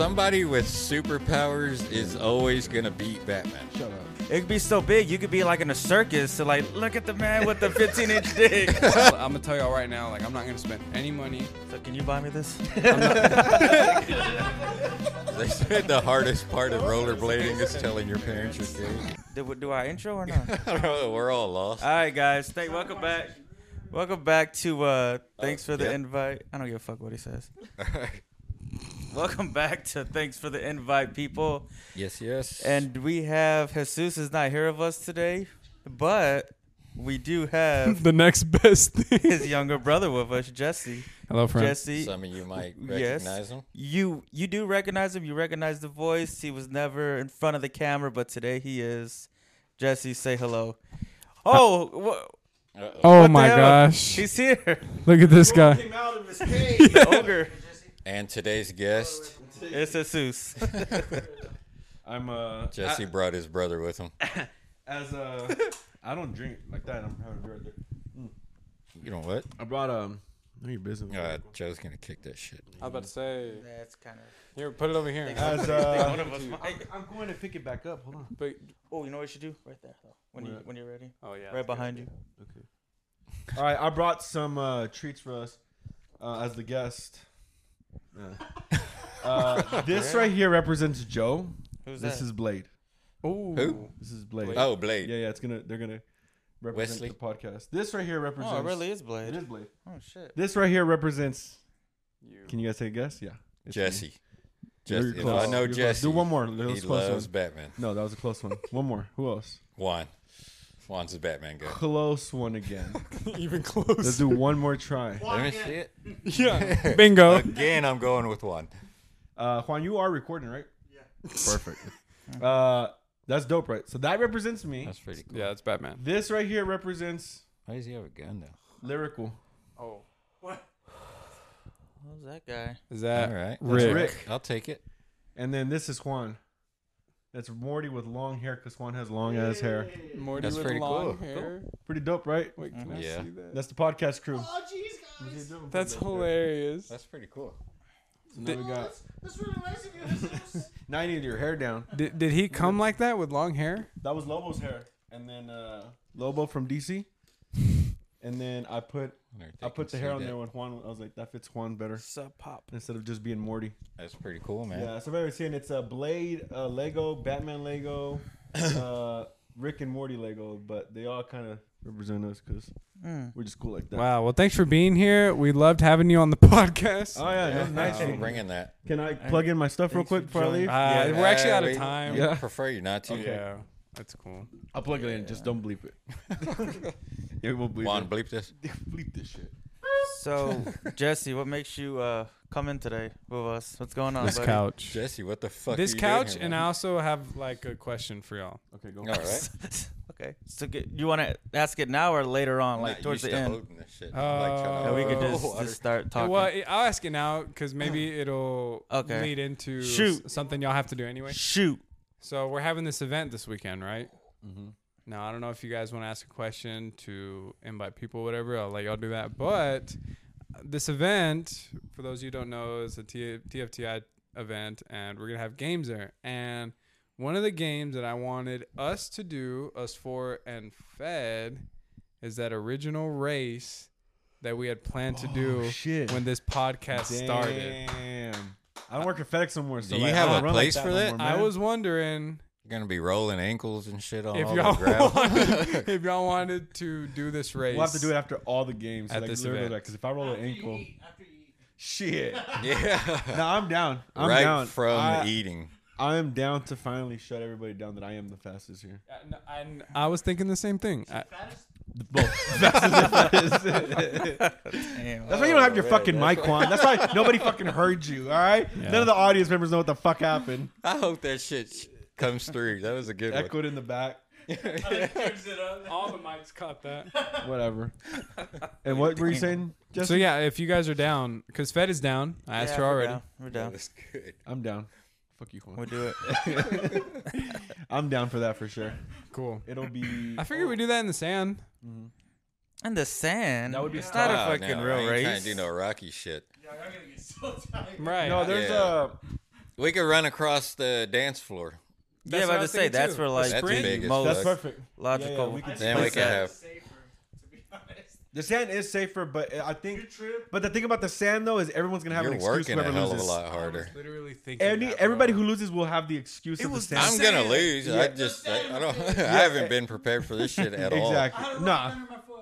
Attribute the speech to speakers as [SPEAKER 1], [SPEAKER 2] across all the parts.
[SPEAKER 1] Somebody with superpowers is always gonna beat Batman.
[SPEAKER 2] Shut up.
[SPEAKER 3] It could be so big, you could be like in a circus to like look at the man with the 15 inch dick.
[SPEAKER 4] I'm gonna tell y'all right now, like I'm not gonna spend any money.
[SPEAKER 3] So can you buy me this?
[SPEAKER 1] They said the hardest part of rollerblading is telling your parents you're gay.
[SPEAKER 3] Do, do I intro or not?
[SPEAKER 1] I don't know, we're all lost.
[SPEAKER 3] All right, guys. Thank. Welcome back. Welcome back to. uh Thanks for the
[SPEAKER 1] yeah.
[SPEAKER 3] invite. I don't give a fuck what he says. Welcome back to Thanks for the invite, people.
[SPEAKER 1] yes, yes.
[SPEAKER 3] And we have Jesus is not here of us today, but we do have
[SPEAKER 5] the next best thing.
[SPEAKER 3] his younger brother with us, Jesse.
[SPEAKER 5] Hello, friend.
[SPEAKER 3] Jesse,
[SPEAKER 1] some of you might
[SPEAKER 3] Yes.
[SPEAKER 1] recognize him.
[SPEAKER 3] you you do recognize him. You recognize the voice. He was never in front of the camera, but today he is. Jesse, say hello. Oh, wha-
[SPEAKER 1] Uh-oh.
[SPEAKER 5] oh
[SPEAKER 3] what the
[SPEAKER 5] my
[SPEAKER 3] hell?
[SPEAKER 5] gosh!
[SPEAKER 3] he's here.
[SPEAKER 5] Look at this guy.
[SPEAKER 3] the ogre.
[SPEAKER 1] And today's guest,
[SPEAKER 3] It's Jesus.
[SPEAKER 2] I'm uh
[SPEAKER 1] Jesse brought his brother with him.
[SPEAKER 2] as uh I don't drink like that. I'm having a beer right there.
[SPEAKER 1] You know what?
[SPEAKER 2] I brought um no your business.
[SPEAKER 1] Uh, Joe's gonna kick that shit.
[SPEAKER 4] I was about to say,
[SPEAKER 3] That's kind of.
[SPEAKER 4] here, put it over here.
[SPEAKER 2] As
[SPEAKER 3] One
[SPEAKER 2] uh
[SPEAKER 3] of us
[SPEAKER 2] I'm,
[SPEAKER 3] might.
[SPEAKER 2] I'm going to pick it back up. Hold on.
[SPEAKER 4] But,
[SPEAKER 3] Oh, you know what you should do right there though. When you
[SPEAKER 2] What?
[SPEAKER 3] when you're ready,
[SPEAKER 4] oh yeah,
[SPEAKER 3] right behind you.
[SPEAKER 2] Okay. All right, I brought some uh treats for us uh as the guest. Uh, uh, this right here represents Joe.
[SPEAKER 3] Who's
[SPEAKER 2] This
[SPEAKER 3] that?
[SPEAKER 2] is Blade.
[SPEAKER 5] Oh,
[SPEAKER 1] Who?
[SPEAKER 2] This is Blade.
[SPEAKER 1] Oh, Blade.
[SPEAKER 2] Yeah, yeah, it's gonna they're gonna represent
[SPEAKER 1] Wesley?
[SPEAKER 2] the podcast. This right here represents
[SPEAKER 3] oh, it really is
[SPEAKER 2] It
[SPEAKER 3] Blade.
[SPEAKER 2] is Blade.
[SPEAKER 3] Oh shit.
[SPEAKER 2] This right here represents
[SPEAKER 4] You.
[SPEAKER 2] Can you guys take a guess? Yeah. It's me.
[SPEAKER 1] Jesse.
[SPEAKER 2] You're
[SPEAKER 1] Jesse. If
[SPEAKER 2] close.
[SPEAKER 1] I know
[SPEAKER 2] You're close.
[SPEAKER 1] Jesse.
[SPEAKER 2] Do one more. That
[SPEAKER 1] He
[SPEAKER 2] was a close
[SPEAKER 1] loves
[SPEAKER 2] one.
[SPEAKER 1] Batman.
[SPEAKER 2] No, that was a close one. One more. Who else?
[SPEAKER 1] Juan. Juan's a Batman guy.
[SPEAKER 2] Close one again.
[SPEAKER 5] even
[SPEAKER 2] Let's
[SPEAKER 5] close.
[SPEAKER 2] do one more try.
[SPEAKER 1] Let me see it.
[SPEAKER 5] yeah, bingo.
[SPEAKER 1] Again, I'm going with Juan.
[SPEAKER 2] Uh, Juan, you are recording, right? Yeah. Perfect. uh, that's dope, right? So that represents me.
[SPEAKER 1] pretty cool.
[SPEAKER 4] Yeah, it's Batman.
[SPEAKER 2] This right here represents
[SPEAKER 1] Why does he have a gun now?
[SPEAKER 2] lyrical.
[SPEAKER 4] Oh,
[SPEAKER 3] Who's that guy?
[SPEAKER 4] is that
[SPEAKER 1] All right.
[SPEAKER 5] Uh, Rick.
[SPEAKER 2] Rick.
[SPEAKER 1] I'll take it.
[SPEAKER 2] And then this is Juan. That's Morty with long hair because Juan has long ass hair.
[SPEAKER 4] Morty
[SPEAKER 1] That's
[SPEAKER 4] with
[SPEAKER 1] pretty
[SPEAKER 4] long
[SPEAKER 1] cool.
[SPEAKER 4] hair?
[SPEAKER 2] Pretty dope, right?
[SPEAKER 4] Wait, can
[SPEAKER 1] Yeah.
[SPEAKER 4] I see that?
[SPEAKER 2] That's the podcast crew.
[SPEAKER 6] Oh, jeez, guys.
[SPEAKER 4] That's hilarious.
[SPEAKER 1] That's pretty cool.
[SPEAKER 2] So now we got.
[SPEAKER 6] That's, that's really nice of you. Jesus.
[SPEAKER 2] Now you need your hair down.
[SPEAKER 5] Did, did he come like that with long hair?
[SPEAKER 2] That was Lobo's hair, and then uh, Lobo from DC, and then I put I put the hair on there with Juan. I was like, that fits Juan better
[SPEAKER 3] Sub Pop.
[SPEAKER 2] instead of just being Morty.
[SPEAKER 1] That's pretty cool, man.
[SPEAKER 2] Yeah, so if everyone's seeing it's a Blade, uh, Lego, Batman Lego, uh, Rick and Morty Lego, but they all kind of represent us because we're just cool like that.
[SPEAKER 5] Wow. Well, thanks for being here. We loved having you on the podcast.
[SPEAKER 2] Oh yeah, that was nice.
[SPEAKER 1] Thanks for
[SPEAKER 2] of you.
[SPEAKER 1] bringing that.
[SPEAKER 2] Can I plug in my stuff real
[SPEAKER 3] Thanks for
[SPEAKER 2] quick before I
[SPEAKER 3] joining.
[SPEAKER 2] leave?
[SPEAKER 5] Uh,
[SPEAKER 1] Yeah,
[SPEAKER 5] we're actually out
[SPEAKER 1] we-
[SPEAKER 5] of time.
[SPEAKER 1] I
[SPEAKER 2] Yeah.
[SPEAKER 1] prefer you not to.
[SPEAKER 5] Yeah, that's cool.
[SPEAKER 2] I'll plug it in. Just don't bleep it. yeah, we'll bleep
[SPEAKER 1] Juan,
[SPEAKER 2] it.
[SPEAKER 1] bleep this.
[SPEAKER 2] bleep this shit.
[SPEAKER 3] So Jesse, what makes you uh come in today with us? What's going on,
[SPEAKER 5] This
[SPEAKER 3] buddy?
[SPEAKER 5] couch.
[SPEAKER 1] Jesse, what the fuck?
[SPEAKER 5] This
[SPEAKER 1] are you
[SPEAKER 5] couch,
[SPEAKER 1] doing
[SPEAKER 5] and
[SPEAKER 1] here,
[SPEAKER 5] I also have like a question for y'all.
[SPEAKER 2] Okay, go.
[SPEAKER 1] man? All right.
[SPEAKER 3] okay. So get, you want to ask it now or later on, like
[SPEAKER 1] Not
[SPEAKER 3] towards
[SPEAKER 1] used
[SPEAKER 3] the
[SPEAKER 1] to
[SPEAKER 3] end?
[SPEAKER 1] holding this shit. I'm like trying to
[SPEAKER 3] Yeah, we could
[SPEAKER 1] hold
[SPEAKER 3] just,
[SPEAKER 1] water.
[SPEAKER 3] just start talking.
[SPEAKER 5] Well, I- I'll ask it now because maybe it'll
[SPEAKER 3] Okay.
[SPEAKER 5] lead into s-
[SPEAKER 3] Shoot.
[SPEAKER 5] something y'all have to do anyway.
[SPEAKER 3] Shoot.
[SPEAKER 5] So we're having this event this weekend, right?
[SPEAKER 2] Mm-hmm.
[SPEAKER 5] Now I don't know if you guys want to ask a question to invite people, whatever. I'll let y'all do that. But this event, for those you don't know, is a T- TFTI event, and we're gonna have games there. And one of the games that I wanted us to do, us four and Fed, is that original race that we had planned to do
[SPEAKER 2] Oh, shit.
[SPEAKER 5] when this podcast started.
[SPEAKER 2] Damn. I don't work at FedEx anymore. So
[SPEAKER 1] Do you
[SPEAKER 2] like,
[SPEAKER 1] have
[SPEAKER 2] I
[SPEAKER 1] a
[SPEAKER 2] don't run
[SPEAKER 1] place
[SPEAKER 2] like that
[SPEAKER 1] for
[SPEAKER 2] no
[SPEAKER 1] that?
[SPEAKER 2] more,
[SPEAKER 5] I
[SPEAKER 2] man.
[SPEAKER 5] was wondering
[SPEAKER 1] You're gonna be rolling ankles and shit on
[SPEAKER 5] if
[SPEAKER 1] all
[SPEAKER 5] y'all
[SPEAKER 1] the gravel.
[SPEAKER 5] wanted, if y'all wanted to do this race,
[SPEAKER 2] We'll have to do it after all the games.
[SPEAKER 5] At
[SPEAKER 2] like,
[SPEAKER 5] this
[SPEAKER 2] literally,
[SPEAKER 5] event.
[SPEAKER 2] like, 'cause if I roll an ankle,
[SPEAKER 6] After you eat.
[SPEAKER 2] shit.
[SPEAKER 1] yeah.
[SPEAKER 2] no, I'm down. I'm
[SPEAKER 1] right
[SPEAKER 2] down.
[SPEAKER 1] from E-
[SPEAKER 2] I,
[SPEAKER 1] eating.
[SPEAKER 2] I am down to finally shut everybody down that I am the fastest here.
[SPEAKER 5] Uh, no, I, I was thinking the same thing. I,
[SPEAKER 6] Fattest?
[SPEAKER 3] Damn.
[SPEAKER 2] That's why you don't have your fucking mic on. That's why nobody fucking heard you. All right. None of the audience members know what the fuck happened.
[SPEAKER 1] I hope that shit sh- comes through. That was a good one.
[SPEAKER 2] Echoed in the back.
[SPEAKER 5] all the mics caught that.
[SPEAKER 2] Whatever. And what were you saying? Just
[SPEAKER 5] So yeah, if you guys are down, because Fed is down. I asked
[SPEAKER 3] Yeah,
[SPEAKER 5] her
[SPEAKER 3] we're
[SPEAKER 5] already.
[SPEAKER 3] down. We're
[SPEAKER 1] That
[SPEAKER 3] down.
[SPEAKER 1] was good.
[SPEAKER 2] I'm down. Fuck you,
[SPEAKER 3] We'll
[SPEAKER 2] Juan.
[SPEAKER 3] do it.
[SPEAKER 2] I'm down for that for sure.
[SPEAKER 5] Cool.
[SPEAKER 2] It'll be.
[SPEAKER 5] I figured we do that in the sand.
[SPEAKER 3] And the sand.
[SPEAKER 2] That would be
[SPEAKER 3] It's not a
[SPEAKER 1] Oh,
[SPEAKER 3] fucking
[SPEAKER 1] no, I
[SPEAKER 3] real
[SPEAKER 1] ain't Trying
[SPEAKER 3] race.
[SPEAKER 1] to do no Rocky shit.
[SPEAKER 6] Yeah, I'm gonna get so tired.
[SPEAKER 5] Right.
[SPEAKER 2] Oh, No, there's
[SPEAKER 1] Yeah.
[SPEAKER 2] uh
[SPEAKER 1] We could run across the dance floor.
[SPEAKER 5] That's
[SPEAKER 3] yeah,
[SPEAKER 5] what I
[SPEAKER 3] but to
[SPEAKER 5] was
[SPEAKER 3] say
[SPEAKER 5] thinking
[SPEAKER 3] that's
[SPEAKER 5] too.
[SPEAKER 3] for like
[SPEAKER 1] That's
[SPEAKER 5] Spring?
[SPEAKER 1] Vegas.
[SPEAKER 3] most
[SPEAKER 2] That's
[SPEAKER 1] That's-
[SPEAKER 2] perfect.
[SPEAKER 3] logical.
[SPEAKER 2] Yeah, yeah, we can
[SPEAKER 3] place
[SPEAKER 1] Then we
[SPEAKER 3] that.
[SPEAKER 1] can have-
[SPEAKER 6] Safer, to be honest.
[SPEAKER 2] The sand is safer, but I
[SPEAKER 6] Your
[SPEAKER 2] think.
[SPEAKER 6] trip.
[SPEAKER 2] But the thing about the sand though is everyone's gonna have
[SPEAKER 1] You're
[SPEAKER 2] an excuse.
[SPEAKER 1] working a
[SPEAKER 2] whoever
[SPEAKER 1] hell
[SPEAKER 2] loses.
[SPEAKER 1] of a lot
[SPEAKER 5] I was
[SPEAKER 1] harder.
[SPEAKER 5] literally thinking.
[SPEAKER 2] Any,
[SPEAKER 5] that,
[SPEAKER 2] everybody
[SPEAKER 5] bro.
[SPEAKER 2] who loses will have the excuse of the
[SPEAKER 3] was
[SPEAKER 2] sand.
[SPEAKER 1] I'm gonna
[SPEAKER 3] saying.
[SPEAKER 1] lose.
[SPEAKER 2] Yeah.
[SPEAKER 1] I just I, I don't I haven't been prepared for this shit at all.
[SPEAKER 6] I had a
[SPEAKER 2] exactly.
[SPEAKER 6] rock
[SPEAKER 2] Nah.
[SPEAKER 6] under my foot.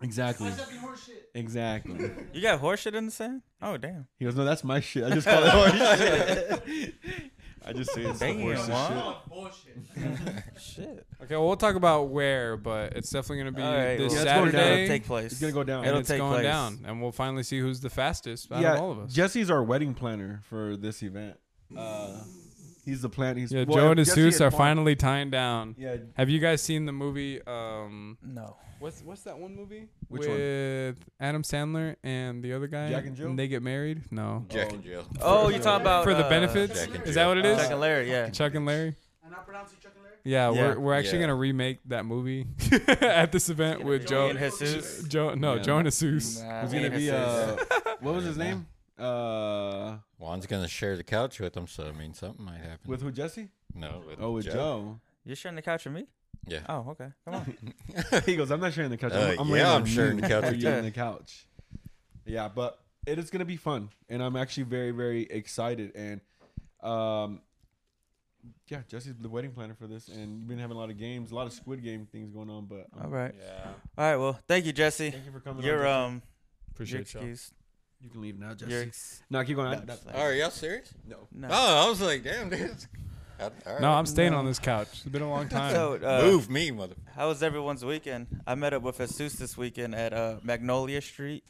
[SPEAKER 2] Exactly.
[SPEAKER 6] Why's that be horseshit?
[SPEAKER 2] Exactly.
[SPEAKER 3] You got horseshit in the sand? Oh damn!
[SPEAKER 2] He goes, no, that's my shit. I just call it horse shit. I just say it's the
[SPEAKER 3] Damn,
[SPEAKER 2] horse's
[SPEAKER 3] huh?
[SPEAKER 2] shit.
[SPEAKER 6] Oh, bullshit.
[SPEAKER 3] Shit.
[SPEAKER 5] Okay, well, we'll talk about where, but it's definitely gonna be
[SPEAKER 3] All right,
[SPEAKER 5] this
[SPEAKER 2] well, it's going down.
[SPEAKER 5] Saturday.
[SPEAKER 3] It'll take place.
[SPEAKER 2] It's gonna go down.
[SPEAKER 5] and
[SPEAKER 3] It'll
[SPEAKER 5] it's
[SPEAKER 3] take
[SPEAKER 5] going
[SPEAKER 3] place.
[SPEAKER 5] down, and we'll finally see who's the fastest out of all of us.
[SPEAKER 2] Jesse's our wedding planner for this event. Uh, he's the plan. He's
[SPEAKER 5] yeah,
[SPEAKER 2] well,
[SPEAKER 5] Joe and
[SPEAKER 2] Jesse
[SPEAKER 5] Jesus
[SPEAKER 2] had
[SPEAKER 5] are
[SPEAKER 2] fun-
[SPEAKER 5] finally tying down.
[SPEAKER 2] Yeah,
[SPEAKER 5] Have you guys seen the movie? Um,
[SPEAKER 3] No.
[SPEAKER 5] what's what's that one movie
[SPEAKER 2] Which one?
[SPEAKER 5] with Adam Sandler and the other guy?
[SPEAKER 2] Jack and Jill?
[SPEAKER 5] they get married. No,
[SPEAKER 1] Jack and Jill.
[SPEAKER 3] Oh, you're talking about
[SPEAKER 5] for the
[SPEAKER 3] uh,
[SPEAKER 5] benefits.
[SPEAKER 1] Jack and
[SPEAKER 5] Is that
[SPEAKER 1] Jill.
[SPEAKER 5] what it is?
[SPEAKER 3] Jack and Larry, yeah.
[SPEAKER 5] Chuck and Larry.
[SPEAKER 6] And I pronounce you Chuck and Larry?
[SPEAKER 5] Yeah,
[SPEAKER 3] Yeah.
[SPEAKER 5] we're we're actually
[SPEAKER 1] Yeah.
[SPEAKER 5] gonna remake that movie at this event with
[SPEAKER 3] Joey
[SPEAKER 5] Joe.
[SPEAKER 3] and Jesus.
[SPEAKER 5] Joe, no,
[SPEAKER 2] Yeah.
[SPEAKER 5] Joe and Jesus.
[SPEAKER 3] Nah,
[SPEAKER 2] It's gonna be
[SPEAKER 3] penises.
[SPEAKER 2] uh, what was his name? Uh,
[SPEAKER 1] Juan's gonna share the couch with him, so I mean something might happen.
[SPEAKER 2] with who? Jesse?
[SPEAKER 1] no, with
[SPEAKER 2] Oh, with Joe.
[SPEAKER 3] You're sharing the couch with me?
[SPEAKER 1] Yeah.
[SPEAKER 3] Oh, okay. Come on.
[SPEAKER 2] he goes, I'm not sharing the couch.
[SPEAKER 1] Uh,
[SPEAKER 2] I'm, I'm
[SPEAKER 1] yeah,
[SPEAKER 2] laying on
[SPEAKER 1] I'm sharing
[SPEAKER 2] you
[SPEAKER 1] the couch
[SPEAKER 2] or
[SPEAKER 1] with
[SPEAKER 2] you
[SPEAKER 3] you.
[SPEAKER 2] on the couch. Yeah, but it is gonna be fun, and I'm actually very, very excited. And um, yeah, Jesse's the wedding planner for this, and you've been having a lot of games, a lot of Squid Game things going on. But um,
[SPEAKER 3] All right.
[SPEAKER 5] Yeah,
[SPEAKER 3] All right. Well, thank you, Jesse.
[SPEAKER 2] thank you for coming.
[SPEAKER 3] You're
[SPEAKER 2] on, Jesse.
[SPEAKER 3] um. You're
[SPEAKER 5] appreciate you.
[SPEAKER 3] excused.
[SPEAKER 2] you can leave now, Jesse.
[SPEAKER 3] You're ex-
[SPEAKER 2] no, keep going. I-
[SPEAKER 3] that's
[SPEAKER 2] that-
[SPEAKER 3] like-
[SPEAKER 1] Oh, are y'all serious?
[SPEAKER 2] no,
[SPEAKER 3] No.
[SPEAKER 1] Oh, I was like, damn, dude. it's- I- all right.
[SPEAKER 5] No, I'm staying
[SPEAKER 3] No.
[SPEAKER 5] on this couch. It's been a long
[SPEAKER 2] Oh,
[SPEAKER 5] time.
[SPEAKER 3] So, uh,
[SPEAKER 1] Move me, mother.
[SPEAKER 3] How was everyone's weekend? I met up with Jesus this weekend at uh, Magnolia Street.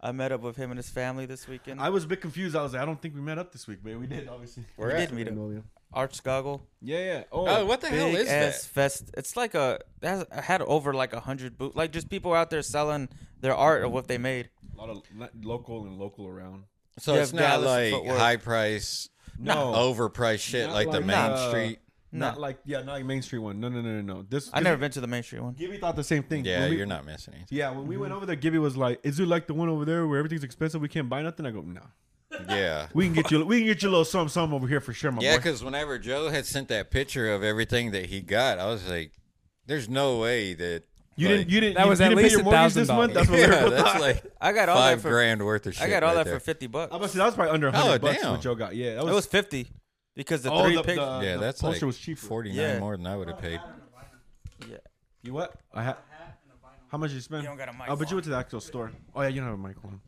[SPEAKER 3] I met up with him and his family this weekend.
[SPEAKER 2] I was a bit confused. I was like, I don't think we met up this week, but we did obviously.
[SPEAKER 1] Where
[SPEAKER 3] we
[SPEAKER 1] at?
[SPEAKER 3] did meet up. Arch Goggle.
[SPEAKER 2] Yeah, yeah. Oh,
[SPEAKER 1] Oh, what the hell
[SPEAKER 3] Big
[SPEAKER 1] is
[SPEAKER 3] ass
[SPEAKER 1] that?
[SPEAKER 3] fest. It's like a it has, it had over like a hundred booth, like just people out there selling their art of what they made.
[SPEAKER 2] a lot of lo- local and local around.
[SPEAKER 1] So
[SPEAKER 3] Yeah,
[SPEAKER 1] it's not
[SPEAKER 3] Dallas
[SPEAKER 1] like
[SPEAKER 3] footwork.
[SPEAKER 1] high price,
[SPEAKER 2] No.
[SPEAKER 1] Oh. overpriced shit
[SPEAKER 2] Oh. Not
[SPEAKER 1] like, the
[SPEAKER 2] like,
[SPEAKER 1] main
[SPEAKER 2] uh,
[SPEAKER 1] street.
[SPEAKER 3] No.
[SPEAKER 2] Not like yeah, not like Main Street one. No, no, no, no, no. This
[SPEAKER 3] I never been to the Main Street one.
[SPEAKER 2] Gibby thought the same thing.
[SPEAKER 1] Yeah,
[SPEAKER 2] When we-
[SPEAKER 1] you're not missing anything.
[SPEAKER 2] Yeah, when we went over there, Gibby was like, "Is it like the one over there where everything's expensive? We can't buy nothing." I go, "No,
[SPEAKER 1] Yeah.
[SPEAKER 2] we can get you. We can get you a little something, something over here for sure,
[SPEAKER 3] Oh,
[SPEAKER 2] my
[SPEAKER 1] Yeah,
[SPEAKER 2] boy."
[SPEAKER 1] because whenever Joe had sent that picture of everything that he got, I was like, "There's no way that
[SPEAKER 2] You
[SPEAKER 1] like,
[SPEAKER 2] didn't. You didn't.
[SPEAKER 5] That
[SPEAKER 2] you,
[SPEAKER 5] was
[SPEAKER 2] you
[SPEAKER 5] at
[SPEAKER 2] didn't pay
[SPEAKER 5] least
[SPEAKER 2] your mortgage this
[SPEAKER 5] $1,000.
[SPEAKER 2] month. That's what
[SPEAKER 1] yeah,
[SPEAKER 2] we were
[SPEAKER 1] that's like
[SPEAKER 3] I got all
[SPEAKER 1] five
[SPEAKER 3] that for
[SPEAKER 1] grand worth of shit.
[SPEAKER 3] I got all
[SPEAKER 1] right
[SPEAKER 3] that for fifty bucks.
[SPEAKER 2] I must say that was probably under hundred
[SPEAKER 1] Oh,
[SPEAKER 2] bucks what
[SPEAKER 1] damn.
[SPEAKER 2] Joe got. Yeah, that was.
[SPEAKER 3] it was fifty because the
[SPEAKER 2] oh,
[SPEAKER 3] three
[SPEAKER 2] the,
[SPEAKER 3] pics.
[SPEAKER 2] the-
[SPEAKER 1] yeah,
[SPEAKER 2] the
[SPEAKER 1] that's
[SPEAKER 2] poster
[SPEAKER 1] like
[SPEAKER 2] was cheaper.
[SPEAKER 1] forty nine
[SPEAKER 3] Yeah.
[SPEAKER 1] more than I would have paid.
[SPEAKER 2] You what? I ha- How much did you spend?
[SPEAKER 3] You don't got a mic
[SPEAKER 2] Oh, but
[SPEAKER 3] on.
[SPEAKER 2] you went to the actual store. Oh yeah, you don't have a mic on.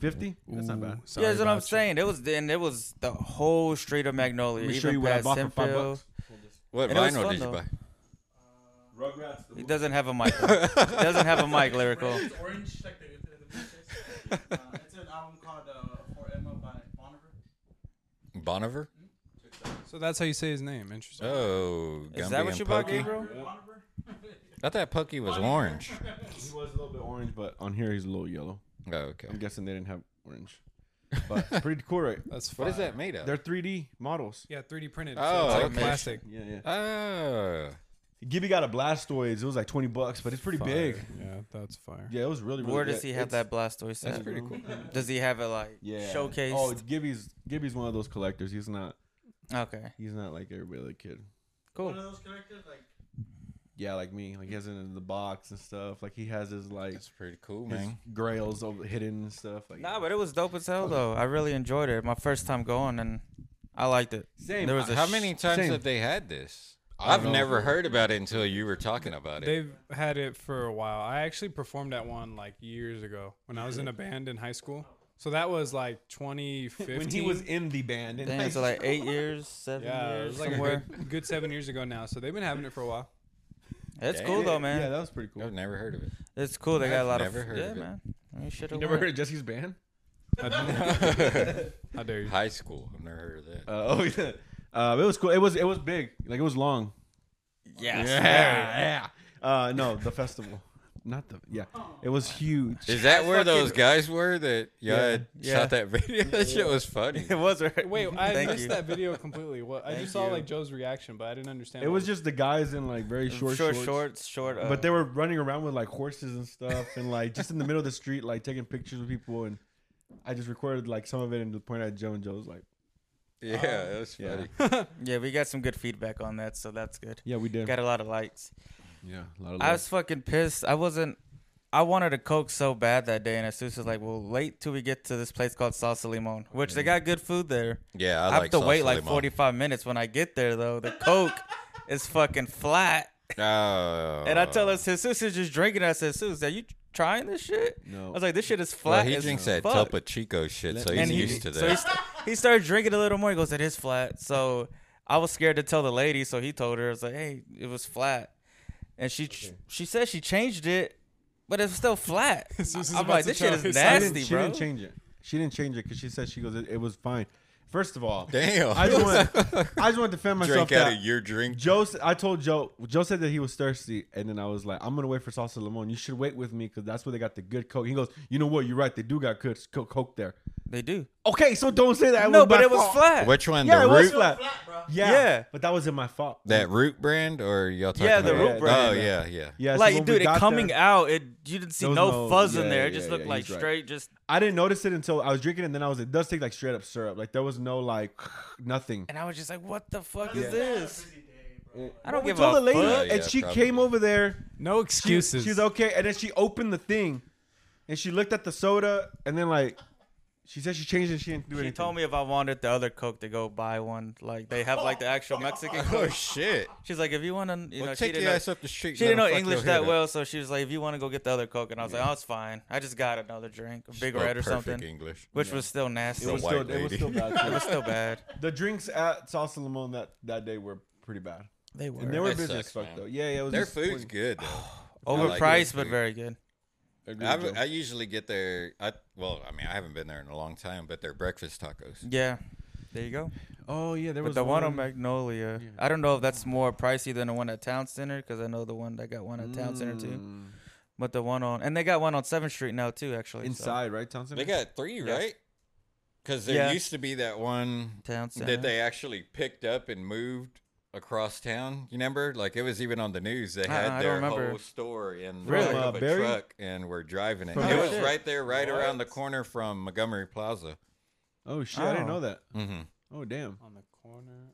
[SPEAKER 2] Fifty? That's not bad.
[SPEAKER 3] yeah, that's what I'm saying. It was then it was the whole street of Magnolia,
[SPEAKER 2] Let me show
[SPEAKER 3] even
[SPEAKER 2] you what I
[SPEAKER 3] past
[SPEAKER 2] bought for five
[SPEAKER 3] Hemphill.
[SPEAKER 2] bucks.
[SPEAKER 1] What
[SPEAKER 3] And it was
[SPEAKER 1] vinyl
[SPEAKER 3] fun,
[SPEAKER 1] did you
[SPEAKER 3] though.
[SPEAKER 1] buy?
[SPEAKER 2] Rugrats.
[SPEAKER 3] He doesn't have a mic. on. he doesn't have a mic, lyrical.
[SPEAKER 6] It's orange, like the, the, the blue shirts. uh, It's an album called uh, For Emma by Boniver.
[SPEAKER 1] Boniver?
[SPEAKER 5] So that's how you say his name. Interesting.
[SPEAKER 1] Oh, Gumby
[SPEAKER 3] Is that what
[SPEAKER 1] and
[SPEAKER 3] you bought,
[SPEAKER 1] Pokey.
[SPEAKER 3] Gabriel?
[SPEAKER 6] Boniver?
[SPEAKER 1] I thought Pokey was orange.
[SPEAKER 2] He was a little bit orange, but on here he's a little yellow.
[SPEAKER 1] Oh, okay.
[SPEAKER 2] I'm guessing they didn't have orange. But pretty cool, right?
[SPEAKER 5] That's fine.
[SPEAKER 1] What is that made of?
[SPEAKER 2] They're 3D models.
[SPEAKER 5] Yeah, 3D printed.
[SPEAKER 1] Oh,
[SPEAKER 5] so it's like
[SPEAKER 1] okay.
[SPEAKER 5] plastic.
[SPEAKER 2] Yeah, yeah.
[SPEAKER 1] Oh,
[SPEAKER 2] Gibby got a Blastoise. It was like 20 bucks, but it's pretty
[SPEAKER 5] Fire.
[SPEAKER 2] big.
[SPEAKER 5] Yeah, that's fire.
[SPEAKER 2] Yeah, it was really, really
[SPEAKER 3] Where does
[SPEAKER 2] good.
[SPEAKER 3] he have
[SPEAKER 2] It's-
[SPEAKER 3] that Blastoise?
[SPEAKER 1] that's
[SPEAKER 3] at?
[SPEAKER 1] pretty cool.
[SPEAKER 3] Does he have it like
[SPEAKER 2] Yeah.
[SPEAKER 3] showcased?
[SPEAKER 2] Oh, Gibby's Gibby's one of those collectors. He's not
[SPEAKER 3] okay,
[SPEAKER 2] he's not like everybody other kid.
[SPEAKER 3] cool.
[SPEAKER 6] One of those characters, like,
[SPEAKER 2] Yeah, like me. Like he has it in the box and stuff. Like he has his like
[SPEAKER 1] That's pretty cool,
[SPEAKER 2] his
[SPEAKER 1] man.
[SPEAKER 2] grails over, hidden and stuff. Like
[SPEAKER 3] Nah, but it was dope as hell though. I really enjoyed it. My first time going, and I liked it.
[SPEAKER 2] same.
[SPEAKER 3] there was a
[SPEAKER 1] How many
[SPEAKER 3] sh-
[SPEAKER 1] times
[SPEAKER 2] same.
[SPEAKER 1] have they had this?
[SPEAKER 2] I don't
[SPEAKER 1] I've
[SPEAKER 2] know.
[SPEAKER 1] never heard about it until you were talking about it.
[SPEAKER 5] They've had it for a while. I actually performed at one like years ago when I was in a band in high school. So that was like 2015.
[SPEAKER 2] when he was in the band. in high
[SPEAKER 3] Damn, so like eight years, seven
[SPEAKER 5] yeah, it
[SPEAKER 3] years,
[SPEAKER 5] was like a
[SPEAKER 3] somewhere.
[SPEAKER 5] good, good seven years ago now. So they've been having it for a while.
[SPEAKER 3] It's
[SPEAKER 1] Damn.
[SPEAKER 3] cool
[SPEAKER 2] Yeah,
[SPEAKER 3] though, man.
[SPEAKER 2] Yeah, that was pretty cool.
[SPEAKER 1] I've never heard of it.
[SPEAKER 3] It's cool. They got a
[SPEAKER 1] I've
[SPEAKER 3] lot
[SPEAKER 1] never
[SPEAKER 3] of
[SPEAKER 1] heard
[SPEAKER 3] yeah,
[SPEAKER 1] of it.
[SPEAKER 3] man. You should
[SPEAKER 2] You
[SPEAKER 3] have
[SPEAKER 2] never heard of Jesse's band?
[SPEAKER 5] I dare you.
[SPEAKER 1] High school. I've never heard of that.
[SPEAKER 2] Uh, oh yeah. Uh, it was cool. It was it was big. Like it was long.
[SPEAKER 3] Yes.
[SPEAKER 2] Yeah, yeah. Uh, no, the festival. Not the yeah. It
[SPEAKER 3] Oh,
[SPEAKER 2] was huge.
[SPEAKER 1] Is that where those guys were that y'all
[SPEAKER 2] Yeah.
[SPEAKER 1] had
[SPEAKER 3] Yeah.
[SPEAKER 1] shot that video? that shit was funny.
[SPEAKER 3] It was right.
[SPEAKER 5] Wait, I
[SPEAKER 3] Thank
[SPEAKER 5] missed
[SPEAKER 3] you.
[SPEAKER 5] that video completely. What I
[SPEAKER 3] Thank
[SPEAKER 5] just saw
[SPEAKER 3] you.
[SPEAKER 5] like Joe's reaction, but I didn't understand.
[SPEAKER 2] It
[SPEAKER 5] what
[SPEAKER 2] was just the guys in like very
[SPEAKER 3] Short,
[SPEAKER 2] short,
[SPEAKER 3] short
[SPEAKER 2] shorts.
[SPEAKER 3] shorts, short. Uh,
[SPEAKER 2] But they were running around with like horses and stuff, and like just in the middle of the street, like taking pictures of people. And I just recorded like some of it and pointed at Joe, and Joe was like,
[SPEAKER 1] Yeah, that was
[SPEAKER 2] yeah.
[SPEAKER 1] funny.
[SPEAKER 3] Yeah, we got some good feedback on that, so that's good.
[SPEAKER 2] Yeah, we did.
[SPEAKER 3] Got a lot of likes.
[SPEAKER 2] yeah, a lot of
[SPEAKER 3] I was fucking pissed. I wasn't. I wanted a Coke so bad that day, and Asus was like, "Well, wait till we get to this place called Salsa Limon, which they got good food there.
[SPEAKER 1] Yeah, I,
[SPEAKER 3] I,
[SPEAKER 1] like
[SPEAKER 3] have to
[SPEAKER 1] salsa
[SPEAKER 3] wait like
[SPEAKER 1] limon.
[SPEAKER 3] 45 minutes when I get there, though. The Coke is fucking flat,
[SPEAKER 1] Oh.
[SPEAKER 3] and I tell us, Jesus is just drinking. I said, "Asus, are you trying this shit?"
[SPEAKER 2] No.
[SPEAKER 3] I was like, "This shit is
[SPEAKER 1] Well,
[SPEAKER 3] flat."
[SPEAKER 1] he
[SPEAKER 3] as
[SPEAKER 1] drinks that
[SPEAKER 3] fuck."
[SPEAKER 1] Topo Chico shit, so he's
[SPEAKER 3] And he-
[SPEAKER 1] used to that.
[SPEAKER 3] So he, st- he started drinking a little more. He goes, "It is flat." So I was scared to tell the lady, so he told her. I was like, "Hey, it was flat," and she ch she said she changed it, but it's still flat.
[SPEAKER 5] This is
[SPEAKER 3] I'm
[SPEAKER 5] about
[SPEAKER 3] like,
[SPEAKER 5] to
[SPEAKER 3] "This shit
[SPEAKER 5] tell
[SPEAKER 3] is
[SPEAKER 5] his-
[SPEAKER 2] She didn't-
[SPEAKER 3] nasty,
[SPEAKER 2] she
[SPEAKER 3] bro."
[SPEAKER 2] didn't change it. She didn't change it because she said she goes, it, it was fine. First of all,
[SPEAKER 1] Damn.
[SPEAKER 2] I just want, I just want to defend myself.
[SPEAKER 1] drink out
[SPEAKER 2] that
[SPEAKER 1] of your drink.
[SPEAKER 2] Joe, s- I told Joe, Joe said that he was thirsty, and then I was like, I'm gonna wait for salsa limon. You should wait with me because that's where they got the good coke. He goes, you know what? You're right. They do got good s- co- coke there.
[SPEAKER 3] they do.
[SPEAKER 2] Okay, so don't say that.
[SPEAKER 3] no,
[SPEAKER 2] my
[SPEAKER 3] but it was
[SPEAKER 2] fault.
[SPEAKER 3] flat.
[SPEAKER 1] Which one?
[SPEAKER 2] Yeah,
[SPEAKER 1] the
[SPEAKER 2] it
[SPEAKER 1] root?
[SPEAKER 2] was flat. Yeah,
[SPEAKER 3] Yeah.
[SPEAKER 2] but that wasn't my fault.
[SPEAKER 1] That root brand, or y'all talking
[SPEAKER 3] Yeah,
[SPEAKER 1] about?
[SPEAKER 3] the
[SPEAKER 2] Root brand.
[SPEAKER 1] Oh yeah, yeah.
[SPEAKER 2] yeah, so
[SPEAKER 3] like,
[SPEAKER 2] when we
[SPEAKER 3] dude, it
[SPEAKER 2] got
[SPEAKER 3] coming
[SPEAKER 2] there-
[SPEAKER 3] out, it you didn't see
[SPEAKER 2] There was
[SPEAKER 3] no,
[SPEAKER 2] no-
[SPEAKER 3] fuzz
[SPEAKER 2] yeah,
[SPEAKER 3] in there. It
[SPEAKER 2] yeah,
[SPEAKER 3] just
[SPEAKER 2] yeah,
[SPEAKER 3] looked
[SPEAKER 2] he's
[SPEAKER 3] like
[SPEAKER 2] right.
[SPEAKER 3] straight, just
[SPEAKER 2] I didn't notice it until I was drinking, and then I was. It does taste like straight up syrup. Like there was no like nothing.
[SPEAKER 3] and I was just like, "What the fuck
[SPEAKER 2] Yeah.
[SPEAKER 3] is this?" I don't
[SPEAKER 2] we
[SPEAKER 3] give
[SPEAKER 2] told
[SPEAKER 3] a
[SPEAKER 2] the lady,
[SPEAKER 3] fuck.
[SPEAKER 1] Yeah,
[SPEAKER 2] and she
[SPEAKER 1] probably.
[SPEAKER 2] came over there.
[SPEAKER 5] No
[SPEAKER 2] She,
[SPEAKER 5] excuses.
[SPEAKER 2] she's okay, and then she opened the thing, and she looked at the soda, and then like, she said she changed it. She didn't do
[SPEAKER 3] She
[SPEAKER 2] anything.
[SPEAKER 3] told me if I wanted the other Coke to go buy one. Like they have like the actual Mexican
[SPEAKER 1] Oh
[SPEAKER 3] Coke.
[SPEAKER 1] shit!
[SPEAKER 3] She's like, if you want to, you
[SPEAKER 1] Well,
[SPEAKER 3] know, she
[SPEAKER 1] take
[SPEAKER 3] didn't
[SPEAKER 1] your
[SPEAKER 3] know,
[SPEAKER 1] ass up the street.
[SPEAKER 3] she
[SPEAKER 1] let
[SPEAKER 3] didn't know
[SPEAKER 1] them fuck
[SPEAKER 3] English
[SPEAKER 1] your head
[SPEAKER 3] that
[SPEAKER 1] up.
[SPEAKER 3] well, so she was like, if you want to go get the other Coke, and I was like, oh, it's fine. I just got another drink, a
[SPEAKER 1] She
[SPEAKER 3] big
[SPEAKER 1] spoke
[SPEAKER 3] red or
[SPEAKER 1] Oh, perfect
[SPEAKER 3] something,
[SPEAKER 1] English.
[SPEAKER 3] which was still nasty.
[SPEAKER 2] It was
[SPEAKER 1] white
[SPEAKER 2] still, it was
[SPEAKER 1] lady.
[SPEAKER 2] still bad. too.
[SPEAKER 3] It was still bad.
[SPEAKER 2] The drinks at Salsa Limon that, that day were pretty bad.
[SPEAKER 3] They
[SPEAKER 2] And they were
[SPEAKER 1] That
[SPEAKER 2] busy
[SPEAKER 1] sucks,
[SPEAKER 2] as fuck
[SPEAKER 1] man.
[SPEAKER 2] though. Yeah, yeah. It was
[SPEAKER 1] Their
[SPEAKER 2] just-
[SPEAKER 1] food's good. Though. I like
[SPEAKER 3] overpriced,
[SPEAKER 1] their
[SPEAKER 3] but
[SPEAKER 1] food.
[SPEAKER 3] very good.
[SPEAKER 2] Agreed,
[SPEAKER 1] I,
[SPEAKER 2] Joe.
[SPEAKER 1] I usually get their. I, well, I mean, I haven't been there in a long time, but their breakfast tacos.
[SPEAKER 3] Yeah, there you go.
[SPEAKER 2] oh yeah, there
[SPEAKER 3] But
[SPEAKER 2] was
[SPEAKER 3] the one
[SPEAKER 2] one
[SPEAKER 3] on Magnolia, I don't know if that's more pricey than the one at Town Center because I know the one that got one at Town Center too.
[SPEAKER 2] Mm,
[SPEAKER 3] But the one on and they got one on Seventh Street now too, actually. so-
[SPEAKER 2] inside, right, Thompson?
[SPEAKER 1] They got three, right? Because there
[SPEAKER 3] Yeah.
[SPEAKER 1] used to be that one
[SPEAKER 3] Town Center.
[SPEAKER 1] that they actually picked up and moved across town. You remember? Like it was even on the news. They
[SPEAKER 3] Uh-uh,
[SPEAKER 1] had
[SPEAKER 3] I don't
[SPEAKER 1] their
[SPEAKER 3] remember.
[SPEAKER 1] whole store in the
[SPEAKER 3] Really?
[SPEAKER 1] back
[SPEAKER 2] Uh,
[SPEAKER 1] of a
[SPEAKER 2] Barry?
[SPEAKER 1] truck, and we're driving it.
[SPEAKER 2] From
[SPEAKER 1] it
[SPEAKER 3] Oh,
[SPEAKER 1] was
[SPEAKER 3] shit.
[SPEAKER 1] right there, right around the
[SPEAKER 4] What?
[SPEAKER 1] corner from Montgomery Plaza.
[SPEAKER 2] Oh shit, I didn't
[SPEAKER 3] Oh.
[SPEAKER 2] know that.
[SPEAKER 1] hmm
[SPEAKER 2] Oh damn,
[SPEAKER 5] on the corner.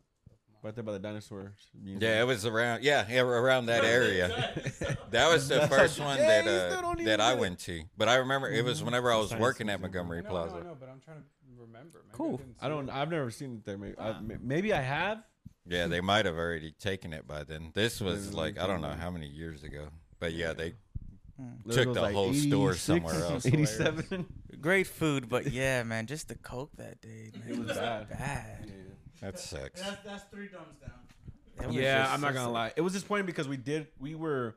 [SPEAKER 2] right there by the dinosaur.
[SPEAKER 1] Yeah, it was around. Yeah, yeah, around that area. that was the first one
[SPEAKER 2] Yeah,
[SPEAKER 1] that
[SPEAKER 2] you still
[SPEAKER 1] uh,
[SPEAKER 2] don't even
[SPEAKER 1] that I
[SPEAKER 2] know.
[SPEAKER 1] went to. But I remember it was whenever I was
[SPEAKER 2] Science
[SPEAKER 1] working at
[SPEAKER 2] museum.
[SPEAKER 1] Montgomery
[SPEAKER 5] No, no, I
[SPEAKER 1] Plaza.
[SPEAKER 5] know, but I'm trying to remember. Maybe I
[SPEAKER 3] Cool.
[SPEAKER 5] didn't
[SPEAKER 2] I
[SPEAKER 5] see
[SPEAKER 2] don't.
[SPEAKER 5] it.
[SPEAKER 2] I've never seen it there. Maybe I, maybe I have.
[SPEAKER 1] Yeah, they might have already taken it by then. This was
[SPEAKER 2] Maybe
[SPEAKER 1] like
[SPEAKER 2] they
[SPEAKER 1] I don't
[SPEAKER 2] did.
[SPEAKER 1] know how many years ago. But yeah, they
[SPEAKER 2] Those
[SPEAKER 1] Took
[SPEAKER 2] was,
[SPEAKER 1] the whole store
[SPEAKER 2] 86,
[SPEAKER 1] somewhere else.
[SPEAKER 2] Eighty-seven.
[SPEAKER 3] Great food, but yeah, man, just the Coke that day, man,
[SPEAKER 2] It was bad.
[SPEAKER 3] bad.
[SPEAKER 1] that sucks.
[SPEAKER 6] That's, that's three thumbs down.
[SPEAKER 3] It was
[SPEAKER 2] Yeah,
[SPEAKER 3] just-
[SPEAKER 2] I'm not gonna lie. It was disappointing because we did we were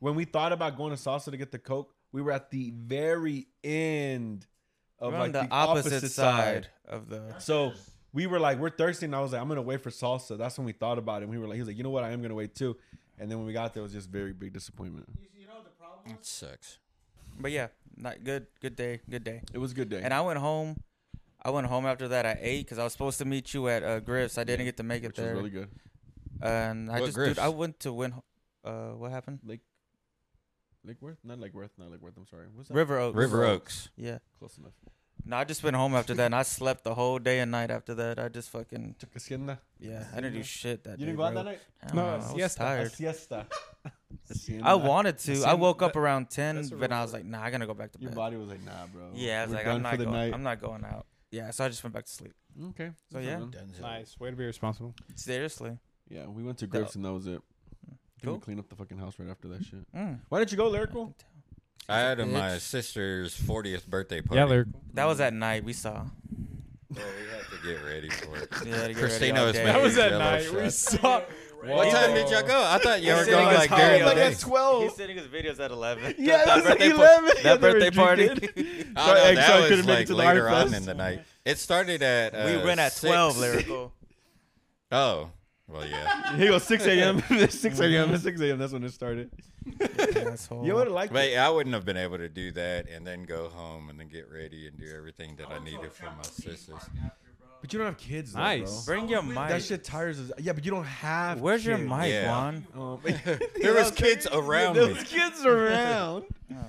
[SPEAKER 2] when we thought about going to salsa to get the coke, we were at the very end of
[SPEAKER 3] We're
[SPEAKER 2] like
[SPEAKER 3] on the, opposite, side, of the.
[SPEAKER 2] So we were like, we're thirsty, and I was like, I'm gonna wait for salsa. That's when we thought about it. And we were like, he was like, you know what, I am gonna wait too. And then when we got there, it was just very big disappointment.
[SPEAKER 6] You, you know the problem
[SPEAKER 1] That sucks.
[SPEAKER 3] But yeah, not good. Good day. Good day.
[SPEAKER 2] It was a good day.
[SPEAKER 3] And I went home. I went home after that at eight because I was supposed to meet you at uh, Griff's. I didn't get to make it
[SPEAKER 2] which was
[SPEAKER 3] there.
[SPEAKER 2] really good.
[SPEAKER 3] And I
[SPEAKER 1] What
[SPEAKER 3] just,
[SPEAKER 1] Griff's?
[SPEAKER 3] dude, I went to win. Uh, what happened?
[SPEAKER 2] Lake Lake Worth? Not Lake Worth, not Lake Worth, I'm sorry. What's that?
[SPEAKER 3] River Oaks.
[SPEAKER 1] River Oaks.
[SPEAKER 3] Yeah.
[SPEAKER 2] Close enough.
[SPEAKER 3] No, I just went home after that, and I slept the whole day and night after that. I just fucking
[SPEAKER 2] Chacasquenda.
[SPEAKER 3] yeah. I didn't do shit that
[SPEAKER 2] You
[SPEAKER 3] day.
[SPEAKER 2] didn't go out
[SPEAKER 3] bro.
[SPEAKER 2] that night?
[SPEAKER 3] I don't
[SPEAKER 5] No,
[SPEAKER 3] know,
[SPEAKER 5] it's
[SPEAKER 3] I was
[SPEAKER 5] siesta.
[SPEAKER 2] A
[SPEAKER 3] tired.
[SPEAKER 2] siesta.
[SPEAKER 3] I wanted to. I
[SPEAKER 5] Hacienda-
[SPEAKER 3] woke up around ten,
[SPEAKER 5] that's a
[SPEAKER 3] but I
[SPEAKER 5] real
[SPEAKER 3] was
[SPEAKER 5] word.
[SPEAKER 3] like, nah, I gotta go back to
[SPEAKER 2] Your
[SPEAKER 3] bed.
[SPEAKER 2] body was like, nah, bro.
[SPEAKER 3] Yeah, I was
[SPEAKER 2] We're
[SPEAKER 3] like,
[SPEAKER 2] done
[SPEAKER 3] I'm
[SPEAKER 2] for
[SPEAKER 3] not
[SPEAKER 2] the
[SPEAKER 3] going.
[SPEAKER 2] night.
[SPEAKER 3] I'm not going out. Yeah, so I just went back to sleep.
[SPEAKER 2] Okay.
[SPEAKER 3] So,
[SPEAKER 2] that's not
[SPEAKER 3] yeah.
[SPEAKER 2] bad.
[SPEAKER 5] Nice. Way to be responsible.
[SPEAKER 3] Seriously.
[SPEAKER 2] Yeah, we went to
[SPEAKER 3] The-
[SPEAKER 2] Griff's and that was it. Cool.
[SPEAKER 3] Cool.
[SPEAKER 2] Clean up the fucking house right after that shit.
[SPEAKER 3] Mm.
[SPEAKER 2] Why didn't you go, Lyrical?
[SPEAKER 1] I had a- my
[SPEAKER 3] Bitch.
[SPEAKER 1] sister's 40th birthday party.
[SPEAKER 5] Yeah, they're
[SPEAKER 3] That was at night. We saw.
[SPEAKER 1] Well, we had to get ready for it.
[SPEAKER 3] Yeah, to get
[SPEAKER 1] Christina
[SPEAKER 3] ready all
[SPEAKER 1] was
[SPEAKER 3] day.
[SPEAKER 1] making
[SPEAKER 5] That was at
[SPEAKER 1] jello
[SPEAKER 5] night. We
[SPEAKER 1] shots.
[SPEAKER 5] saw.
[SPEAKER 1] What time did y'all go? I thought you were
[SPEAKER 3] He's sitting
[SPEAKER 1] going
[SPEAKER 3] in
[SPEAKER 1] like
[SPEAKER 3] his
[SPEAKER 1] during the
[SPEAKER 3] hallway.
[SPEAKER 1] day.
[SPEAKER 2] at 12.
[SPEAKER 3] sending his videos at eleven.
[SPEAKER 2] Yeah, it was at 11. Yeah,
[SPEAKER 3] That
[SPEAKER 2] they were
[SPEAKER 3] birthday party.
[SPEAKER 2] drinking.
[SPEAKER 1] Oh, no,
[SPEAKER 2] Sorry, I
[SPEAKER 1] that was
[SPEAKER 2] couldn't make it
[SPEAKER 1] like
[SPEAKER 2] to the
[SPEAKER 1] later
[SPEAKER 2] Art
[SPEAKER 1] on
[SPEAKER 2] Fest.
[SPEAKER 1] in the night. It started at uh,
[SPEAKER 3] we went at
[SPEAKER 1] six.
[SPEAKER 3] twelve. Lyrical.
[SPEAKER 1] Oh, well, yeah.
[SPEAKER 2] He goes 6 a.m. 6 a.m. 6 a.m. That's when it started.
[SPEAKER 3] Asshole.
[SPEAKER 2] You would have liked
[SPEAKER 1] But
[SPEAKER 2] it.
[SPEAKER 1] I wouldn't have been able to do that and then go home and then get ready and do everything that I needed for my sisters.
[SPEAKER 2] But you don't have kids, though,
[SPEAKER 5] Nice.
[SPEAKER 2] bro.
[SPEAKER 3] Bring your
[SPEAKER 2] That
[SPEAKER 3] mic.
[SPEAKER 2] shit tires us. Yeah, but you don't have
[SPEAKER 3] Where's your
[SPEAKER 2] kids.
[SPEAKER 3] mic,
[SPEAKER 1] Yeah.
[SPEAKER 3] Juan?
[SPEAKER 2] Um,
[SPEAKER 1] There was kids around me.
[SPEAKER 2] Those kids around.
[SPEAKER 3] Oh.
[SPEAKER 2] Uh,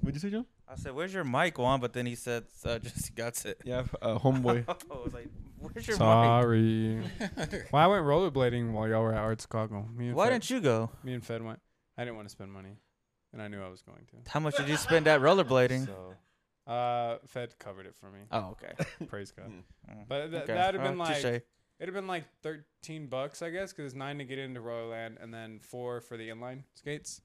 [SPEAKER 2] What'd you say, Joe?
[SPEAKER 3] I said, "Where's your mic, Juan?" But then he said, uh, "Just got it."
[SPEAKER 2] Yeah, uh, homeboy.
[SPEAKER 3] I was like, Where's your mic?
[SPEAKER 5] Sorry. well, I went rollerblading while y'all were at Art Chicago. Me and
[SPEAKER 3] Why
[SPEAKER 5] Fed,
[SPEAKER 3] didn't you go?
[SPEAKER 5] me and Fed went. I didn't want to spend money, and I knew I was going to.
[SPEAKER 3] How much did you spend at rollerblading?
[SPEAKER 5] So, uh, Fed covered it for me.
[SPEAKER 3] Oh, okay.
[SPEAKER 5] Praise God.
[SPEAKER 3] Mm,
[SPEAKER 5] But th-
[SPEAKER 3] okay.
[SPEAKER 5] that'd
[SPEAKER 3] Oh,
[SPEAKER 5] have
[SPEAKER 2] Uh,
[SPEAKER 5] been like
[SPEAKER 3] touche.
[SPEAKER 5] it'd have been like thirteen bucks, I guess, because it's nine to get into Royland and then four for the inline skates,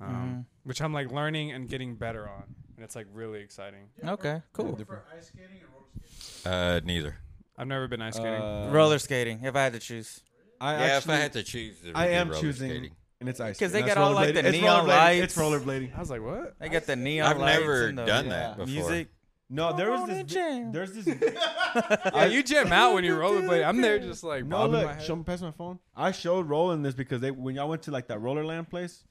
[SPEAKER 5] um,
[SPEAKER 2] Mm-hmm.
[SPEAKER 5] which I'm like learning and getting better on, and it's like really exciting.
[SPEAKER 3] Mhm. Okay, cool.
[SPEAKER 6] For ice skating and roller skating.
[SPEAKER 1] Uh, neither.
[SPEAKER 5] I've never been ice skating.
[SPEAKER 2] Uh,
[SPEAKER 3] Roller skating, if I had to choose.
[SPEAKER 2] I
[SPEAKER 1] yeah,
[SPEAKER 2] actually,
[SPEAKER 1] if I had to choose, it would
[SPEAKER 2] I
[SPEAKER 1] be
[SPEAKER 2] am
[SPEAKER 1] roller
[SPEAKER 2] choosing
[SPEAKER 1] skating.
[SPEAKER 2] and it's ice
[SPEAKER 3] 'Cause they got
[SPEAKER 2] skating. That's
[SPEAKER 3] all, like, the
[SPEAKER 2] rollerblading. it's
[SPEAKER 3] neon
[SPEAKER 2] rollerblading.
[SPEAKER 3] lights.
[SPEAKER 2] It's rollerblading.
[SPEAKER 5] I was like, what?
[SPEAKER 3] They got the neon
[SPEAKER 1] I've
[SPEAKER 3] lights
[SPEAKER 1] never
[SPEAKER 3] and the
[SPEAKER 1] done
[SPEAKER 2] Yeah.
[SPEAKER 1] that before.
[SPEAKER 3] music.
[SPEAKER 2] No, there was
[SPEAKER 3] on
[SPEAKER 2] this.
[SPEAKER 3] and
[SPEAKER 2] vi-
[SPEAKER 3] jam.
[SPEAKER 2] There's this.
[SPEAKER 5] Yeah, Uh, you jam out when you rollerblade. I'm there just like
[SPEAKER 2] No,
[SPEAKER 5] bobbing my
[SPEAKER 2] look,
[SPEAKER 5] head.
[SPEAKER 2] show me past my phone. I showed Roland this because they when y'all went to like that roller land place,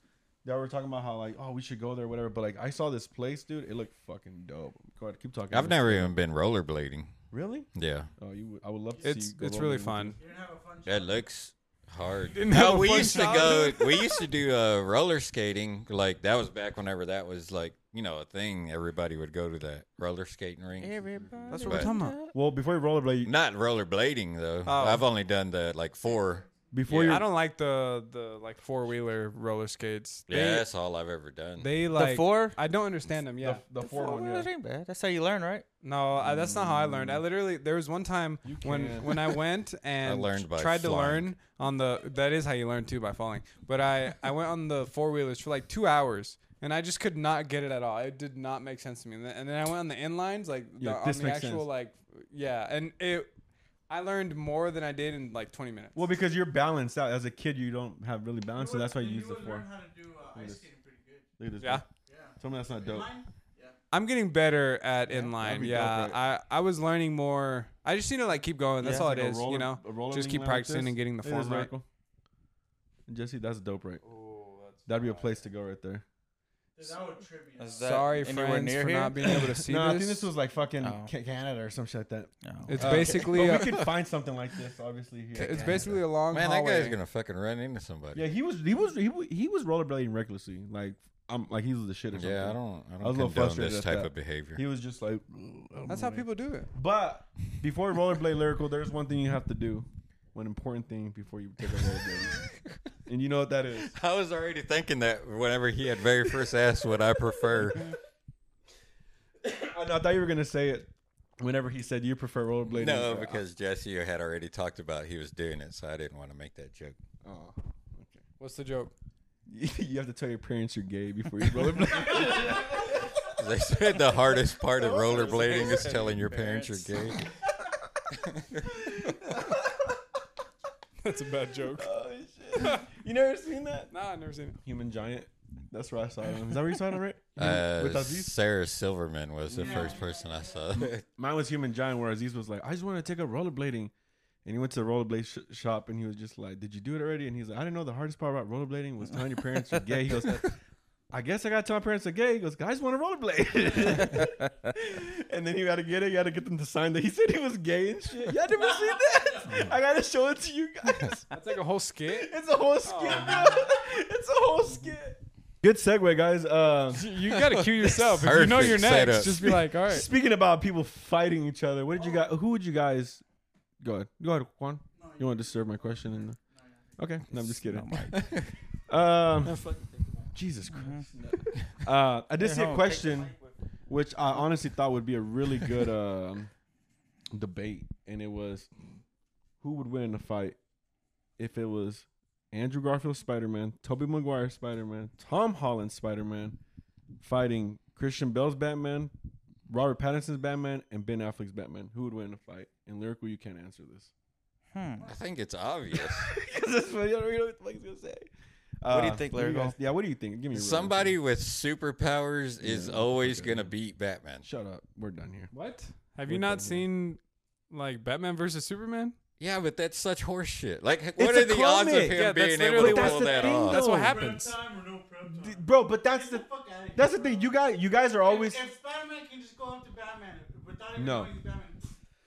[SPEAKER 2] they were talking about how like oh we should go there whatever. But like I saw this place, dude. It looked fucking dope. Go ahead, keep talking.
[SPEAKER 1] I've never even been rollerblading.
[SPEAKER 2] really.
[SPEAKER 1] Yeah,
[SPEAKER 2] Oh, you would, I would love to see.
[SPEAKER 5] It's
[SPEAKER 2] you go
[SPEAKER 5] it's
[SPEAKER 2] rollerblading
[SPEAKER 5] really
[SPEAKER 2] with
[SPEAKER 5] fun.
[SPEAKER 6] You didn't have a fun
[SPEAKER 1] that
[SPEAKER 6] job.
[SPEAKER 1] looks hard.
[SPEAKER 5] Didn't have
[SPEAKER 1] No,
[SPEAKER 5] a
[SPEAKER 1] we
[SPEAKER 5] fun
[SPEAKER 1] used to
[SPEAKER 5] childhood.
[SPEAKER 1] go. We used to do uh, roller skating. Like that was back whenever that was like you know a thing. Everybody would go to that roller skating ring.
[SPEAKER 3] That's
[SPEAKER 1] what we're
[SPEAKER 5] talking about.
[SPEAKER 2] you. Well, before you rollerblade,
[SPEAKER 1] Not rollerblading though.
[SPEAKER 5] Oh.
[SPEAKER 1] I've only done the like four.
[SPEAKER 2] before
[SPEAKER 5] Yeah,
[SPEAKER 2] you,
[SPEAKER 5] I don't like the the like four wheeler roller skates. They,
[SPEAKER 1] Yeah, that's all I've ever done.
[SPEAKER 5] they like
[SPEAKER 3] the four?
[SPEAKER 5] I don't understand them. Yeah,
[SPEAKER 2] the, the four one. Yeah.
[SPEAKER 3] That ain't bad. That's how you learn, right?
[SPEAKER 5] no, I, that's not how I
[SPEAKER 2] Mm.
[SPEAKER 5] learned. I literally there was one time when
[SPEAKER 2] can.
[SPEAKER 5] when I went and
[SPEAKER 1] learned by
[SPEAKER 5] tried to
[SPEAKER 1] flying.
[SPEAKER 5] learn on the that is how you learn too by falling. But I I went on the four wheelers for like two hours. And I just could not get it at all. It did not make sense to me. And then, and then I went on the inlines, like the,
[SPEAKER 2] You're like,
[SPEAKER 5] on
[SPEAKER 2] "This
[SPEAKER 5] the
[SPEAKER 2] makes
[SPEAKER 5] actual,
[SPEAKER 2] sense."
[SPEAKER 5] like yeah. And it, I learned more than I did in like 20 minutes.
[SPEAKER 2] Well, because you're balanced out as a kid, you don't have really
[SPEAKER 6] You
[SPEAKER 2] balance, so
[SPEAKER 6] would-
[SPEAKER 2] that's why you
[SPEAKER 6] you
[SPEAKER 2] use the
[SPEAKER 6] would
[SPEAKER 2] four.
[SPEAKER 6] learn how to do uh,
[SPEAKER 2] Look at
[SPEAKER 6] ice
[SPEAKER 2] this.
[SPEAKER 6] skating pretty good.
[SPEAKER 2] Look at this.
[SPEAKER 5] yeah.
[SPEAKER 2] dude.
[SPEAKER 6] Yeah.
[SPEAKER 2] Tell me that's not dope.
[SPEAKER 6] Mine? Yeah.
[SPEAKER 5] I'm getting better at
[SPEAKER 2] Yeah, that'd
[SPEAKER 5] inline.
[SPEAKER 2] be
[SPEAKER 5] Yeah,
[SPEAKER 2] dope,
[SPEAKER 5] I, I was learning more. I just need to like keep going. That's
[SPEAKER 3] Yeah.
[SPEAKER 5] all
[SPEAKER 2] Like
[SPEAKER 5] it
[SPEAKER 2] a
[SPEAKER 5] is,
[SPEAKER 2] roller-
[SPEAKER 5] you know.
[SPEAKER 2] a roller
[SPEAKER 5] Just
[SPEAKER 2] thing
[SPEAKER 5] keep
[SPEAKER 2] like
[SPEAKER 5] practicing
[SPEAKER 2] this.
[SPEAKER 5] and getting the
[SPEAKER 2] Look at this
[SPEAKER 5] form right.
[SPEAKER 2] miracle. Jesse, that's dope, right? That'd be a place to go right there.
[SPEAKER 6] Dude, that would trip me.
[SPEAKER 3] Is
[SPEAKER 6] out.
[SPEAKER 3] that
[SPEAKER 5] Sorry,
[SPEAKER 3] anywhere
[SPEAKER 5] friends,
[SPEAKER 3] near
[SPEAKER 5] for
[SPEAKER 3] here?
[SPEAKER 5] not being able to see
[SPEAKER 2] no,
[SPEAKER 5] this.
[SPEAKER 2] I think this was like fucking
[SPEAKER 3] Oh.
[SPEAKER 2] Ca- Canada or some shit like that.
[SPEAKER 3] No.
[SPEAKER 5] it's
[SPEAKER 2] Uh,
[SPEAKER 5] basically
[SPEAKER 2] but
[SPEAKER 5] a,
[SPEAKER 2] we could find something like this, obviously. Here.
[SPEAKER 5] it's basically a long
[SPEAKER 1] Man, that
[SPEAKER 5] hallway.
[SPEAKER 1] guy's gonna fucking run into somebody.
[SPEAKER 2] yeah. He was he was he, wa- he was rollerblading recklessly. Like I'm like he was the shit. Or
[SPEAKER 1] Yeah,
[SPEAKER 2] something.
[SPEAKER 1] I don't. I
[SPEAKER 2] was a
[SPEAKER 1] don't
[SPEAKER 2] little
[SPEAKER 1] condone
[SPEAKER 2] frustrated
[SPEAKER 1] this
[SPEAKER 2] at
[SPEAKER 1] type
[SPEAKER 2] that.
[SPEAKER 1] of behavior.
[SPEAKER 2] He was just like. "Ugh, I don't
[SPEAKER 5] That's
[SPEAKER 2] know,
[SPEAKER 5] how
[SPEAKER 2] man."
[SPEAKER 5] people do it.
[SPEAKER 2] But before rollerblade lyrical, there's one thing you have to do, one important thing before you take a rollerblade, and you know what that is.
[SPEAKER 1] I was already thinking that whenever he had very first asked what I prefer.
[SPEAKER 2] I, know, I thought you were gonna say it. Whenever he said you prefer rollerblading,
[SPEAKER 1] No,
[SPEAKER 2] Uh,
[SPEAKER 1] because Jesse had already talked about he was doing it, so I didn't want to make that joke.
[SPEAKER 2] oh, okay.
[SPEAKER 5] What's the joke?
[SPEAKER 2] you have to tell your parents you're gay before you rollerblade.
[SPEAKER 1] They said the hardest part of rollerblading is telling your parents you're gay.
[SPEAKER 5] That's a bad joke.
[SPEAKER 2] Oh, you never seen that?
[SPEAKER 5] nah, Ah, I've never seen it.
[SPEAKER 2] Human Giant. That's where I saw him. Is that where you saw him, right?
[SPEAKER 1] Uh,
[SPEAKER 2] With Aziz?
[SPEAKER 1] Sarah Silverman was the first person I saw.
[SPEAKER 2] Mine was Human Giant, where Aziz was like, I just want to take up rollerblading. And he went to the rollerblade sh- shop and he was just like, Did you do it already? And he's like, I didn't know the hardest part about rollerblading was telling your parents you're gay. He goes, I guess I got to tell my parents they're gay. He goes, Guys want to rollerblade. and then you got to get it. You got to get them to sign that he said he was gay and shit. You had never seen that? I got to show it to you guys.
[SPEAKER 5] That's like a whole skit.
[SPEAKER 2] It's a whole skit, bro. It's a whole skit. Good segue, guys. Um,
[SPEAKER 5] You gotta cue yourself. If you know
[SPEAKER 1] Perfect
[SPEAKER 5] you're next,
[SPEAKER 1] setup.
[SPEAKER 5] just be like, all right.
[SPEAKER 2] Speaking about people fighting each other, what did you guys? Who would you guys? Go ahead. Go ahead, Juan. You want to serve my question? And okay, no, I'm just kidding. Um, Jesus Christ. Uh, I did see a question, which I honestly thought would be a really good um, debate, and it was, who would win in a fight, if it was Andrew Garfield Spider Man, Tobey Maguire Spider Man, Tom Holland Spider Man, fighting Christian Bell's Batman, Robert Pattinson's Batman, and Ben Affleck's Batman. Who would win in a fight? In lyrical, you can't answer this.
[SPEAKER 3] Hmm.
[SPEAKER 1] I think it's obvious.
[SPEAKER 2] Because that's what you don't know what the fuck he's gonna say. Uh,
[SPEAKER 3] What do you think,
[SPEAKER 2] do
[SPEAKER 3] Lyrical?
[SPEAKER 2] guys- yeah, what do you think? Give me a real
[SPEAKER 1] Somebody
[SPEAKER 2] answer.
[SPEAKER 1] with superpowers is
[SPEAKER 2] Yeah,
[SPEAKER 1] always
[SPEAKER 2] okay.
[SPEAKER 1] gonna beat Batman.
[SPEAKER 2] Shut up. We're done here.
[SPEAKER 5] What? Have you not seen like Batman versus Superman?
[SPEAKER 1] Yeah, but that's such horseshit. Like, what
[SPEAKER 2] a
[SPEAKER 1] are the odds of him
[SPEAKER 2] comic.
[SPEAKER 5] Yeah, that's
[SPEAKER 1] being able
[SPEAKER 5] literally
[SPEAKER 1] to
[SPEAKER 5] what-
[SPEAKER 1] pull
[SPEAKER 2] That's the
[SPEAKER 1] that
[SPEAKER 2] thing,
[SPEAKER 1] off?
[SPEAKER 5] That's what
[SPEAKER 2] No.
[SPEAKER 6] Prep
[SPEAKER 5] happens.
[SPEAKER 6] time or no prep time?
[SPEAKER 2] D- bro, but that's
[SPEAKER 6] Get
[SPEAKER 2] the
[SPEAKER 6] fuck outta here,
[SPEAKER 2] that's the
[SPEAKER 6] bro.
[SPEAKER 2] thing. You guys you guys are always
[SPEAKER 6] If, if Spider-Man can just go up to Batman without even
[SPEAKER 2] No.
[SPEAKER 6] knowing he's Batman,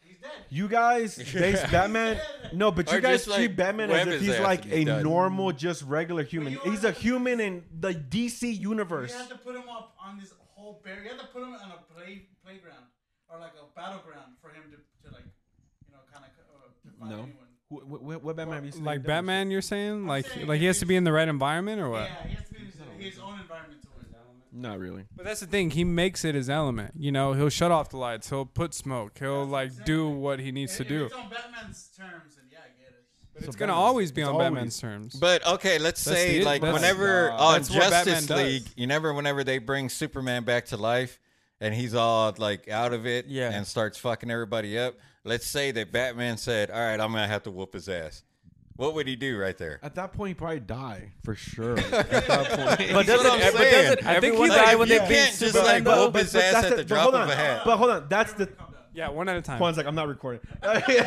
[SPEAKER 6] he's dead.
[SPEAKER 2] you guys base Batman. No, but you
[SPEAKER 1] Or
[SPEAKER 2] guys
[SPEAKER 1] just, like,
[SPEAKER 2] treat Batman as
[SPEAKER 1] web
[SPEAKER 2] if
[SPEAKER 1] his
[SPEAKER 2] he's
[SPEAKER 1] ass
[SPEAKER 2] like
[SPEAKER 1] and
[SPEAKER 2] a
[SPEAKER 1] he's done.
[SPEAKER 2] normal, just regular human.
[SPEAKER 6] you
[SPEAKER 2] He's a
[SPEAKER 6] wanna-
[SPEAKER 2] human in the DC universe.
[SPEAKER 6] You have to put him up on this whole bear. You have to put him on a play playground or like a battleground for him to, to like, you know, kind of. find
[SPEAKER 2] No.
[SPEAKER 6] anyone.
[SPEAKER 2] Wh- wh- wh- what Batman have you seen?
[SPEAKER 5] Like
[SPEAKER 2] that does this?
[SPEAKER 5] Batman, you're saying? Like
[SPEAKER 6] saying
[SPEAKER 5] like he has to be in the right environment or what?
[SPEAKER 6] Yeah, he has to be in his, his own environment to win.
[SPEAKER 2] Not really.
[SPEAKER 5] But that's the thing. He makes it his element. You know, he'll shut off the lights. He'll put smoke. He'll
[SPEAKER 6] That's
[SPEAKER 5] like
[SPEAKER 6] exactly.
[SPEAKER 5] do what he needs
[SPEAKER 6] If-
[SPEAKER 5] to
[SPEAKER 6] if
[SPEAKER 5] do.
[SPEAKER 6] It's on Batman's terms, and yeah, I get it.
[SPEAKER 5] But
[SPEAKER 2] So
[SPEAKER 5] it's gonna
[SPEAKER 2] Batman-
[SPEAKER 5] always be
[SPEAKER 2] it's
[SPEAKER 5] on
[SPEAKER 2] always-
[SPEAKER 5] Batman's terms.
[SPEAKER 1] But okay, let's
[SPEAKER 5] That's
[SPEAKER 1] say
[SPEAKER 5] the-
[SPEAKER 1] like
[SPEAKER 5] that's-
[SPEAKER 1] whenever
[SPEAKER 2] Nah.
[SPEAKER 1] on
[SPEAKER 5] That's what Batman
[SPEAKER 1] Justice
[SPEAKER 5] does.
[SPEAKER 1] League, you never whenever they bring Superman back to life and he's all like out of it
[SPEAKER 3] Yeah.
[SPEAKER 1] and starts fucking everybody up. Let's say that Batman said, "All right, I'm gonna have to whoop his ass." What would he do right there?
[SPEAKER 2] At that point, he probably die for sure. At that
[SPEAKER 3] But
[SPEAKER 2] point.
[SPEAKER 1] That's what
[SPEAKER 3] doesn't,
[SPEAKER 1] I'm
[SPEAKER 3] but
[SPEAKER 1] saying.
[SPEAKER 3] doesn't
[SPEAKER 5] I think
[SPEAKER 3] everyone
[SPEAKER 5] he
[SPEAKER 3] die
[SPEAKER 1] like,
[SPEAKER 3] when
[SPEAKER 1] you
[SPEAKER 3] they beat
[SPEAKER 1] can't just
[SPEAKER 3] Superman?
[SPEAKER 1] like
[SPEAKER 3] though?
[SPEAKER 1] whoop his ass
[SPEAKER 2] that's
[SPEAKER 1] at the
[SPEAKER 2] but
[SPEAKER 1] drop
[SPEAKER 2] hold
[SPEAKER 1] of
[SPEAKER 2] on.
[SPEAKER 1] a hat.
[SPEAKER 2] But hold on, that's the.
[SPEAKER 6] Calm down.
[SPEAKER 5] yeah, one at a time.
[SPEAKER 2] Juan's like, I'm not recording.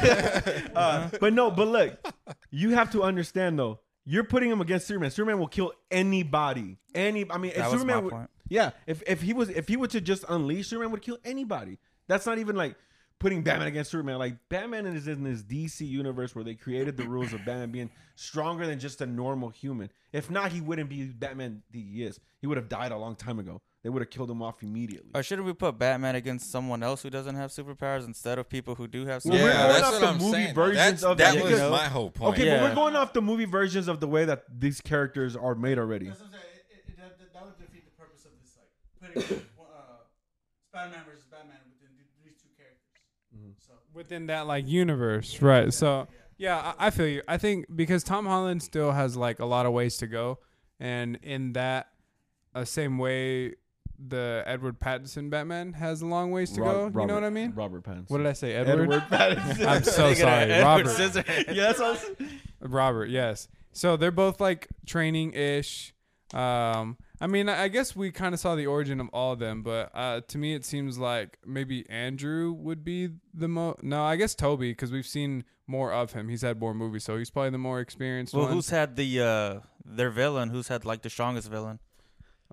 [SPEAKER 2] Uh, but no, but look, you have to understand though. You're putting him against Superman. Superman will kill anybody. Any, I mean, if
[SPEAKER 3] That was
[SPEAKER 2] Superman,
[SPEAKER 3] my
[SPEAKER 2] would-
[SPEAKER 3] point.
[SPEAKER 2] yeah, if if he was if he were to just unleash, Superman would kill anybody. That's not even like putting Batman against Superman. Like Batman is in this DC universe where they created the rules of Batman being stronger than just a normal human. If not, he wouldn't be Batman that he is. He would have died a long time ago. They would have killed him off immediately.
[SPEAKER 3] Or Oh, shouldn't we put Batman against someone else who doesn't have superpowers instead of people who do have
[SPEAKER 2] Well,
[SPEAKER 1] yeah,
[SPEAKER 3] superpowers?
[SPEAKER 2] we're going
[SPEAKER 1] that's
[SPEAKER 2] off
[SPEAKER 1] what
[SPEAKER 2] the
[SPEAKER 1] I'm
[SPEAKER 2] movie
[SPEAKER 1] saying.
[SPEAKER 2] versions
[SPEAKER 1] That's,
[SPEAKER 2] of
[SPEAKER 1] that
[SPEAKER 2] the-
[SPEAKER 1] was
[SPEAKER 3] because-
[SPEAKER 1] my whole point.
[SPEAKER 2] Okay, but
[SPEAKER 3] Yeah.
[SPEAKER 2] we're going off the movie versions of the way that these characters are made already.
[SPEAKER 6] That's what I'm saying. It, it, it, that, that- that would defeat the purpose of this, like putting uh, Spider-Man versus Batman within th- these two characters. So
[SPEAKER 5] within that like universe, right? So yeah, I, I feel you. I think because Tom Holland still has like a lot of ways to go, and in that uh, same way, the Edward Pattinson Batman has a long ways to
[SPEAKER 2] Rob-
[SPEAKER 5] go. you
[SPEAKER 2] Robert-
[SPEAKER 5] know what I mean?
[SPEAKER 2] Robert Pattinson.
[SPEAKER 5] What did I say, Edward?
[SPEAKER 2] Edward Pattinson.
[SPEAKER 5] I'm so
[SPEAKER 3] Thinking of
[SPEAKER 5] sorry,
[SPEAKER 3] Edward
[SPEAKER 5] Robert.
[SPEAKER 3] Scissorhands.
[SPEAKER 2] yeah, that's what I was-
[SPEAKER 5] Robert, yes. So they're both like training ish. Um, I mean, I I guess we kind of saw the origin of all of them, but uh, to me, it seems like maybe Andrew would be the mo. No, I guess Toby, because we've seen more of him. He's had more movies, so he's probably the more experienced
[SPEAKER 3] Well,
[SPEAKER 5] one.
[SPEAKER 3] who's had the uh, their villain? Who's had like the strongest villain?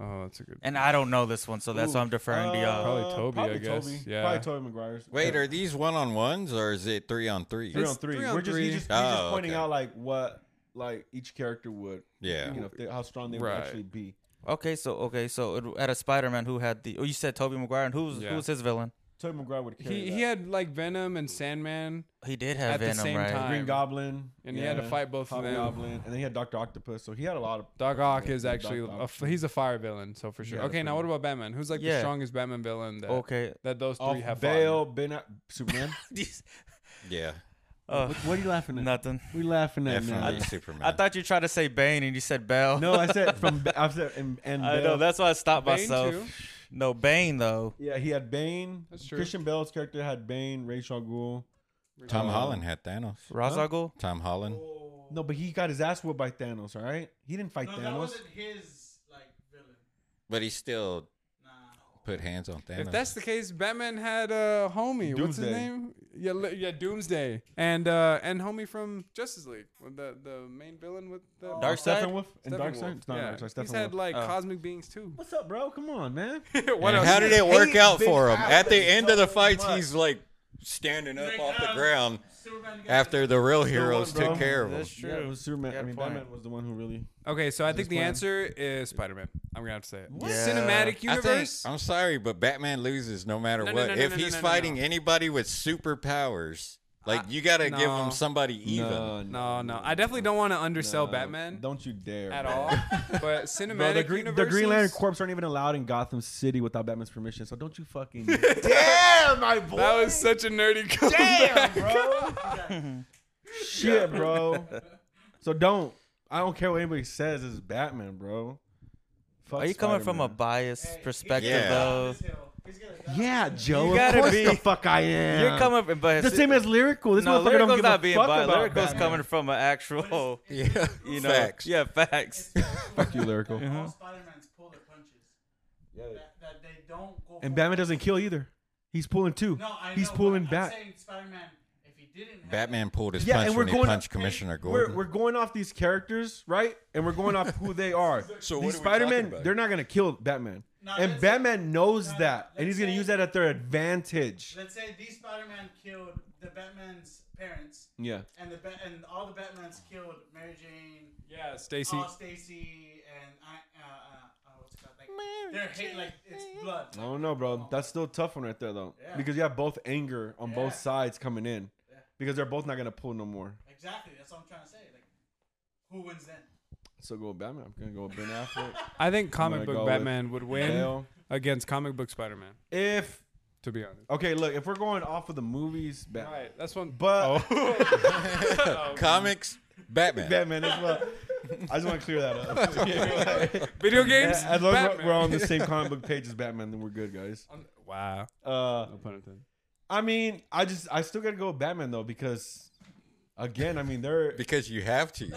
[SPEAKER 5] oh, that's a good.
[SPEAKER 3] And I don't know this one, so that's why I'm deferring to
[SPEAKER 2] Uh,
[SPEAKER 3] y'all.
[SPEAKER 5] Probably Toby, I guess.
[SPEAKER 2] Toby.
[SPEAKER 5] Yeah.
[SPEAKER 2] Probably Toby Maguire's.
[SPEAKER 1] Wait, are these one on ones or is it three on three?
[SPEAKER 2] three
[SPEAKER 5] It's
[SPEAKER 2] on three.
[SPEAKER 5] three on
[SPEAKER 2] We're just, he's
[SPEAKER 5] three.
[SPEAKER 2] just, he's just
[SPEAKER 1] Oh,
[SPEAKER 2] pointing
[SPEAKER 1] okay.
[SPEAKER 2] out like what like each character would,
[SPEAKER 1] Yeah.
[SPEAKER 2] you know, if they, how strong they
[SPEAKER 5] Right.
[SPEAKER 2] would actually be.
[SPEAKER 3] Okay, so okay, so it, at a Spider-Man who had the oh, you said Toby Maguire, and who's
[SPEAKER 5] Yeah.
[SPEAKER 3] who's his villain?
[SPEAKER 2] Toby Maguire would carry
[SPEAKER 5] He
[SPEAKER 2] that.
[SPEAKER 5] he had like Venom and Sandman,
[SPEAKER 3] He did have
[SPEAKER 5] At the
[SPEAKER 3] Venom,
[SPEAKER 5] same
[SPEAKER 3] right?
[SPEAKER 5] time.
[SPEAKER 2] Green Goblin,
[SPEAKER 5] and he had to
[SPEAKER 2] yeah,
[SPEAKER 5] fight both of them.
[SPEAKER 2] Hobgoblin, and then he had Doctor Octopus. So he had a lot of.
[SPEAKER 5] Doc Ock is
[SPEAKER 2] Doc
[SPEAKER 5] actually
[SPEAKER 2] Ock.
[SPEAKER 5] a f he's a fire villain, so for sure.
[SPEAKER 2] Yeah,
[SPEAKER 5] okay, now what about Batman? Who's like the
[SPEAKER 3] Yeah.
[SPEAKER 5] strongest Batman villain that
[SPEAKER 3] Okay.
[SPEAKER 5] that those three
[SPEAKER 2] Off
[SPEAKER 5] have? fought in?
[SPEAKER 2] Bale, Ben, A- Superman.
[SPEAKER 3] These-
[SPEAKER 1] Yeah,
[SPEAKER 3] uh,
[SPEAKER 2] what, what are you laughing at?
[SPEAKER 3] nothing.
[SPEAKER 2] We laughing at man.
[SPEAKER 1] definitely Superman.
[SPEAKER 3] I thought you tried to say Bane, and you said Bell.
[SPEAKER 2] No, I said from I said and, and
[SPEAKER 3] I
[SPEAKER 2] Bale.
[SPEAKER 3] know that's why I stopped
[SPEAKER 5] Bane,
[SPEAKER 3] myself.
[SPEAKER 5] too.
[SPEAKER 3] No, Bane though.
[SPEAKER 2] Yeah, he had Bane.
[SPEAKER 5] That's true.
[SPEAKER 2] Christian Bale's character had Bane, Rachel Ghoul.
[SPEAKER 1] Tom Holland had Thanos.
[SPEAKER 3] Ra's
[SPEAKER 2] Huh?
[SPEAKER 3] al Ghul?
[SPEAKER 1] Tom Holland.
[SPEAKER 2] No, but he got his ass whooped by Thanos. All right, he didn't fight
[SPEAKER 6] no, that
[SPEAKER 2] Thanos.
[SPEAKER 6] wasn't his like villain.
[SPEAKER 1] But he still
[SPEAKER 6] Nah.
[SPEAKER 1] put hands on Thanos.
[SPEAKER 5] If that's the case, Batman had uh, homie. What's his
[SPEAKER 2] Doomsday.
[SPEAKER 5] name? Yeah, li- yeah, Doomsday, and uh, and homie from Justice League, with the the main villain with the
[SPEAKER 3] Dark Side?
[SPEAKER 2] Steppenwolf and Oh. Dark
[SPEAKER 5] Steppenwolf.
[SPEAKER 2] Side. It's not
[SPEAKER 5] yeah.
[SPEAKER 2] Dark Side.
[SPEAKER 5] He's had
[SPEAKER 2] Steppenwolf.
[SPEAKER 5] like
[SPEAKER 3] Oh.
[SPEAKER 5] cosmic beings too.
[SPEAKER 2] What's up, bro? Come on, man.
[SPEAKER 5] what
[SPEAKER 1] And
[SPEAKER 5] else?
[SPEAKER 1] how did it work
[SPEAKER 2] hate
[SPEAKER 1] out
[SPEAKER 2] Big
[SPEAKER 1] for him?
[SPEAKER 2] Al
[SPEAKER 1] At the
[SPEAKER 2] Bundy
[SPEAKER 1] end of the
[SPEAKER 2] so
[SPEAKER 1] fights,
[SPEAKER 2] much.
[SPEAKER 1] he's like standing up
[SPEAKER 6] Like,
[SPEAKER 1] off the
[SPEAKER 6] um,
[SPEAKER 1] ground
[SPEAKER 6] Superman got
[SPEAKER 1] after the real heroes
[SPEAKER 2] bro.
[SPEAKER 1] took care of him.
[SPEAKER 3] That's
[SPEAKER 2] Yeah, it
[SPEAKER 3] true.
[SPEAKER 2] was Superman.
[SPEAKER 3] Got
[SPEAKER 2] I
[SPEAKER 3] a
[SPEAKER 2] mean,
[SPEAKER 3] point.
[SPEAKER 2] Batman was the one who really.
[SPEAKER 5] Okay, so I
[SPEAKER 2] Just
[SPEAKER 5] think the
[SPEAKER 2] playing.
[SPEAKER 5] answer is Spider Man. I'm gonna have to say it.
[SPEAKER 3] Yeah.
[SPEAKER 5] Cinematic
[SPEAKER 1] I think,
[SPEAKER 5] universe.
[SPEAKER 1] I'm sorry, but Batman loses no matter
[SPEAKER 5] No, no,
[SPEAKER 1] what.
[SPEAKER 5] no, no,
[SPEAKER 1] if
[SPEAKER 5] no, no,
[SPEAKER 1] he's
[SPEAKER 5] no, no,
[SPEAKER 1] fighting
[SPEAKER 5] no.
[SPEAKER 1] anybody with superpowers, like
[SPEAKER 5] I-
[SPEAKER 1] you got to give
[SPEAKER 5] no.
[SPEAKER 1] him somebody even.
[SPEAKER 5] no, no, I definitely don't want to undersell
[SPEAKER 2] no.
[SPEAKER 5] Batman
[SPEAKER 2] Don't you dare.
[SPEAKER 5] at
[SPEAKER 2] bro.
[SPEAKER 5] all. but cinematic
[SPEAKER 2] Bro, the, Green, the
[SPEAKER 5] universes-
[SPEAKER 2] Green Lantern Corps aren't even allowed in Gotham City without Batman's permission. So don't you fucking.
[SPEAKER 5] Damn, my boy. That was such a nerdy. Damn,
[SPEAKER 2] bro. Shit, bro. So don't. I don't care what anybody says. It's Batman, bro. Fuck
[SPEAKER 3] Are you coming from a
[SPEAKER 2] Spider-Man.
[SPEAKER 3] biased perspective
[SPEAKER 1] Yeah.
[SPEAKER 3] though?
[SPEAKER 2] Yeah, Joe.
[SPEAKER 3] You
[SPEAKER 2] of
[SPEAKER 3] gotta
[SPEAKER 2] course
[SPEAKER 3] be-
[SPEAKER 2] the fuck I am.
[SPEAKER 3] You're coming from but
[SPEAKER 2] the same as lyrical. This
[SPEAKER 3] no,
[SPEAKER 2] motherfucker don't
[SPEAKER 3] lyrical's
[SPEAKER 2] give a
[SPEAKER 3] not being
[SPEAKER 2] fuck
[SPEAKER 3] biased.
[SPEAKER 2] about
[SPEAKER 3] Lyrical's
[SPEAKER 2] Batman.
[SPEAKER 3] coming from an actual,
[SPEAKER 1] Yeah,
[SPEAKER 3] you know,
[SPEAKER 1] facts.
[SPEAKER 3] yeah, facts.
[SPEAKER 2] Fuck you, lyrical.
[SPEAKER 6] all Spider-Man's pull their punches. That, that they don't go.
[SPEAKER 2] And
[SPEAKER 6] for-
[SPEAKER 2] Batman doesn't kill either. He's pulling two.
[SPEAKER 6] No, I
[SPEAKER 2] He's
[SPEAKER 6] know, but
[SPEAKER 2] pulling
[SPEAKER 6] I'm
[SPEAKER 2] back.
[SPEAKER 6] saying Spider-Man, if he didn't have
[SPEAKER 1] Batman pulled his
[SPEAKER 2] Yeah,
[SPEAKER 1] punch
[SPEAKER 2] and we're
[SPEAKER 1] when he
[SPEAKER 2] going-
[SPEAKER 1] punched Commissioner
[SPEAKER 2] We're,
[SPEAKER 1] Gordon.
[SPEAKER 2] we're going off these characters, right? And we're going off who they are.
[SPEAKER 1] So what
[SPEAKER 2] these
[SPEAKER 1] are we talking
[SPEAKER 2] Spider-Man,
[SPEAKER 1] about?
[SPEAKER 2] they're not gonna kill Batman,
[SPEAKER 6] No,
[SPEAKER 2] and
[SPEAKER 6] let's-
[SPEAKER 2] Batman knows
[SPEAKER 6] no,
[SPEAKER 2] that, and he's
[SPEAKER 6] let's
[SPEAKER 2] gonna
[SPEAKER 6] say-
[SPEAKER 2] use that at their advantage.
[SPEAKER 6] Let's say these Spider-Man killed the Batman's parents,
[SPEAKER 2] Yeah.
[SPEAKER 6] and the ba- and all the Batmans killed Mary Jane,
[SPEAKER 5] Yeah, Stacy.
[SPEAKER 6] all Stacy, Oh, and I, uh, uh, uh, what's it called? Like, they're hate like it's blood.
[SPEAKER 2] I don't know, bro. That's still a tough one right there, though,
[SPEAKER 6] Oh. Yeah.
[SPEAKER 2] because you have both anger on
[SPEAKER 6] Yeah.
[SPEAKER 2] both sides coming in. because they're both not gonna pull no more.
[SPEAKER 6] Exactly. That's what I'm trying to say. Like, who wins then?
[SPEAKER 2] So go with Batman. I'm gonna go with Ben Affleck.
[SPEAKER 5] I think
[SPEAKER 2] I'm
[SPEAKER 5] comic
[SPEAKER 2] gonna go
[SPEAKER 5] book
[SPEAKER 2] with
[SPEAKER 5] Batman would win
[SPEAKER 2] Bale.
[SPEAKER 5] against comic book Spider Man.
[SPEAKER 2] If
[SPEAKER 5] To be honest.
[SPEAKER 2] okay, look, if we're going off of the movies, Batman.
[SPEAKER 5] Right. That's one.
[SPEAKER 2] But
[SPEAKER 5] Oh.
[SPEAKER 1] Comics, Batman.
[SPEAKER 2] Batman as well. I just want to clear that up.
[SPEAKER 5] Video games.
[SPEAKER 2] as long as we're-
[SPEAKER 5] Batman.
[SPEAKER 2] we're on the same comic book page as Batman, then we're good, guys.
[SPEAKER 5] wow.
[SPEAKER 2] Uh,
[SPEAKER 5] No pun intended.
[SPEAKER 2] I mean, I just I still gotta go with Batman though because, again, I mean they're.
[SPEAKER 1] Because you have to.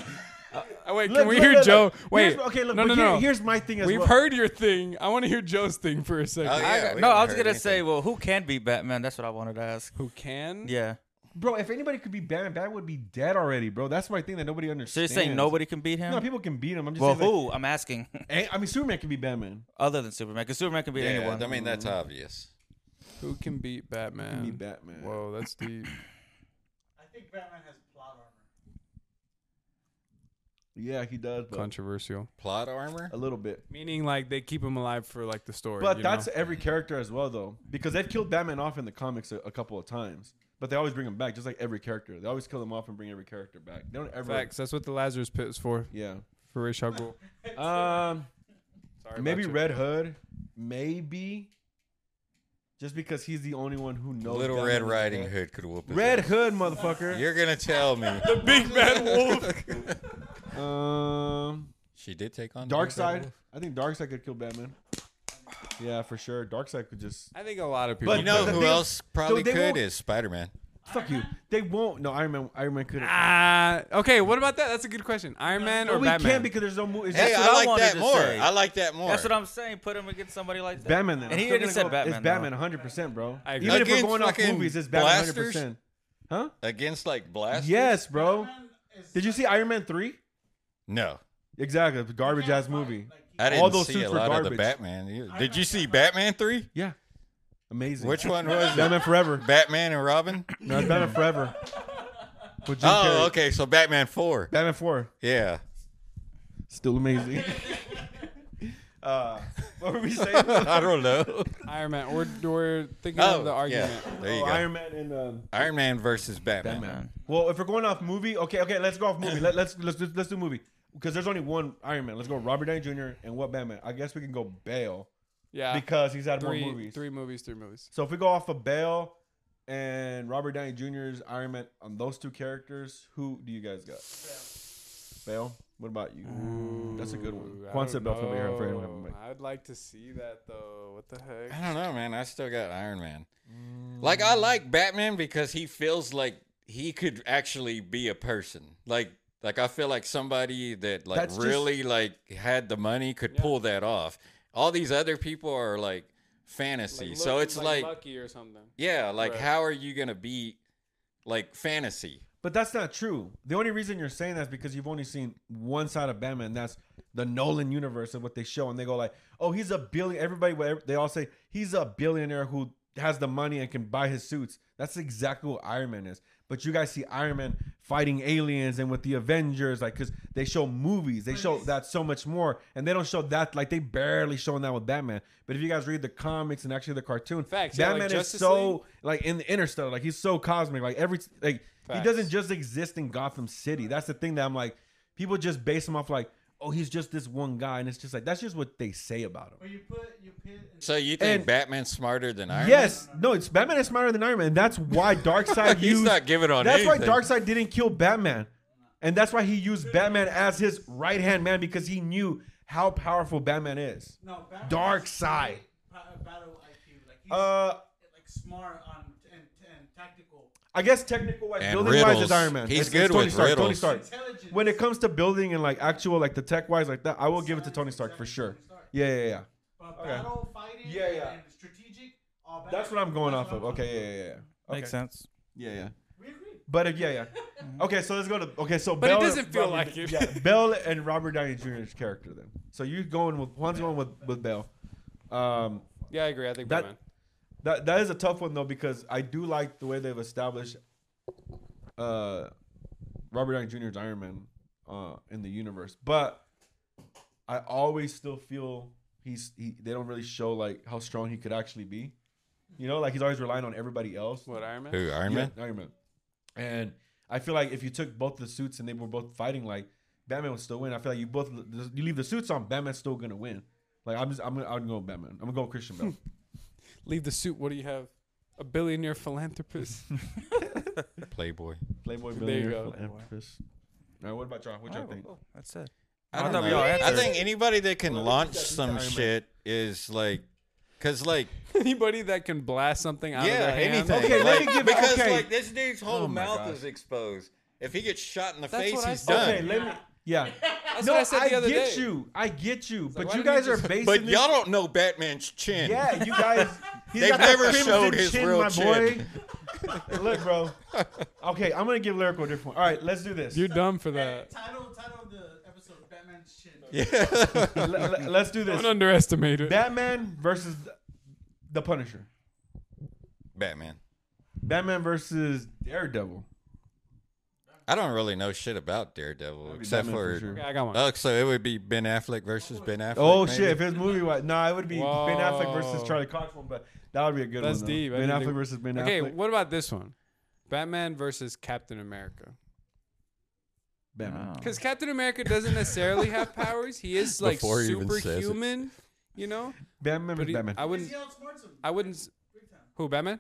[SPEAKER 5] Oh, wait,
[SPEAKER 2] Look,
[SPEAKER 5] can we
[SPEAKER 2] look,
[SPEAKER 5] hear
[SPEAKER 2] look,
[SPEAKER 5] Joe?
[SPEAKER 2] look.
[SPEAKER 5] Wait.
[SPEAKER 2] Here's- okay, look.
[SPEAKER 5] no,
[SPEAKER 2] but
[SPEAKER 5] no,
[SPEAKER 2] here-
[SPEAKER 5] no.
[SPEAKER 2] Here's my thing as
[SPEAKER 5] We've
[SPEAKER 2] well.
[SPEAKER 5] heard your thing. I want to hear Joe's thing for a second.
[SPEAKER 1] Oh, yeah, we
[SPEAKER 3] no, I
[SPEAKER 1] haven't
[SPEAKER 3] was
[SPEAKER 1] heard
[SPEAKER 3] gonna say,
[SPEAKER 1] anything.
[SPEAKER 3] well, who can be Batman? That's what I wanted to ask.
[SPEAKER 5] Who can?
[SPEAKER 3] Yeah.
[SPEAKER 2] bro. If anybody could be Batman, Batman would be dead already, bro. That's my thing that nobody
[SPEAKER 3] So you're
[SPEAKER 2] understands.
[SPEAKER 3] saying nobody can beat him?
[SPEAKER 2] No, people can beat him. I'm just
[SPEAKER 3] well,
[SPEAKER 2] saying.
[SPEAKER 3] who? I'm asking.
[SPEAKER 2] Like, I mean, Superman can be Batman.
[SPEAKER 3] Other than Superman, because Superman can beat
[SPEAKER 1] Yeah,
[SPEAKER 3] anyone.
[SPEAKER 1] I mean
[SPEAKER 2] Mm-hmm.
[SPEAKER 1] that's obvious.
[SPEAKER 5] Who can beat Batman?
[SPEAKER 2] Can be Batman.
[SPEAKER 5] Whoa, that's deep.
[SPEAKER 6] I think Batman has plot armor.
[SPEAKER 2] Yeah, he does. But
[SPEAKER 5] Controversial.
[SPEAKER 1] Plot armor.
[SPEAKER 2] a little bit.
[SPEAKER 5] Meaning like they keep him alive for like the story.
[SPEAKER 2] But
[SPEAKER 5] you
[SPEAKER 2] that's
[SPEAKER 5] know?
[SPEAKER 2] every character as well, though, because they've killed Batman off in the comics a, a couple of times. But they always bring him back, just like every character. They always kill him off and bring every character back. They don't ever.
[SPEAKER 5] facts. That's what the Lazarus Pit is for.
[SPEAKER 2] Yeah.
[SPEAKER 5] For Rich Huggle.
[SPEAKER 2] Um.
[SPEAKER 5] Sorry. about
[SPEAKER 2] maybe
[SPEAKER 5] you.
[SPEAKER 2] Red Hood. Maybe. Just because he's the only one who knows.
[SPEAKER 1] Little
[SPEAKER 2] Batman
[SPEAKER 1] Red
[SPEAKER 2] is
[SPEAKER 1] Riding
[SPEAKER 2] dead.
[SPEAKER 1] Hood could whoop his
[SPEAKER 2] Red
[SPEAKER 1] ass.
[SPEAKER 2] Hood, motherfucker.
[SPEAKER 1] You're gonna tell me.
[SPEAKER 5] Big Bad Wolf.
[SPEAKER 2] Um.
[SPEAKER 1] she did take on
[SPEAKER 2] Dark
[SPEAKER 1] Big Bad
[SPEAKER 2] Side.
[SPEAKER 1] Wolf.
[SPEAKER 2] I think Dark Side could kill Batman. Yeah, for sure. Dark Side could just
[SPEAKER 5] I think a lot of people.
[SPEAKER 2] But
[SPEAKER 1] You know
[SPEAKER 2] The
[SPEAKER 1] who
[SPEAKER 2] thing-
[SPEAKER 1] else probably
[SPEAKER 2] they
[SPEAKER 1] could
[SPEAKER 2] won't-
[SPEAKER 1] is Spider Man.
[SPEAKER 2] fuck you. They won't. No, Iron Man. Iron Man could.
[SPEAKER 5] Ah, okay. What about that? That's a good question. Iron Man or
[SPEAKER 2] we
[SPEAKER 5] Batman?
[SPEAKER 2] can't because there's no movie.
[SPEAKER 1] Hey,
[SPEAKER 3] what I
[SPEAKER 1] I like
[SPEAKER 3] wanted
[SPEAKER 1] that
[SPEAKER 3] to
[SPEAKER 1] more.
[SPEAKER 3] say.
[SPEAKER 1] I like that more.
[SPEAKER 3] That's what I'm saying. Put him against somebody like that.
[SPEAKER 2] Batman then.
[SPEAKER 3] And he
[SPEAKER 2] still
[SPEAKER 3] already
[SPEAKER 2] gonna
[SPEAKER 3] said
[SPEAKER 2] go-
[SPEAKER 3] Batman,
[SPEAKER 2] It's
[SPEAKER 3] though.
[SPEAKER 2] Batman 100%, bro.
[SPEAKER 5] I agree.
[SPEAKER 2] Even if we're
[SPEAKER 1] Against
[SPEAKER 2] going off
[SPEAKER 1] fucking
[SPEAKER 2] movies, it's Batman
[SPEAKER 1] blasters?
[SPEAKER 2] 100%. Huh?
[SPEAKER 1] Against like blast.
[SPEAKER 2] Yes, bro.
[SPEAKER 6] Batman is
[SPEAKER 2] Did you
[SPEAKER 6] like-
[SPEAKER 2] see Iron Man 3?
[SPEAKER 1] No,
[SPEAKER 2] Exactly. Garbage
[SPEAKER 6] can't
[SPEAKER 2] ass
[SPEAKER 6] fight.
[SPEAKER 2] movie.
[SPEAKER 6] Like, he-
[SPEAKER 1] I didn't
[SPEAKER 2] All those
[SPEAKER 1] see
[SPEAKER 2] suits
[SPEAKER 1] a
[SPEAKER 2] were
[SPEAKER 1] lot of the
[SPEAKER 2] garbage.
[SPEAKER 1] Batman. You-
[SPEAKER 6] Iron
[SPEAKER 1] Did
[SPEAKER 6] Man
[SPEAKER 1] you see
[SPEAKER 6] can't
[SPEAKER 1] Batman three?
[SPEAKER 2] Yeah. Amazing.
[SPEAKER 1] Which one was it?
[SPEAKER 2] Batman Forever.
[SPEAKER 1] Batman and Robin?
[SPEAKER 2] No, it's Batman Forever. With Jim
[SPEAKER 1] Oh,
[SPEAKER 2] Carrey.
[SPEAKER 1] okay. So Batman four.
[SPEAKER 2] Batman 4.
[SPEAKER 1] Yeah.
[SPEAKER 2] Still amazing. uh, what were we saying?
[SPEAKER 1] I don't know.
[SPEAKER 5] Iron Man. We're, we're thinking
[SPEAKER 1] Oh,
[SPEAKER 5] of the argument.
[SPEAKER 1] yeah. There you
[SPEAKER 2] Oh,
[SPEAKER 1] go. Iron,
[SPEAKER 2] Iron Man and um,
[SPEAKER 1] Man versus Batman.
[SPEAKER 2] Batman. Well, if we're going off movie, okay, okay, let's go off movie. Let, let's let's do- let's do movie because there's only one Iron Man. Let's go Robert Downey Jr. and what Batman? I guess we can go Bale
[SPEAKER 5] Yeah.
[SPEAKER 2] because he's had
[SPEAKER 5] three
[SPEAKER 2] more movies.
[SPEAKER 5] three movies, three movies.
[SPEAKER 2] So if we go off of Bale and Robert Downey Jr.'s Iron Man on those two characters, who do you guys got? Bale. What about you? That's a good one.
[SPEAKER 5] Ooh, I
[SPEAKER 2] Quantum
[SPEAKER 5] don't
[SPEAKER 2] Bell from here. I'm afraid I
[SPEAKER 5] know.
[SPEAKER 2] don't have a mic.
[SPEAKER 5] I'd like to see that though. What the heck?
[SPEAKER 1] I don't know, man. I still got Iron Man.
[SPEAKER 2] Mm.
[SPEAKER 1] Like I like Batman because he feels like he could actually be a person. Like like I feel like somebody that like
[SPEAKER 2] That's just-
[SPEAKER 1] really like had the money could pull that off. All these other people are like fantasy. so
[SPEAKER 5] look-
[SPEAKER 1] it's like,
[SPEAKER 5] lucky or something.
[SPEAKER 1] yeah, like
[SPEAKER 5] Right.
[SPEAKER 1] how are you going to be like fantasy?
[SPEAKER 2] But that's not true. The only reason you're saying that is because you've only seen one side of Batman. and That's the Nolan universe of what they show, and they go like, "Oh, he's a billion." Everybody, they all say he's a billionaire who has the money and can buy his suits. That's exactly what Iron Man is. But you guys see Iron Man fighting aliens and with the Avengers, like, because they show movies, they show that so much more, and they don't show that. Like, they barely showing that with Batman. But if you guys read the comics and actually the cartoon,
[SPEAKER 5] Facts, yeah, like
[SPEAKER 2] Batman is
[SPEAKER 5] Justice
[SPEAKER 2] so
[SPEAKER 5] League.
[SPEAKER 2] like in the interstellar like he's so cosmic like every like he
[SPEAKER 5] Facts.
[SPEAKER 2] doesn't just exist in gotham city that's the thing that i'm like people just base him off like oh he's just this one guy and it's just like that's just what they say about him
[SPEAKER 6] But you put you put. in-
[SPEAKER 1] So you think
[SPEAKER 2] And-
[SPEAKER 1] Batman's smarter than Iron
[SPEAKER 2] yes no it's batman is smarter than iron man and that's why
[SPEAKER 1] Man?
[SPEAKER 2] darkseid
[SPEAKER 1] He's
[SPEAKER 2] used
[SPEAKER 1] not giving on
[SPEAKER 2] that's why
[SPEAKER 1] anything.
[SPEAKER 2] darkseid didn't kill batman and that's why he used batman as his right hand man because he knew how powerful batman is
[SPEAKER 6] No, Batman
[SPEAKER 2] Dark
[SPEAKER 6] has
[SPEAKER 2] side.
[SPEAKER 6] high ba- uh, Battle IQ. Like he's
[SPEAKER 2] uh
[SPEAKER 6] like smart on and, and tactical.
[SPEAKER 2] I guess technical wise,
[SPEAKER 1] And
[SPEAKER 2] building wise
[SPEAKER 1] riddles.
[SPEAKER 2] is Iron Man.
[SPEAKER 1] He's
[SPEAKER 2] It's- it's
[SPEAKER 1] good
[SPEAKER 2] Tony
[SPEAKER 1] with
[SPEAKER 2] Stark, Tony
[SPEAKER 1] riddles.
[SPEAKER 2] Stark.
[SPEAKER 6] Intelligence.
[SPEAKER 2] when it comes to building and like actual like the tech wise like that, I will give it to Tony Stark for sure. Yeah, yeah, yeah.
[SPEAKER 6] But
[SPEAKER 2] Okay.
[SPEAKER 6] battle fighting.
[SPEAKER 2] Yeah, yeah.
[SPEAKER 6] And strategic. All
[SPEAKER 2] That's what I'm going off of. Okay, yeah, yeah, yeah. Okay.
[SPEAKER 3] Makes sense.
[SPEAKER 2] Yeah, yeah.
[SPEAKER 6] We agree.
[SPEAKER 2] But if, yeah, yeah. Okay, so let's go to okay. So
[SPEAKER 5] Mm-hmm. But it
[SPEAKER 2] Bell,
[SPEAKER 5] doesn't feel
[SPEAKER 2] Robert-
[SPEAKER 5] like it.
[SPEAKER 2] Yeah, Bell and Robert Downey Jr.'s character then. So you going with one's going with with Bell. Um,
[SPEAKER 5] Yeah, I agree. I think
[SPEAKER 2] That-
[SPEAKER 5] Batman.
[SPEAKER 2] that that is a tough one though because I do like the way they've established uh Robert Downey Jr.'s Iron Man uh in the universe. But I always still feel he's he they don't really show like how strong he could actually be. You know, like he's always relying on everybody else.
[SPEAKER 5] What Iron Man?
[SPEAKER 1] Who Iron
[SPEAKER 2] Yeah,
[SPEAKER 1] Man?
[SPEAKER 2] Iron Man. And I feel like if you took both the suits and they were both fighting, like Batman would still win. I feel like you both you leave the suits on, Batman's still gonna win. Like I'm just I'm gonna I'm gonna go with Batman. I'm gonna go with Christian Bale.
[SPEAKER 5] Leave the suit. What do you have? A billionaire philanthropist.
[SPEAKER 1] Playboy.
[SPEAKER 2] Playboy
[SPEAKER 5] There you
[SPEAKER 2] billionaire.
[SPEAKER 5] go.
[SPEAKER 2] philanthropist. All right, what about y'all? What y'all think?
[SPEAKER 3] That's it.
[SPEAKER 1] I
[SPEAKER 3] I
[SPEAKER 1] don't
[SPEAKER 3] thought we
[SPEAKER 1] know.
[SPEAKER 3] all
[SPEAKER 1] I
[SPEAKER 3] answered.
[SPEAKER 1] think anybody that can
[SPEAKER 2] Well,
[SPEAKER 1] launch
[SPEAKER 2] that's
[SPEAKER 1] some
[SPEAKER 2] Iron Man.
[SPEAKER 1] shit is like, cause like
[SPEAKER 5] Anybody that can blast something out of
[SPEAKER 1] yeah,
[SPEAKER 5] their hand.
[SPEAKER 1] anything.
[SPEAKER 2] Okay, let
[SPEAKER 1] like,
[SPEAKER 2] me give-
[SPEAKER 1] because
[SPEAKER 2] okay.
[SPEAKER 1] like this dude's whole
[SPEAKER 2] Oh my
[SPEAKER 1] mouth
[SPEAKER 2] gosh.
[SPEAKER 1] is exposed. If he gets shot in the
[SPEAKER 5] That's
[SPEAKER 1] face,
[SPEAKER 5] what I
[SPEAKER 1] he's
[SPEAKER 5] said.
[SPEAKER 1] done.
[SPEAKER 2] Okay, let me. Yeah.
[SPEAKER 5] That's
[SPEAKER 2] no,
[SPEAKER 5] what I said the other
[SPEAKER 2] get
[SPEAKER 5] day.
[SPEAKER 2] you. I get you. but
[SPEAKER 5] why
[SPEAKER 2] you
[SPEAKER 5] didn't you
[SPEAKER 2] guys are
[SPEAKER 5] just-
[SPEAKER 2] basing
[SPEAKER 1] But
[SPEAKER 2] this-
[SPEAKER 1] y'all don't know Batman's chin.
[SPEAKER 2] Yeah, you guys. he's
[SPEAKER 1] They've
[SPEAKER 2] got that
[SPEAKER 1] never
[SPEAKER 2] crimson
[SPEAKER 1] showed his real chin.
[SPEAKER 2] boy. Look, bro. Okay, I'm gonna give lyrical a different one. All right, let's do this.
[SPEAKER 5] You're dumb for that.
[SPEAKER 6] Title title of the episode: Batman's chin.
[SPEAKER 1] Yeah.
[SPEAKER 2] Let- let- let's do this.
[SPEAKER 5] Don't underestimate it.
[SPEAKER 2] Batman versus the Punisher.
[SPEAKER 1] Batman.
[SPEAKER 2] Batman versus Daredevil.
[SPEAKER 1] I don't really know shit about Daredevil
[SPEAKER 2] That'd be
[SPEAKER 1] except
[SPEAKER 2] Batman
[SPEAKER 1] for.
[SPEAKER 2] for sure.
[SPEAKER 5] Okay, I got one.
[SPEAKER 1] Oh, so it would be Ben Affleck versus Ben Affleck.
[SPEAKER 2] Oh
[SPEAKER 1] maybe?
[SPEAKER 2] shit! If it's movie wise, nah, it would be Ben Affleck versus
[SPEAKER 5] Whoa.
[SPEAKER 2] Charlie Cox one, but that would be a good
[SPEAKER 5] That's
[SPEAKER 2] one. though.
[SPEAKER 5] deep. I
[SPEAKER 2] Ben
[SPEAKER 5] didn't
[SPEAKER 2] Affleck
[SPEAKER 5] think-
[SPEAKER 2] versus Ben
[SPEAKER 5] okay,
[SPEAKER 2] Affleck.
[SPEAKER 5] what about this one? Batman versus Captain America.
[SPEAKER 2] Batman.
[SPEAKER 5] Because Captain America doesn't necessarily have powers. He is like
[SPEAKER 1] Before he even says it.
[SPEAKER 5] superhuman, you know.
[SPEAKER 2] Batman
[SPEAKER 5] But
[SPEAKER 2] versus
[SPEAKER 5] he,
[SPEAKER 2] Batman.
[SPEAKER 5] I
[SPEAKER 6] Because
[SPEAKER 5] wouldn't.
[SPEAKER 6] he outsmarts him.
[SPEAKER 5] I wouldn't. s-
[SPEAKER 6] Big time.
[SPEAKER 5] Who Batman?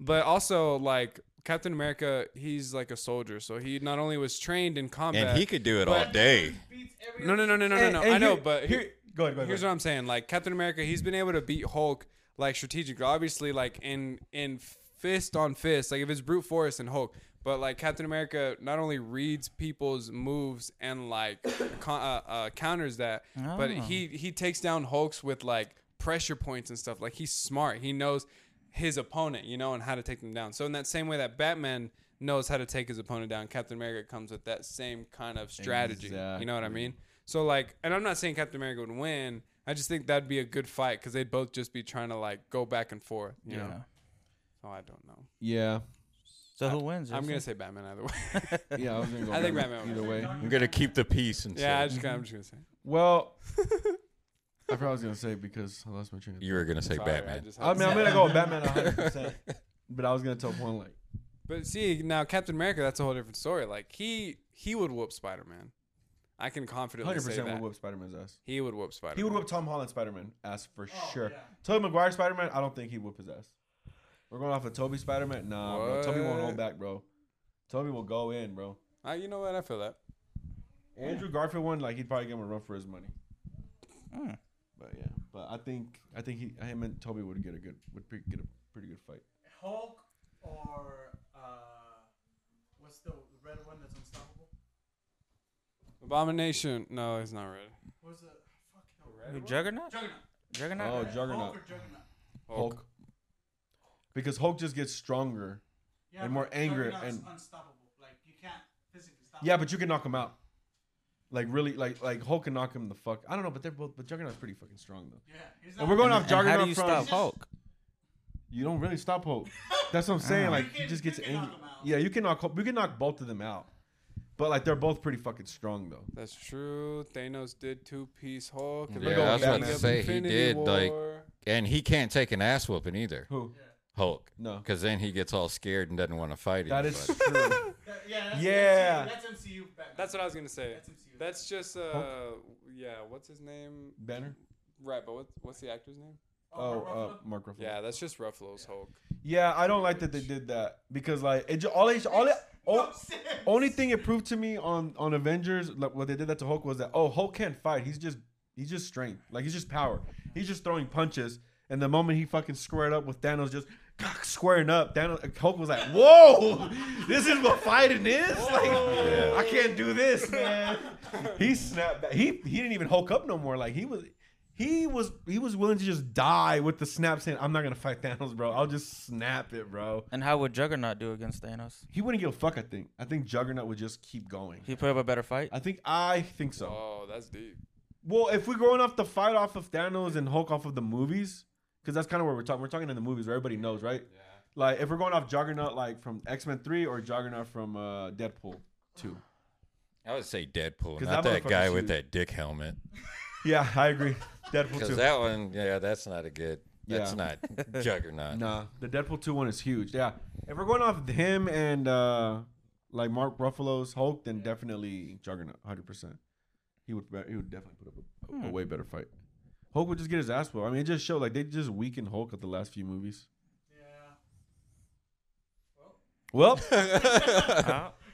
[SPEAKER 5] But also like Captain America, he's like a soldier, so he not only was trained in combat.
[SPEAKER 1] And he could do it
[SPEAKER 5] But-
[SPEAKER 1] all day.
[SPEAKER 6] Beats every
[SPEAKER 5] No, no, no, no, no, no,
[SPEAKER 2] And-
[SPEAKER 5] no.
[SPEAKER 2] and
[SPEAKER 5] I know,
[SPEAKER 2] here-
[SPEAKER 5] but
[SPEAKER 2] here, go ahead, go ahead.
[SPEAKER 5] here's
[SPEAKER 2] go
[SPEAKER 5] what
[SPEAKER 2] ahead.
[SPEAKER 5] I'm saying. Like Captain America, he's been able to beat Hulk like strategically. Obviously, like in in fist on fist, like if it's brute force and Hulk. But like Captain America not only reads people's moves and like con- uh, uh, counters that, but
[SPEAKER 3] Oh.
[SPEAKER 5] he he takes down Hulks with like pressure points and stuff. Like he's smart. He knows his opponent, you know, and how to take them down. So in that same way that Batman knows how to take his opponent down, Captain America comes with that same kind of strategy. You know what I mean? So like, and I'm not saying Captain America would win. I just think that'd be a good fight because they'd both just be trying to like go back and forth. You
[SPEAKER 3] Yeah.
[SPEAKER 5] know? So I don't know.
[SPEAKER 2] Yeah,
[SPEAKER 3] So who wins?
[SPEAKER 5] I'm
[SPEAKER 3] Jason?
[SPEAKER 5] gonna say Batman either way.
[SPEAKER 2] yeah. I was gonna go.
[SPEAKER 5] I think Batman
[SPEAKER 2] Either
[SPEAKER 5] would
[SPEAKER 2] way.
[SPEAKER 1] I'm gonna keep the peace and
[SPEAKER 5] yeah, I
[SPEAKER 1] yeah,
[SPEAKER 5] just, I'm just gonna say.
[SPEAKER 2] Well, I probably was gonna say because I lost my train. Of
[SPEAKER 1] you were gonna say
[SPEAKER 5] Sorry, I
[SPEAKER 1] Batman.
[SPEAKER 5] just had
[SPEAKER 2] I
[SPEAKER 5] to
[SPEAKER 2] mean, I'm
[SPEAKER 5] say
[SPEAKER 2] gonna
[SPEAKER 5] it.
[SPEAKER 2] go with Batman 100, percent but I was gonna tell one like
[SPEAKER 5] But see, now Captain America, that's a whole different story. Like he he would whoop Spider Man. I can confidently
[SPEAKER 2] 100
[SPEAKER 5] say
[SPEAKER 2] percent
[SPEAKER 5] that
[SPEAKER 2] would whoop Spider Man's ass.
[SPEAKER 5] he would whoop Spider.
[SPEAKER 2] He would whip Tom Holland Spider Man ass for
[SPEAKER 6] Oh,
[SPEAKER 2] sure.
[SPEAKER 6] yeah.
[SPEAKER 2] Tobey Maguire Spider Man, I don't think he'd whip his ass. We're going off of Toby Spider Man. Nah, bro. Toby won't hold
[SPEAKER 5] What?
[SPEAKER 2] back, bro. Toby will go in, bro.
[SPEAKER 5] Uh, you know what? I feel that.
[SPEAKER 2] Andrew Garfield one, like he'd probably give him a run for his money.
[SPEAKER 3] Mm.
[SPEAKER 2] But yeah, but I think I think he, him and Toby would get a good would pre- get a pretty good fight.
[SPEAKER 6] Hulk or uh, what's the red one that's unstoppable?
[SPEAKER 5] Abomination. No, he's not red.
[SPEAKER 6] What's the fuck? hell,
[SPEAKER 3] Who, Juggernaut.
[SPEAKER 6] Juggernaut.
[SPEAKER 3] Juggernaut.
[SPEAKER 2] Oh,
[SPEAKER 6] Hulk
[SPEAKER 2] Juggernaut,
[SPEAKER 6] or Juggernaut?
[SPEAKER 2] Hulk. Because Hulk just gets stronger.
[SPEAKER 6] Yeah,
[SPEAKER 2] And more
[SPEAKER 6] but
[SPEAKER 2] anger
[SPEAKER 6] Juggernaut's
[SPEAKER 2] and-
[SPEAKER 6] unstoppable. Like you can't physically stop.
[SPEAKER 2] Yeah,
[SPEAKER 6] him.
[SPEAKER 2] but you can knock him out. Like really, like like Hulk can knock him the fuck. I don't know, but they're both. But Juggernaut's pretty fucking strong though.
[SPEAKER 6] yeah, he's
[SPEAKER 2] And we're going off
[SPEAKER 3] And how
[SPEAKER 2] Juggernaut
[SPEAKER 3] do you
[SPEAKER 2] from.
[SPEAKER 3] stop Hulk?
[SPEAKER 2] You don't really stop Hulk. That's what I'm saying.
[SPEAKER 6] You
[SPEAKER 2] Like
[SPEAKER 6] can-
[SPEAKER 2] he just
[SPEAKER 6] you
[SPEAKER 2] gets
[SPEAKER 6] can knock
[SPEAKER 2] angry.
[SPEAKER 6] him out.
[SPEAKER 2] Yeah, you can knock Hulk- you can knock both of them out. But like they're both pretty fucking strong though.
[SPEAKER 5] That's true. Thanos did two piece Hulk. and
[SPEAKER 1] Yeah,
[SPEAKER 5] look at
[SPEAKER 2] I was
[SPEAKER 5] what
[SPEAKER 2] about to
[SPEAKER 5] ended up
[SPEAKER 1] say, he
[SPEAKER 5] Infinity
[SPEAKER 1] did, like-
[SPEAKER 5] War.
[SPEAKER 1] And he can't take an ass whooping either.
[SPEAKER 2] Who?
[SPEAKER 1] Hulk.
[SPEAKER 2] No.
[SPEAKER 1] Because then he gets all scared and doesn't want to fight
[SPEAKER 2] That
[SPEAKER 1] anybody.
[SPEAKER 2] is true.
[SPEAKER 6] That- yeah, that's,
[SPEAKER 2] Yeah.
[SPEAKER 6] That's MCU. Batman.
[SPEAKER 5] That's what I was gonna say.
[SPEAKER 6] That's MCU.
[SPEAKER 5] That's just uh, yeah. What's his name?
[SPEAKER 2] Banner.
[SPEAKER 5] Right, but what, what's the actor's name?
[SPEAKER 2] Oh,
[SPEAKER 6] Ruffalo?
[SPEAKER 2] uh, Mark Ruffalo.
[SPEAKER 5] Yeah, that's just Ruffalo's Hulk.
[SPEAKER 2] Yeah, I don't like that they did that because like it. ju- All it. All it.
[SPEAKER 6] No
[SPEAKER 2] All,
[SPEAKER 6] sense.
[SPEAKER 2] only thing it proved to me on on Avengers, like what they did that to Hulk was that oh Hulk can't fight. He's just he's just strength. Like he's just power. He's just throwing punches. And the moment he fucking squared up with Thanos, just squaring up, Thanos Hulk was like, "Whoa, this is what fighting is! Like, I can't do this, man." He snapped. Back. He he didn't even Hulk up no more. Like he was. He was he was willing to just die with the snap saying, I'm not gonna fight Thanos, bro. I'll just snap it, bro.
[SPEAKER 3] And how would Juggernaut do against Thanos?
[SPEAKER 2] He wouldn't give a fuck, I think. I think Juggernaut would just keep going.
[SPEAKER 3] He put up a better fight.
[SPEAKER 2] I think I think so.
[SPEAKER 5] Oh, that's deep.
[SPEAKER 2] Well, if we're going off the fight off of Thanos and Hulk off of the movies, because that's kind of where we're talking. We're talking in the movies, where everybody knows, right? Yeah. Like if we're going off Juggernaut, like from X Men Three, or Juggernaut from uh, Deadpool Two.
[SPEAKER 1] I would say Deadpool,
[SPEAKER 2] 'Cause
[SPEAKER 1] not
[SPEAKER 2] that
[SPEAKER 1] that, guy
[SPEAKER 2] motherfucker's
[SPEAKER 1] with
[SPEAKER 2] huge.
[SPEAKER 1] that dick helmet.
[SPEAKER 2] Yeah, I agree. Deadpool Two.
[SPEAKER 1] Because that one, yeah, that's not a good. That's
[SPEAKER 2] Yeah.
[SPEAKER 1] not Juggernaut.
[SPEAKER 2] nah, the Deadpool Two one is huge. Yeah, If we're going off him and uh, like Mark Ruffalo's Hulk, then definitely Juggernaut, hundred percent. He would be- he would definitely put up
[SPEAKER 1] Hmm.
[SPEAKER 2] a, a way better fight. Hulk would just get his ass whooped. I mean, it just showed like they just weakened Hulk at the last few movies.
[SPEAKER 6] Yeah.
[SPEAKER 2] Well,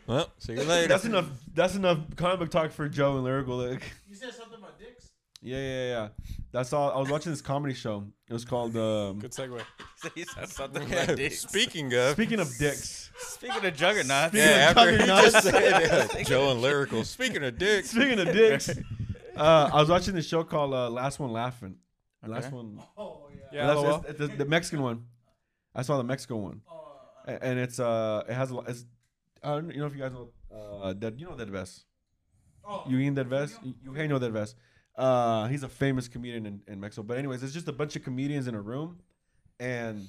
[SPEAKER 1] well, see you later.
[SPEAKER 2] that's enough. That's enough comic book talk for Joe and Lyrical. Like,
[SPEAKER 6] You said something about dicks.
[SPEAKER 2] yeah, yeah, yeah. That's all. I was watching this comedy show. It was called. Um,
[SPEAKER 5] Good segue.
[SPEAKER 3] he said something
[SPEAKER 1] Yeah,
[SPEAKER 3] about dicks.
[SPEAKER 1] Speaking of,
[SPEAKER 2] speaking of dicks.
[SPEAKER 3] Speaking of juggernauts,
[SPEAKER 1] yeah, after he
[SPEAKER 2] Juggernaut.
[SPEAKER 1] just said uh, Joe and Lyrical. Speaking of dicks,
[SPEAKER 2] Speaking of dicks, uh, I was watching this show called uh, Last One Laughing. Last
[SPEAKER 3] Okay.
[SPEAKER 2] one.
[SPEAKER 6] Oh yeah.
[SPEAKER 5] Yeah,
[SPEAKER 2] that's-
[SPEAKER 5] LOL.
[SPEAKER 2] it's- it's the, the Mexican one. I saw the Mexico one,
[SPEAKER 6] Oh, uh,
[SPEAKER 2] A- and it's uh, it has a lot. It's, I don't you know if you guys know uh, that you know that best.
[SPEAKER 6] oh.
[SPEAKER 2] Eugenio Derbez. Eugenio Derbez. Uh, he's a famous comedian in, in Mexico. But anyways, it's just a bunch of comedians in a room, and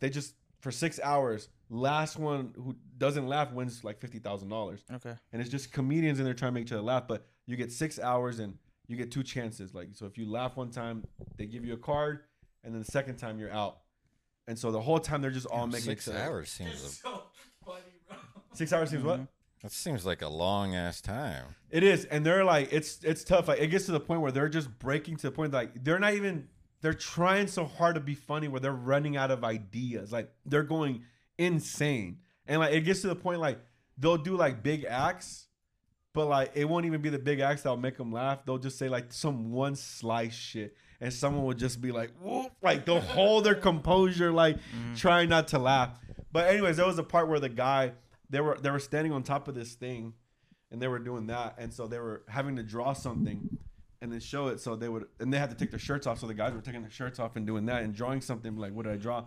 [SPEAKER 2] they just for six hours. Last one who doesn't laugh wins like fifty thousand dollars,
[SPEAKER 3] Okay.
[SPEAKER 2] and it's just comedians in there trying to make each other laugh. But you get six hours, and you get two chances. Like so, if you laugh one time, they give you a card, and then the second time you're out. And so the whole time they're just all making
[SPEAKER 1] six
[SPEAKER 2] each other-
[SPEAKER 1] hours
[SPEAKER 6] It's
[SPEAKER 1] seems
[SPEAKER 6] so funny, bro.
[SPEAKER 2] Six hours seems what?
[SPEAKER 1] a, that seems like a long ass time.
[SPEAKER 2] It is, and they're like, it's it's tough. Like it gets to the point where they're just breaking to the point like they're not even. They're trying so hard to be funny where they're running out of ideas. Like they're going insane, and like it gets to the point like they'll do like big acts, but like it won't even be the big acts that'll make them laugh. They'll just say like some one slice shit, and someone will just be like, "Whoop!" Like they'll hold their composure, like trying not to laugh. But anyways, there was a part where the guy they were they were standing on top of this thing, and they were doing that, and so they were having to draw something. And then show it, so they would, and they had to take their shirts off. So the guys were taking their shirts off and doing that and drawing something. Like, what did I draw?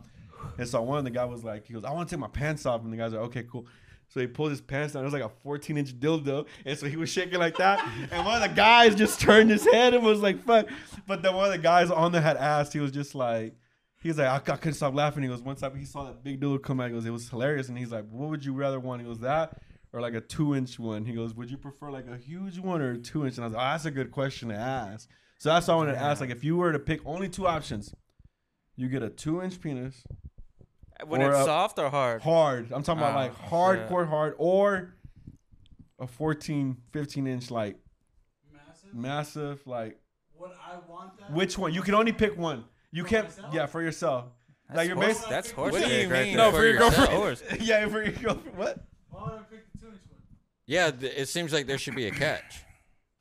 [SPEAKER 2] And so one of the guy was like, he goes, I want to take my pants off. And the guy's like, okay, cool. So he pulled his pants down. It was like a 14 inch dildo. And so he was shaking like that. And one of the guys just turned his head and was like, fuck. But then one of the guys on there had asked, he was just like, he was like, I, I couldn't stop laughing. He goes, one time he saw that big dildo come out. He goes, it was hilarious. And he's like, what would you rather want? He goes, that or like a two inch one? He goes, would you prefer like a huge one or a two inch? And I was like, oh, that's a good question to ask. So that's why I wanted to ask. Like, if you were to pick only two options, you get a two inch penis
[SPEAKER 3] When
[SPEAKER 2] Or
[SPEAKER 3] it's
[SPEAKER 2] a-
[SPEAKER 3] soft or hard?
[SPEAKER 2] hard. I'm talking about
[SPEAKER 3] Ah,
[SPEAKER 2] like
[SPEAKER 3] yeah.
[SPEAKER 2] hardcore hard or a 14, 15 inch like
[SPEAKER 6] Massive.
[SPEAKER 2] massive like
[SPEAKER 6] Would I want that?
[SPEAKER 2] which one? You can only pick one. You
[SPEAKER 6] For
[SPEAKER 2] can't
[SPEAKER 6] myself?
[SPEAKER 2] yeah, for yourself.
[SPEAKER 3] That's
[SPEAKER 2] like your
[SPEAKER 3] horse,
[SPEAKER 2] base
[SPEAKER 3] that's
[SPEAKER 6] What
[SPEAKER 3] horse
[SPEAKER 1] do you
[SPEAKER 3] dick right
[SPEAKER 1] mean
[SPEAKER 3] there.
[SPEAKER 5] No, for your
[SPEAKER 1] yourself?
[SPEAKER 5] girlfriend.
[SPEAKER 3] Horse.
[SPEAKER 2] Yeah, for your girlfriend. What?
[SPEAKER 6] Why would Oh, I pick the two-inch one?
[SPEAKER 1] Yeah, th- it seems like there should be a catch.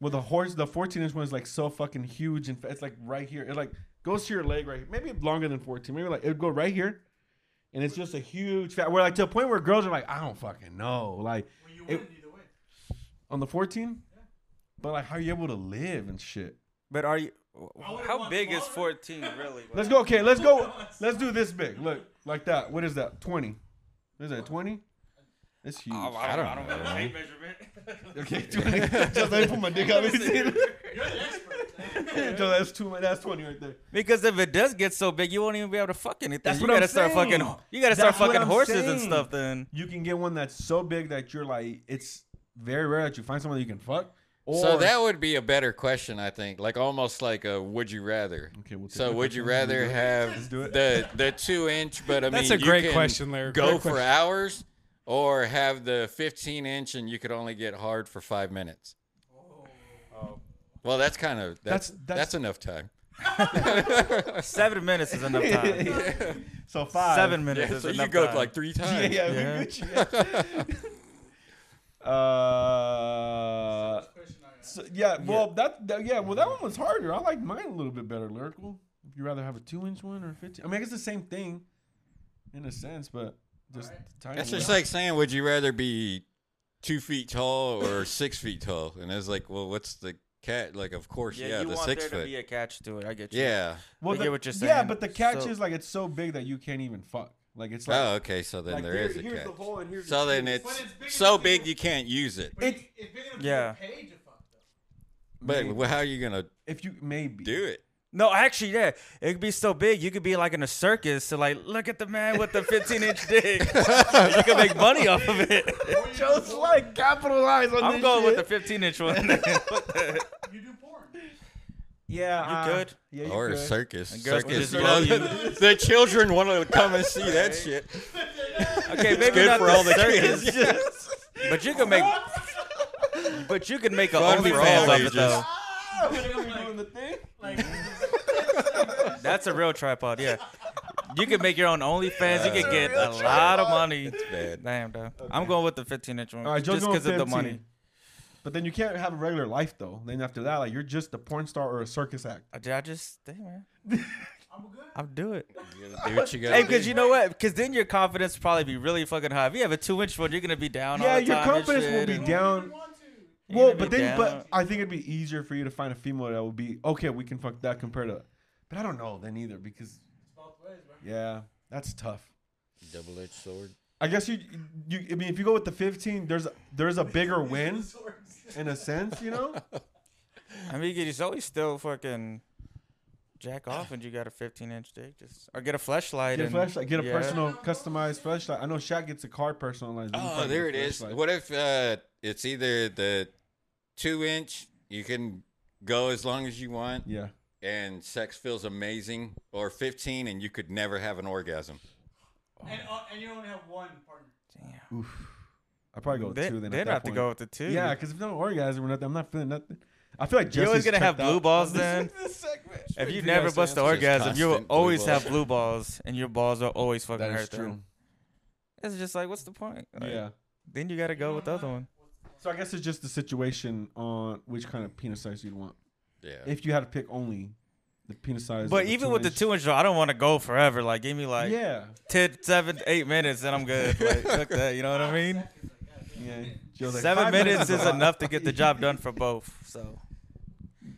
[SPEAKER 2] Well the horse the 14 inch one is like so fucking huge and fa- it's like right here. It like goes to your leg right here. Maybe longer than 14. Maybe like it would go right here. And it's just a huge fat where like to a point where girls are like, I don't fucking know. Like
[SPEAKER 6] Well, you
[SPEAKER 2] It-
[SPEAKER 6] win either way.
[SPEAKER 2] on the 14? But like how are you able to live and shit?
[SPEAKER 3] But are you?
[SPEAKER 6] would've
[SPEAKER 3] How
[SPEAKER 6] won
[SPEAKER 3] big is
[SPEAKER 6] smaller.
[SPEAKER 3] 14 really?
[SPEAKER 2] Let's go. Okay, let's go. Let's do this big. Look, like that. What is that? Twenty. Is that twenty? It's huge.
[SPEAKER 3] Oh,
[SPEAKER 1] I don't know.
[SPEAKER 3] height measurement.
[SPEAKER 2] okay, twenty. Just let me put my dick out. Let me see it.
[SPEAKER 6] You're the expert.
[SPEAKER 2] So that's two. That's twenty right there.
[SPEAKER 3] Because if it does get so big, you won't even be able to fuck anything.
[SPEAKER 2] That's
[SPEAKER 3] you
[SPEAKER 2] what I'm
[SPEAKER 3] gotta start
[SPEAKER 2] saying.
[SPEAKER 3] fucking. You gotta start
[SPEAKER 2] That's what
[SPEAKER 3] fucking
[SPEAKER 2] I'm
[SPEAKER 3] horses and
[SPEAKER 2] saying.
[SPEAKER 3] stuff. Then
[SPEAKER 2] You can get one that's so big that you're like, it's very rare that you find someone that you can fuck. Or
[SPEAKER 1] So that would be a better question, I think. Like almost like a would you rather.
[SPEAKER 2] Okay, we'll take
[SPEAKER 1] so
[SPEAKER 2] that
[SPEAKER 1] would you
[SPEAKER 2] question. Let's
[SPEAKER 1] rather
[SPEAKER 2] do it.
[SPEAKER 1] have
[SPEAKER 2] do it.
[SPEAKER 1] the the two inch, but I
[SPEAKER 5] That's
[SPEAKER 1] mean
[SPEAKER 5] a great
[SPEAKER 1] you can
[SPEAKER 5] question, Larry.
[SPEAKER 1] Go
[SPEAKER 5] Great
[SPEAKER 1] for hours, or have the 15 inch and you could only get hard for five minutes. Oh. Well, that's kind of that's that's,
[SPEAKER 2] That's- that's-
[SPEAKER 1] that's enough time.
[SPEAKER 3] seven minutes is enough time.
[SPEAKER 2] so five.
[SPEAKER 3] Seven minutes
[SPEAKER 1] Yeah,
[SPEAKER 3] is
[SPEAKER 1] so
[SPEAKER 3] enough
[SPEAKER 1] you go
[SPEAKER 3] time.
[SPEAKER 1] like three
[SPEAKER 2] Yeah,
[SPEAKER 1] times.
[SPEAKER 2] yeah,
[SPEAKER 3] Yeah.
[SPEAKER 2] we Gucci, yeah. uh.
[SPEAKER 6] Question I asked.
[SPEAKER 2] So, yeah, well that, that- yeah, well that one was harder. I like mine a little bit better, lyrical. If you rather have a two inch one or a fifteen, I mean, I guess the same thing, in a sense, but just
[SPEAKER 6] Alright.
[SPEAKER 2] tiny.
[SPEAKER 1] That's just like saying, would you rather be two feet tall or six feet tall? And it's like, well, what's the cat? Like, of course, yeah,
[SPEAKER 3] Yeah, you
[SPEAKER 1] the
[SPEAKER 3] want
[SPEAKER 1] six
[SPEAKER 3] there to
[SPEAKER 1] foot.
[SPEAKER 3] be a catch to it. I get you.
[SPEAKER 1] yeah.
[SPEAKER 2] well,
[SPEAKER 3] I
[SPEAKER 2] the-
[SPEAKER 3] get what you're
[SPEAKER 2] Yeah,
[SPEAKER 3] saying.
[SPEAKER 2] but the catch
[SPEAKER 3] So-
[SPEAKER 2] is like it's so big that you can't even fuck. Like it's like,
[SPEAKER 1] Oh, okay. So then
[SPEAKER 2] like,
[SPEAKER 1] there
[SPEAKER 2] here-
[SPEAKER 1] is a
[SPEAKER 2] here's
[SPEAKER 1] catch.
[SPEAKER 2] the hole and here's
[SPEAKER 1] So
[SPEAKER 2] the
[SPEAKER 1] then
[SPEAKER 2] thing.
[SPEAKER 1] it's,
[SPEAKER 6] But it's big
[SPEAKER 1] so
[SPEAKER 6] enough
[SPEAKER 1] big
[SPEAKER 6] to-
[SPEAKER 1] you can't use it.
[SPEAKER 6] But
[SPEAKER 2] It's-
[SPEAKER 6] it, it's big enough
[SPEAKER 3] Yeah.
[SPEAKER 6] to pay to fuck though.
[SPEAKER 1] But
[SPEAKER 2] Maybe.
[SPEAKER 1] how are you gonna
[SPEAKER 2] if you maybe
[SPEAKER 1] do it?
[SPEAKER 3] No, actually, yeah, it could be so big you could be like in a circus to like look at the man with the 15 inch dick. you could make money off of it.
[SPEAKER 2] Just like capitalize on
[SPEAKER 3] I'm
[SPEAKER 2] this
[SPEAKER 3] going with the
[SPEAKER 2] shit.
[SPEAKER 3] 15 inch one. What the-
[SPEAKER 6] You do porn.
[SPEAKER 2] yeah,
[SPEAKER 3] You
[SPEAKER 2] uh,
[SPEAKER 3] could.
[SPEAKER 2] yeah, you
[SPEAKER 1] or a
[SPEAKER 2] could.
[SPEAKER 1] circus?
[SPEAKER 3] And girls would
[SPEAKER 1] Circus.
[SPEAKER 3] just love
[SPEAKER 1] the children want to come and see that shit.
[SPEAKER 3] Okay, maybe
[SPEAKER 1] good
[SPEAKER 3] not
[SPEAKER 1] for
[SPEAKER 3] the
[SPEAKER 1] all the
[SPEAKER 3] circus,
[SPEAKER 1] kids.
[SPEAKER 3] but you can make.
[SPEAKER 2] Ah!
[SPEAKER 3] But you can make a
[SPEAKER 1] Fun for
[SPEAKER 3] OnlyFans
[SPEAKER 1] all
[SPEAKER 3] of it
[SPEAKER 1] ages.
[SPEAKER 3] though.
[SPEAKER 6] doing the thing. Like,
[SPEAKER 3] That's a real tripod, yeah. You can make your own OnlyFans. You
[SPEAKER 1] That's
[SPEAKER 3] can
[SPEAKER 1] a
[SPEAKER 3] get a
[SPEAKER 6] real
[SPEAKER 3] lot of money.
[SPEAKER 1] bad.
[SPEAKER 3] Damn, though. I'm going with the 15 inch one,
[SPEAKER 2] All right,
[SPEAKER 3] just
[SPEAKER 2] just
[SPEAKER 3] because of the money.
[SPEAKER 2] But then you can't have a regular life though. Then after that, like you're just a porn star or a circus act.
[SPEAKER 3] Uh, did I just, damn, man,
[SPEAKER 6] I'm good.
[SPEAKER 3] I'll do it.
[SPEAKER 1] You gotta do what you gotta
[SPEAKER 3] Hey,
[SPEAKER 1] do.
[SPEAKER 3] because you know what? Because then your confidence will probably be really fucking high. If you have a two inch one, you're gonna be down. all
[SPEAKER 2] Yeah,
[SPEAKER 3] the
[SPEAKER 2] your
[SPEAKER 3] time and
[SPEAKER 2] confidence will
[SPEAKER 3] shit
[SPEAKER 2] be
[SPEAKER 3] and-
[SPEAKER 2] down.
[SPEAKER 6] You want to.
[SPEAKER 3] you're
[SPEAKER 2] Well,
[SPEAKER 3] gonna
[SPEAKER 2] but
[SPEAKER 3] be
[SPEAKER 2] then, but
[SPEAKER 3] down.
[SPEAKER 2] I think it'd be easier for you to find a female that would be okay. We can fuck that compared to, but I don't know then either because
[SPEAKER 6] It's both ways, bro.
[SPEAKER 2] yeah, that's tough.
[SPEAKER 1] Double-edged sword.
[SPEAKER 2] I guess you, you. I mean, if you go with the 15, there's there's a bigger win in a sense, you know.
[SPEAKER 3] I mean, you could just always still fucking jack off, and you got a 15 inch dick, just or get a flashlight.
[SPEAKER 2] Get a
[SPEAKER 3] and,
[SPEAKER 2] flashlight. Get a
[SPEAKER 3] yeah.
[SPEAKER 2] personal, customized flashlight. I know Shaq gets a car personalized. You can
[SPEAKER 1] Oh,
[SPEAKER 2] fucking
[SPEAKER 1] there it
[SPEAKER 2] get a
[SPEAKER 1] is.
[SPEAKER 2] flashlight.
[SPEAKER 1] What if uh, it's either the two inch, you can go as long as you want,
[SPEAKER 2] Yeah.
[SPEAKER 1] and sex feels amazing, or 15, and you could never have an orgasm.
[SPEAKER 6] And, uh, and you only have one partner.
[SPEAKER 3] Damn.
[SPEAKER 2] I probably go with
[SPEAKER 3] They,
[SPEAKER 2] two. Then
[SPEAKER 3] they'd
[SPEAKER 2] at that
[SPEAKER 3] have to
[SPEAKER 2] point.
[SPEAKER 3] go with the two.
[SPEAKER 2] Yeah, because if no orgasm or nothing, I'm not feeling nothing. I feel like
[SPEAKER 3] You're always
[SPEAKER 2] Jesse's
[SPEAKER 3] gonna have
[SPEAKER 2] checked out.
[SPEAKER 3] blue balls then. If you never bust the
[SPEAKER 1] answer is
[SPEAKER 3] orgasm, you will
[SPEAKER 1] constant blue
[SPEAKER 3] always
[SPEAKER 1] balls.
[SPEAKER 3] have blue balls, and your balls are always fucking
[SPEAKER 2] That is
[SPEAKER 3] hurt. then.
[SPEAKER 2] true.
[SPEAKER 3] It's just like, what's the point? Like,
[SPEAKER 2] Yeah.
[SPEAKER 3] Then you gotta go with the other one.
[SPEAKER 2] So I guess it's just the situation on which kind of penis size you'd want.
[SPEAKER 1] Yeah.
[SPEAKER 2] If you had to pick only the penis size.
[SPEAKER 3] But
[SPEAKER 2] of a
[SPEAKER 3] even with the
[SPEAKER 2] two-inch-
[SPEAKER 3] two inch, I don't want to go forever. Like, give me like
[SPEAKER 2] yeah,
[SPEAKER 3] 10, 7, 8 minutes, and I'm good. Like, fuck that. You know what I mean?
[SPEAKER 2] yeah. Joe's like,
[SPEAKER 3] Seven
[SPEAKER 2] "Five
[SPEAKER 3] minutes
[SPEAKER 2] a
[SPEAKER 3] is
[SPEAKER 2] lot."
[SPEAKER 3] enough to get the job done for both. So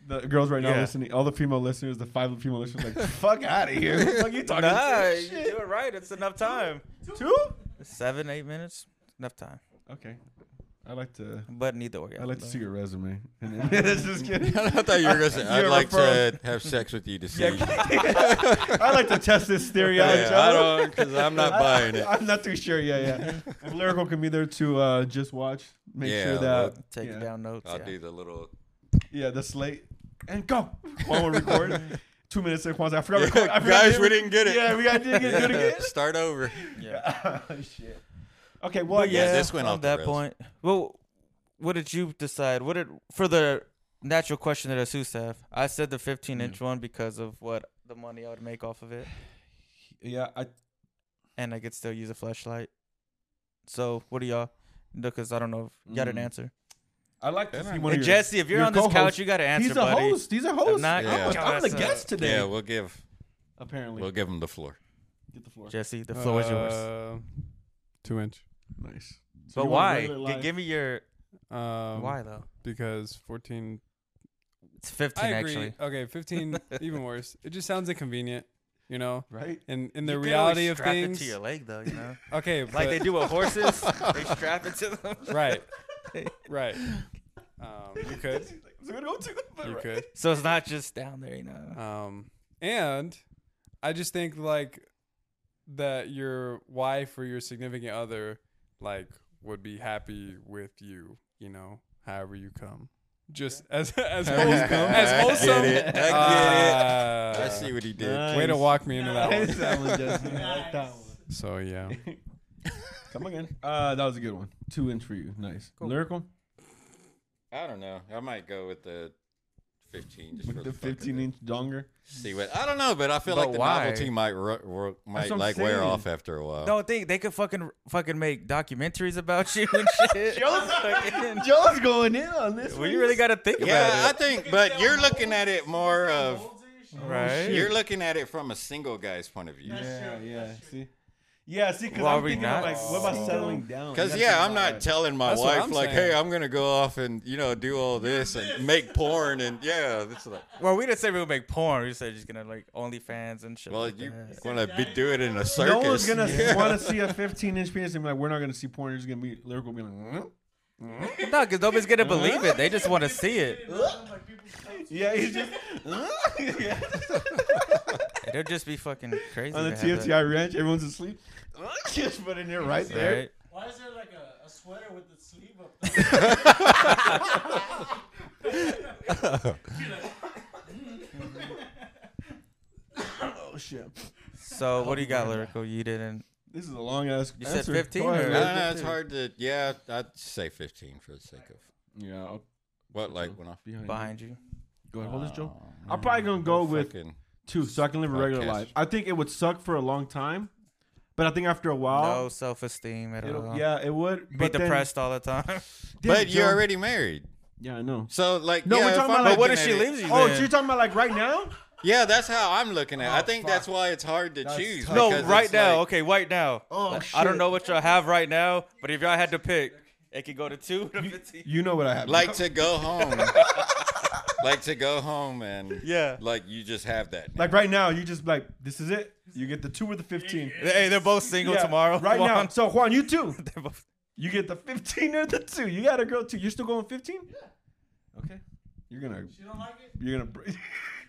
[SPEAKER 2] The girls right now
[SPEAKER 3] Yeah.
[SPEAKER 2] listening, all the female listeners, the five female listeners, like, fuck out of here. What the fuck you talking
[SPEAKER 3] nah,
[SPEAKER 2] about?
[SPEAKER 3] you do it right. It's enough time.
[SPEAKER 2] Two?
[SPEAKER 3] Seven, eight minutes, enough time.
[SPEAKER 2] Okay. I like to.
[SPEAKER 3] But need the orgasm.
[SPEAKER 2] I like to
[SPEAKER 3] though.
[SPEAKER 2] see your resume. And then- just kidding.
[SPEAKER 1] I thought you were gonna say I'd
[SPEAKER 2] You're
[SPEAKER 1] like
[SPEAKER 2] referring-
[SPEAKER 1] to have sex with you to see. Yeah,
[SPEAKER 2] I like to test this theory out. Joe.
[SPEAKER 1] I don't, because I'm not buying it.
[SPEAKER 2] I'm not too sure. Yeah, yeah. If Lyrical can be there to uh, just watch, make
[SPEAKER 1] Yeah,
[SPEAKER 2] sure
[SPEAKER 1] I'll
[SPEAKER 2] that
[SPEAKER 3] Take
[SPEAKER 2] yeah,
[SPEAKER 3] down notes.
[SPEAKER 1] I'll
[SPEAKER 3] yeah.
[SPEAKER 1] do the little.
[SPEAKER 2] yeah the slate and go. Juan will record. Two minutes in, Juan's like, I forgot.
[SPEAKER 1] Yeah,
[SPEAKER 2] record. I forgot
[SPEAKER 1] guys,
[SPEAKER 2] to-
[SPEAKER 1] we didn't get it.
[SPEAKER 2] Yeah, we got to do it again.
[SPEAKER 1] Start over.
[SPEAKER 3] Yeah.
[SPEAKER 2] oh, shit. Okay, well,
[SPEAKER 1] yeah,
[SPEAKER 2] yeah,
[SPEAKER 1] this went
[SPEAKER 3] on
[SPEAKER 1] off the
[SPEAKER 3] that
[SPEAKER 1] rails.
[SPEAKER 3] point. Well, what did you decide? What did for the natural question that Asus have? I said the 15
[SPEAKER 2] Mm.
[SPEAKER 3] inch one because of what the money I would make off of it,
[SPEAKER 2] yeah. I
[SPEAKER 3] and I could still use a flashlight. So what do y'all? Because I don't know if y'all didn't
[SPEAKER 2] Mm.
[SPEAKER 3] answer.
[SPEAKER 2] I like to see one
[SPEAKER 3] Hey,
[SPEAKER 2] of your.
[SPEAKER 3] Jesse, if you're
[SPEAKER 2] your
[SPEAKER 3] on this
[SPEAKER 2] co-host-
[SPEAKER 3] couch, you got to answer,
[SPEAKER 2] He's a
[SPEAKER 3] buddy.
[SPEAKER 2] host. He's a host.
[SPEAKER 3] not-
[SPEAKER 2] I'm,
[SPEAKER 3] Yeah.
[SPEAKER 2] I'm the
[SPEAKER 3] Yeah.
[SPEAKER 2] guest today.
[SPEAKER 1] Yeah, we'll give
[SPEAKER 2] apparently,
[SPEAKER 1] we'll give them the floor.
[SPEAKER 2] get the floor.
[SPEAKER 3] Jesse, the floor is yours.
[SPEAKER 5] Uh, Two inch.
[SPEAKER 2] Nice.
[SPEAKER 3] But
[SPEAKER 2] So you want a
[SPEAKER 3] why?
[SPEAKER 2] regular
[SPEAKER 3] G-
[SPEAKER 2] life.
[SPEAKER 3] give me your
[SPEAKER 5] Um,
[SPEAKER 3] why though.
[SPEAKER 5] Because 14.
[SPEAKER 3] It's 15
[SPEAKER 5] I agree.
[SPEAKER 3] actually.
[SPEAKER 5] Okay, 15, even worse. It just sounds inconvenient, you know?
[SPEAKER 2] right?
[SPEAKER 5] And in the
[SPEAKER 3] You could always
[SPEAKER 5] reality of
[SPEAKER 3] strap it
[SPEAKER 5] things.
[SPEAKER 3] to your leg though, you know,
[SPEAKER 5] Okay,
[SPEAKER 3] like
[SPEAKER 5] but-
[SPEAKER 3] they do with horses. they strap it to them.
[SPEAKER 5] Right. right. Um, you could.
[SPEAKER 2] So we're gonna go to. but
[SPEAKER 5] You
[SPEAKER 2] right.
[SPEAKER 5] could.
[SPEAKER 3] So it's not just down there, you know.
[SPEAKER 5] Um, and I just think like that your wife or your significant other like would be happy with you, you know, however you come. Just as as
[SPEAKER 2] However you
[SPEAKER 5] wholesome,
[SPEAKER 2] come.
[SPEAKER 5] as
[SPEAKER 1] I get
[SPEAKER 5] wholesome.
[SPEAKER 1] it. I get
[SPEAKER 5] Uh,
[SPEAKER 1] I see what he did.
[SPEAKER 2] Nice.
[SPEAKER 5] Way to walk me into that one.
[SPEAKER 2] Nice, that one, Jesse. I like
[SPEAKER 6] Nice.
[SPEAKER 2] that one.
[SPEAKER 5] So yeah,
[SPEAKER 2] Come again. Uh, that was a good one. Two inch for you. Nice. Lyrical
[SPEAKER 1] I don't know. I might go with the 15. Just for
[SPEAKER 2] with the
[SPEAKER 1] fuck of it.
[SPEAKER 2] 15 inch donger.
[SPEAKER 1] See what? I don't know, but I feel
[SPEAKER 3] But
[SPEAKER 1] like the
[SPEAKER 3] why?
[SPEAKER 1] novelty might ru- ru- might
[SPEAKER 2] what I'm
[SPEAKER 1] like wear
[SPEAKER 2] saying.
[SPEAKER 1] off after a while.
[SPEAKER 3] Don't think they could fucking fucking make documentaries about you and shit. Fucking-
[SPEAKER 2] Joe's going in on this.
[SPEAKER 3] well, you really got to think
[SPEAKER 1] yeah, I
[SPEAKER 3] about it,
[SPEAKER 1] think, but you're looking at it more of
[SPEAKER 3] right?
[SPEAKER 1] you're looking at it from a single guy's point of view.
[SPEAKER 2] Yeah,
[SPEAKER 6] That's true,
[SPEAKER 2] yeah.
[SPEAKER 6] that's
[SPEAKER 2] See. Yeah, see, because
[SPEAKER 3] Well, are
[SPEAKER 2] I'm
[SPEAKER 3] we
[SPEAKER 2] thinking
[SPEAKER 3] not
[SPEAKER 2] of, like, what about
[SPEAKER 5] single?
[SPEAKER 2] settling down?
[SPEAKER 1] Because
[SPEAKER 2] You gotta
[SPEAKER 1] yeah,
[SPEAKER 2] think
[SPEAKER 1] I'm
[SPEAKER 2] about
[SPEAKER 1] not
[SPEAKER 2] that.
[SPEAKER 1] telling my
[SPEAKER 5] That's what
[SPEAKER 1] wife
[SPEAKER 5] I'm
[SPEAKER 1] like,
[SPEAKER 5] saying.
[SPEAKER 1] hey, I'm gonna go off and you know do all this and make porn and yeah, it's like,
[SPEAKER 3] Well, we didn't say we would make porn. We said just gonna like OnlyFans and shit.
[SPEAKER 1] well,
[SPEAKER 3] like
[SPEAKER 1] you
[SPEAKER 3] that.
[SPEAKER 1] want to be do it in a circus.
[SPEAKER 2] No one's gonna want to see a 15 inch penis and be like, we're not gonna see porn. It's gonna be lyrical, being like, "Mm."
[SPEAKER 3] no, because nobody's gonna believe it. They just want to see it.
[SPEAKER 2] yeah, he's just yeah.
[SPEAKER 3] It'll just be fucking crazy.
[SPEAKER 2] on the
[SPEAKER 3] to have that.
[SPEAKER 2] TFTI ranch. Everyone's asleep. just put it in there right there.
[SPEAKER 3] Right?
[SPEAKER 6] Why is there like a, a sweater with the sleeve up? there?
[SPEAKER 2] Oh shit. Oh,
[SPEAKER 3] So what do you got, lyrical? You didn't
[SPEAKER 2] This is a long ass.
[SPEAKER 3] You said
[SPEAKER 2] answer.
[SPEAKER 3] 15
[SPEAKER 2] Go
[SPEAKER 1] No,
[SPEAKER 3] or-
[SPEAKER 2] ahead.
[SPEAKER 3] Yeah,
[SPEAKER 1] no, it's hard to. Yeah, I'd say 15 for the sake of
[SPEAKER 2] Yeah, I'll-
[SPEAKER 1] what like went off.
[SPEAKER 2] behind. you.
[SPEAKER 3] behind you.
[SPEAKER 2] Go ahead, hold this, Joe.
[SPEAKER 1] Oh,
[SPEAKER 2] I'm probably gonna go with
[SPEAKER 1] fucking-
[SPEAKER 2] two, so I can live a regular
[SPEAKER 1] podcast.
[SPEAKER 2] life. I think it would suck for a long time, but I think after a while,
[SPEAKER 3] no self esteem at
[SPEAKER 2] it'll-
[SPEAKER 3] all.
[SPEAKER 2] yeah, it would.
[SPEAKER 3] Be
[SPEAKER 2] but then-
[SPEAKER 3] depressed all the time.
[SPEAKER 2] Damn,
[SPEAKER 1] but you're
[SPEAKER 2] Joe.
[SPEAKER 1] already married,
[SPEAKER 2] Yeah, I know.
[SPEAKER 1] so like.
[SPEAKER 2] No,
[SPEAKER 1] yeah,
[SPEAKER 2] we're
[SPEAKER 1] if
[SPEAKER 2] talking
[SPEAKER 1] I'm
[SPEAKER 2] about, like,
[SPEAKER 1] looking
[SPEAKER 2] what
[SPEAKER 3] if
[SPEAKER 1] at
[SPEAKER 3] she
[SPEAKER 1] it-
[SPEAKER 3] leaves you?
[SPEAKER 2] Oh,
[SPEAKER 3] then-
[SPEAKER 2] so you're talking about like right now?
[SPEAKER 1] Yeah, that's how I'm looking at. it. I
[SPEAKER 2] Oh,
[SPEAKER 1] think
[SPEAKER 2] fuck.
[SPEAKER 1] that's why it's hard to
[SPEAKER 2] That's
[SPEAKER 1] choose.
[SPEAKER 2] tough.
[SPEAKER 3] No,
[SPEAKER 1] because
[SPEAKER 3] right
[SPEAKER 1] it's
[SPEAKER 3] now.
[SPEAKER 1] like-
[SPEAKER 3] okay, right now.
[SPEAKER 2] Oh,
[SPEAKER 3] Like, I don't
[SPEAKER 2] shit.
[SPEAKER 3] know what y'all have right now, but if y'all had to pick, it could go to two to 15.
[SPEAKER 2] You know what I have.
[SPEAKER 1] Like to go home. like to go home and
[SPEAKER 3] Yeah.
[SPEAKER 1] like you just have that. now.
[SPEAKER 2] like right now, you just like this is it. You get the two or the fifteen.
[SPEAKER 3] Hey, they're both single
[SPEAKER 2] Yeah,
[SPEAKER 3] tomorrow.
[SPEAKER 2] Right now,
[SPEAKER 3] Juan.
[SPEAKER 2] so Juan, you too.
[SPEAKER 3] They're both-
[SPEAKER 2] You get the fifteen or the two. You got a girl too. You're still going fifteen? Okay. You're gonna.
[SPEAKER 6] She don't like it.
[SPEAKER 2] You're gonna.
[SPEAKER 3] Oh,
[SPEAKER 2] br-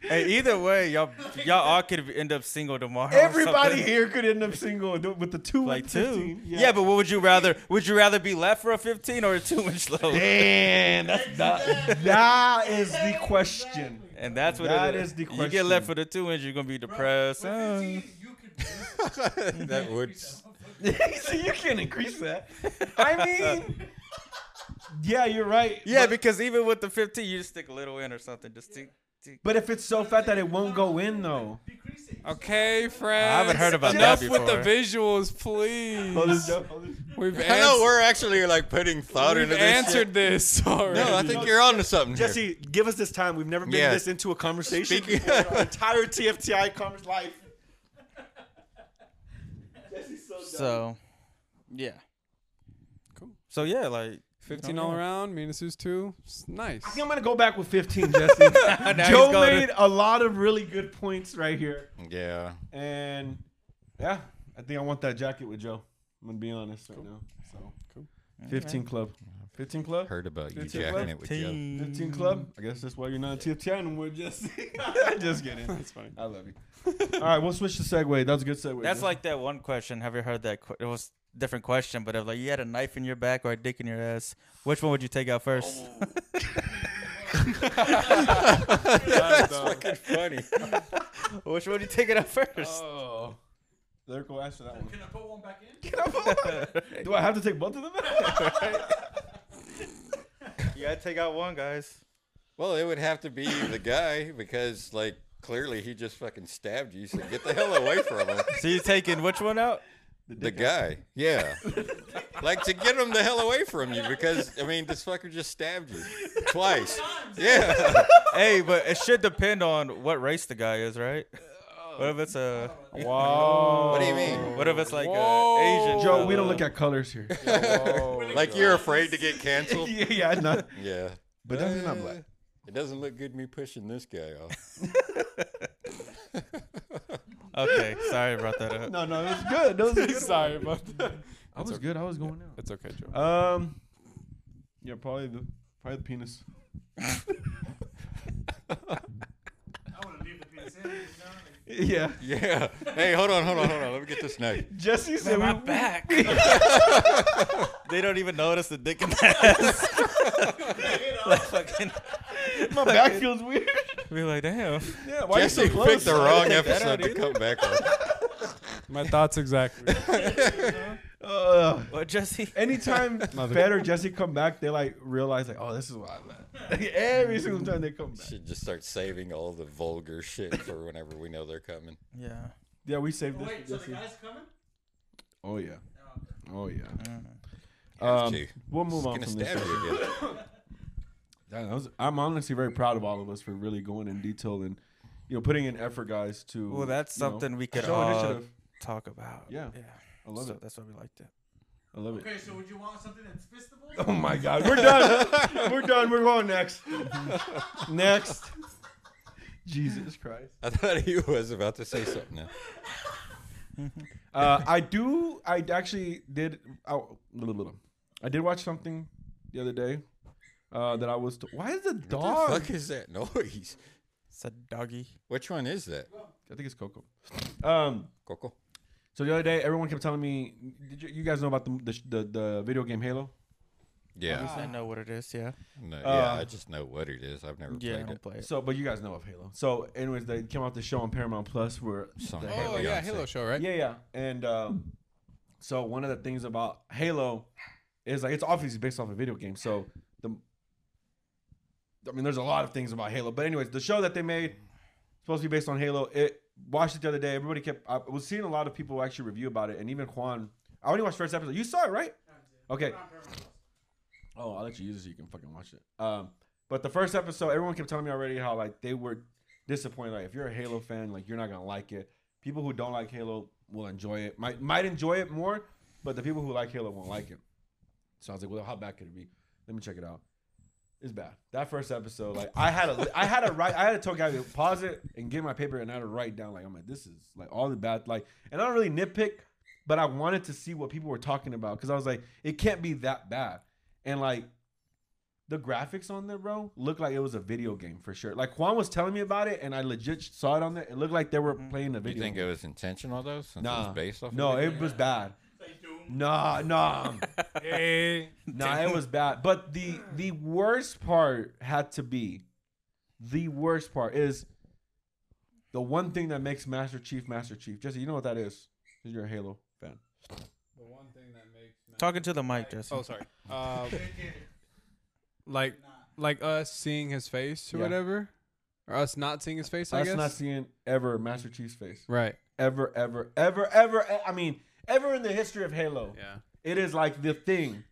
[SPEAKER 3] hey, either way, y'all y'all all could end up single tomorrow. or
[SPEAKER 2] Everybody
[SPEAKER 3] something.
[SPEAKER 2] here could end up single th- with the two
[SPEAKER 3] like
[SPEAKER 2] and
[SPEAKER 3] two.
[SPEAKER 2] 15.
[SPEAKER 3] Yeah. but what would you rather? Would you rather be left for a 15 or a two inch low?
[SPEAKER 2] damn, that's not, that is the question.
[SPEAKER 3] And that's what
[SPEAKER 2] That
[SPEAKER 3] it is.
[SPEAKER 2] is the
[SPEAKER 3] You get left
[SPEAKER 2] question.
[SPEAKER 3] for the two inch, you're gonna be
[SPEAKER 6] Bro,
[SPEAKER 3] depressed.
[SPEAKER 6] with
[SPEAKER 3] Uh,
[SPEAKER 6] 15, you could be
[SPEAKER 1] that would.
[SPEAKER 2] so you can't increase that. I mean, yeah, you're right.
[SPEAKER 3] yeah,
[SPEAKER 2] but,
[SPEAKER 3] because even with the 15, you just stick a little in or something. Just to, to-
[SPEAKER 2] but if it's so fat that it won't go in though.
[SPEAKER 6] decrease it.
[SPEAKER 5] Okay, friends.
[SPEAKER 3] haven't heard about
[SPEAKER 5] Enough
[SPEAKER 3] that
[SPEAKER 5] with the
[SPEAKER 3] before.
[SPEAKER 5] visuals, please. We've
[SPEAKER 1] I know
[SPEAKER 5] ans-
[SPEAKER 1] we're actually like putting thought
[SPEAKER 5] we've
[SPEAKER 1] into this. shit.
[SPEAKER 5] answered this already.
[SPEAKER 1] No, I think you're onto something. here.
[SPEAKER 2] Jesse, give us this time. We've never been
[SPEAKER 1] Yeah.
[SPEAKER 2] this into a conversation.
[SPEAKER 1] Speaking-
[SPEAKER 2] before in our entire TFTI commerce life. Jesse's so dumb.
[SPEAKER 3] so, yeah.
[SPEAKER 5] Cool.
[SPEAKER 3] So yeah, like
[SPEAKER 5] 15
[SPEAKER 3] Oh,
[SPEAKER 5] all
[SPEAKER 3] yeah.
[SPEAKER 5] around, minuses two. It's nice.
[SPEAKER 2] I think I'm gonna go back with 15, Jesse.
[SPEAKER 3] Now he's
[SPEAKER 2] Joe
[SPEAKER 3] going to-
[SPEAKER 2] made a lot of really good points right here,
[SPEAKER 1] yeah.
[SPEAKER 2] and yeah, I think I want that jacket with Joe. I'm gonna be honest right now. So,
[SPEAKER 5] Cool.
[SPEAKER 2] 15 club, 15 club,
[SPEAKER 1] Heard about you
[SPEAKER 2] Fifty
[SPEAKER 1] jacking
[SPEAKER 2] left.
[SPEAKER 1] it with Joe.
[SPEAKER 2] 15 club.
[SPEAKER 5] Mm.
[SPEAKER 2] I guess that's why you're not a TFT anymore, Jesse. Just kidding.
[SPEAKER 5] That's funny.
[SPEAKER 2] I love you. All right, we'll switch to segue. That was a good segue.
[SPEAKER 3] That's
[SPEAKER 2] Joe.
[SPEAKER 3] like that one question. Have you heard that? Qu- it was a different question, but if like you had a knife in your back or a dick in your ass, which one would you take out first?
[SPEAKER 1] That's fucking funny.
[SPEAKER 3] which one would you take it out first?
[SPEAKER 5] Oh.
[SPEAKER 2] lyrical answer that one.
[SPEAKER 6] Can I put one back in?
[SPEAKER 3] Oh,
[SPEAKER 2] Do I have to take both of them?
[SPEAKER 3] you gotta take out one, guys.
[SPEAKER 1] Well, it would have to be the guy because, like, clearly he just fucking stabbed you. So get the hell away from him.
[SPEAKER 3] So you taking which one out?
[SPEAKER 1] The guy, yeah. like to get him the hell away from you because I mean this fucker just stabbed you twice. Yeah.
[SPEAKER 3] hey, but it should depend on what race the guy is, right? What if it's a
[SPEAKER 5] Wow.
[SPEAKER 1] Oh, What do you mean?
[SPEAKER 3] what if it's like a
[SPEAKER 5] Whoa.
[SPEAKER 3] Asian?
[SPEAKER 2] Joe, we
[SPEAKER 3] fella?
[SPEAKER 2] don't look at colors here.
[SPEAKER 1] Like you're afraid to get canceled.
[SPEAKER 2] yeah, yeah, no.
[SPEAKER 1] Yeah.
[SPEAKER 2] But definitely not black.
[SPEAKER 1] Uh, It doesn't look good me pushing this guy off.
[SPEAKER 3] Okay, sorry I brought that up.
[SPEAKER 2] No, no, it was good. That was a good one.
[SPEAKER 5] Sorry about that.
[SPEAKER 2] I was good. I was going out.
[SPEAKER 5] It's okay, Joe.
[SPEAKER 2] Um, yeah, probably the probably the penis.
[SPEAKER 6] I want to leave the penis in. You know? like,
[SPEAKER 2] Yeah,
[SPEAKER 1] Yeah. Hey, hold on, hold on, hold on. Let me get this knife.
[SPEAKER 2] Jesse said
[SPEAKER 3] My
[SPEAKER 2] we,
[SPEAKER 3] back. they don't even notice the dick in the ass. like fucking,
[SPEAKER 2] my back feels weird.
[SPEAKER 3] be like, damn.
[SPEAKER 2] Yeah, why
[SPEAKER 1] Jesse
[SPEAKER 2] are you so close?
[SPEAKER 1] picked the wrong
[SPEAKER 3] Take that
[SPEAKER 1] episode
[SPEAKER 3] out
[SPEAKER 1] to come back on.
[SPEAKER 5] My thoughts exactly.
[SPEAKER 2] Ugh.
[SPEAKER 3] What, Jesse?
[SPEAKER 2] Uh, anytime Fed or Jesse come back, they like realize like, oh, this is why I'm at. Every single time they come back.
[SPEAKER 1] Should just start saving all the vulgar shit for whenever we know they're coming.
[SPEAKER 3] Yeah.
[SPEAKER 2] Yeah, we saved
[SPEAKER 6] oh,
[SPEAKER 2] this.
[SPEAKER 6] wait,
[SPEAKER 2] for
[SPEAKER 6] so
[SPEAKER 2] Jesse.
[SPEAKER 6] the guy's coming?
[SPEAKER 2] Oh yeah.
[SPEAKER 6] Oh,
[SPEAKER 2] Oh yeah.
[SPEAKER 1] Have
[SPEAKER 2] Um,
[SPEAKER 1] to.
[SPEAKER 2] we'll move on
[SPEAKER 1] Gonna
[SPEAKER 2] from
[SPEAKER 1] stab
[SPEAKER 2] this.
[SPEAKER 1] you again.
[SPEAKER 2] Yeah, that was, I'm honestly very proud of all of us for really going in detail and you know putting in effort, guys. To
[SPEAKER 3] Well, that's
[SPEAKER 2] you know,
[SPEAKER 3] something we could
[SPEAKER 2] show
[SPEAKER 3] all
[SPEAKER 2] initiative.
[SPEAKER 3] talk about.
[SPEAKER 2] Yeah.
[SPEAKER 3] Yeah.
[SPEAKER 2] I love
[SPEAKER 3] so
[SPEAKER 2] it.
[SPEAKER 3] That's why we liked it.
[SPEAKER 2] I love it.
[SPEAKER 6] okay, so would you want something that's fistable?
[SPEAKER 2] Oh my God, we're done. we're done. We're going next. next. Jesus Christ.
[SPEAKER 1] I thought he was about to say something. Now.
[SPEAKER 2] Uh, I do. I actually did. I, little, little. I did watch something the other day uh, that I was. T- Why is the
[SPEAKER 1] What the
[SPEAKER 2] dog?
[SPEAKER 1] fuck is that noise?
[SPEAKER 3] It's a doggy.
[SPEAKER 1] Which one is that?
[SPEAKER 2] I think it's Coco. Um.
[SPEAKER 1] Coco.
[SPEAKER 2] So the other day, everyone kept telling me, "Did you, you guys know about the the, sh- the the video game Halo?"
[SPEAKER 1] Yeah.
[SPEAKER 3] I know what it is. Yeah.
[SPEAKER 1] No,
[SPEAKER 2] Uh,
[SPEAKER 1] yeah, I just know what it is. I've never
[SPEAKER 3] Yeah. I
[SPEAKER 1] played
[SPEAKER 3] don't
[SPEAKER 1] it.
[SPEAKER 3] play it.
[SPEAKER 2] So, but you guys know of Halo. So, anyways, they came off the show on Paramount Plus where
[SPEAKER 1] Some
[SPEAKER 2] the
[SPEAKER 1] Oh,
[SPEAKER 2] Halo-
[SPEAKER 5] oh,
[SPEAKER 1] Beyonce.
[SPEAKER 5] yeah, Halo show, right?
[SPEAKER 2] Yeah, yeah. And um, So one of the things about Halo is like it's obviously based off a video game. So the I mean, there's a lot of things about Halo. But anyways, the show that they made supposed to be based on Halo. It watched it the other day. Everybody kept. I was seeing a lot of people actually review about it, and even Juan. I already watched the first episode. You saw it, right? Okay. Oh, I'll let you use it so you can fucking watch it. Um, but the first episode, everyone kept telling me already how like they were disappointed. Like, if you're a Halo fan, like you're not gonna like it. People who don't like Halo will enjoy it. Might might enjoy it more, but the people who like Halo won't like it. So I was like, well, how bad could it be? Let me check it out. It's bad. That first episode, like I had a, I had a write, I had to tell Gabby pause it and get my paper, and I had to write down like I'm like this is like all the bad like, and I don't really nitpick, but I wanted to see what people were talking about because I was like it can't be that bad, and like the graphics on there, bro, looked like it was a video game for sure. Like Juan was telling me about it, and I legit saw it on there. It looked like they were playing a
[SPEAKER 1] Do you
[SPEAKER 2] video.
[SPEAKER 1] think
[SPEAKER 2] game.
[SPEAKER 1] it was intentional though? Since
[SPEAKER 2] Nah.
[SPEAKER 1] it's based off.
[SPEAKER 2] no,
[SPEAKER 1] of
[SPEAKER 2] it was bad. Nah, nah. Nah, it was bad. But the the worst part had to be the worst part is the one thing that makes Master Chief Master Chief. Jesse, you know what that is? 'cause You're a Halo fan.
[SPEAKER 5] The one thing that makes
[SPEAKER 3] Talking to the mic, Jesse.
[SPEAKER 5] Oh, sorry. Um, like like us seeing his face or
[SPEAKER 2] Yeah.
[SPEAKER 5] whatever, or us not seeing his face. I
[SPEAKER 2] That's
[SPEAKER 5] guess.
[SPEAKER 2] not seeing ever Master Chief's face.
[SPEAKER 5] right.
[SPEAKER 2] Ever, ever, ever, ever. e- I mean, ever in the history of Halo.
[SPEAKER 5] Yeah.
[SPEAKER 2] It is like the thing.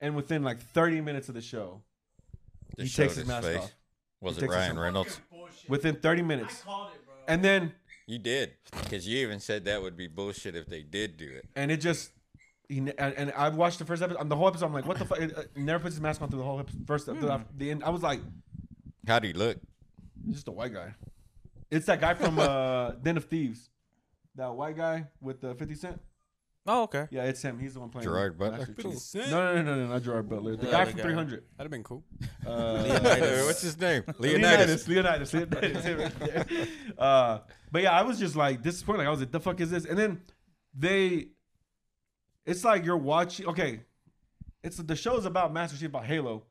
[SPEAKER 2] And within like 30 minutes of the show,
[SPEAKER 1] They
[SPEAKER 2] he
[SPEAKER 1] showed
[SPEAKER 2] takes his mask
[SPEAKER 1] face.
[SPEAKER 2] off.
[SPEAKER 1] Was
[SPEAKER 2] He
[SPEAKER 1] it
[SPEAKER 2] takes his-
[SPEAKER 1] Ryan Reynolds?
[SPEAKER 2] Within 30
[SPEAKER 6] I
[SPEAKER 2] minutes.
[SPEAKER 6] called it, bro.
[SPEAKER 2] And then
[SPEAKER 1] You did, because you even said that would be bullshit if they did do it.
[SPEAKER 2] and it just he, ne- and, and I watched the first episode, um, the whole episode. I'm like, what the fuck? It, it never puts his mask on through the whole episode, first through the, the end. I was like,
[SPEAKER 1] How do you look?
[SPEAKER 2] just a white guy. It's that guy from uh, Den of Thieves, that white guy with the 50 Cent.
[SPEAKER 3] Oh, okay.
[SPEAKER 2] Yeah, it's him. He's the one playing
[SPEAKER 1] Gerard Butler?
[SPEAKER 2] Master Chief.
[SPEAKER 5] 50 Cent?
[SPEAKER 2] No, no, no, no, no, not Gerard Butler. The
[SPEAKER 3] The
[SPEAKER 2] guy
[SPEAKER 3] other
[SPEAKER 2] from
[SPEAKER 3] guy.
[SPEAKER 2] 300.
[SPEAKER 5] That'd have been cool.
[SPEAKER 2] Uh,
[SPEAKER 1] What's his name? Leonidas.
[SPEAKER 2] Leonidas. Leonidas. Leonidas. Leonidas. uh, but yeah, I was just like disappointed. Like, I was like, the fuck is this? And then they, it's like you're watching. Okay, it's the show's about Master Chief about Halo,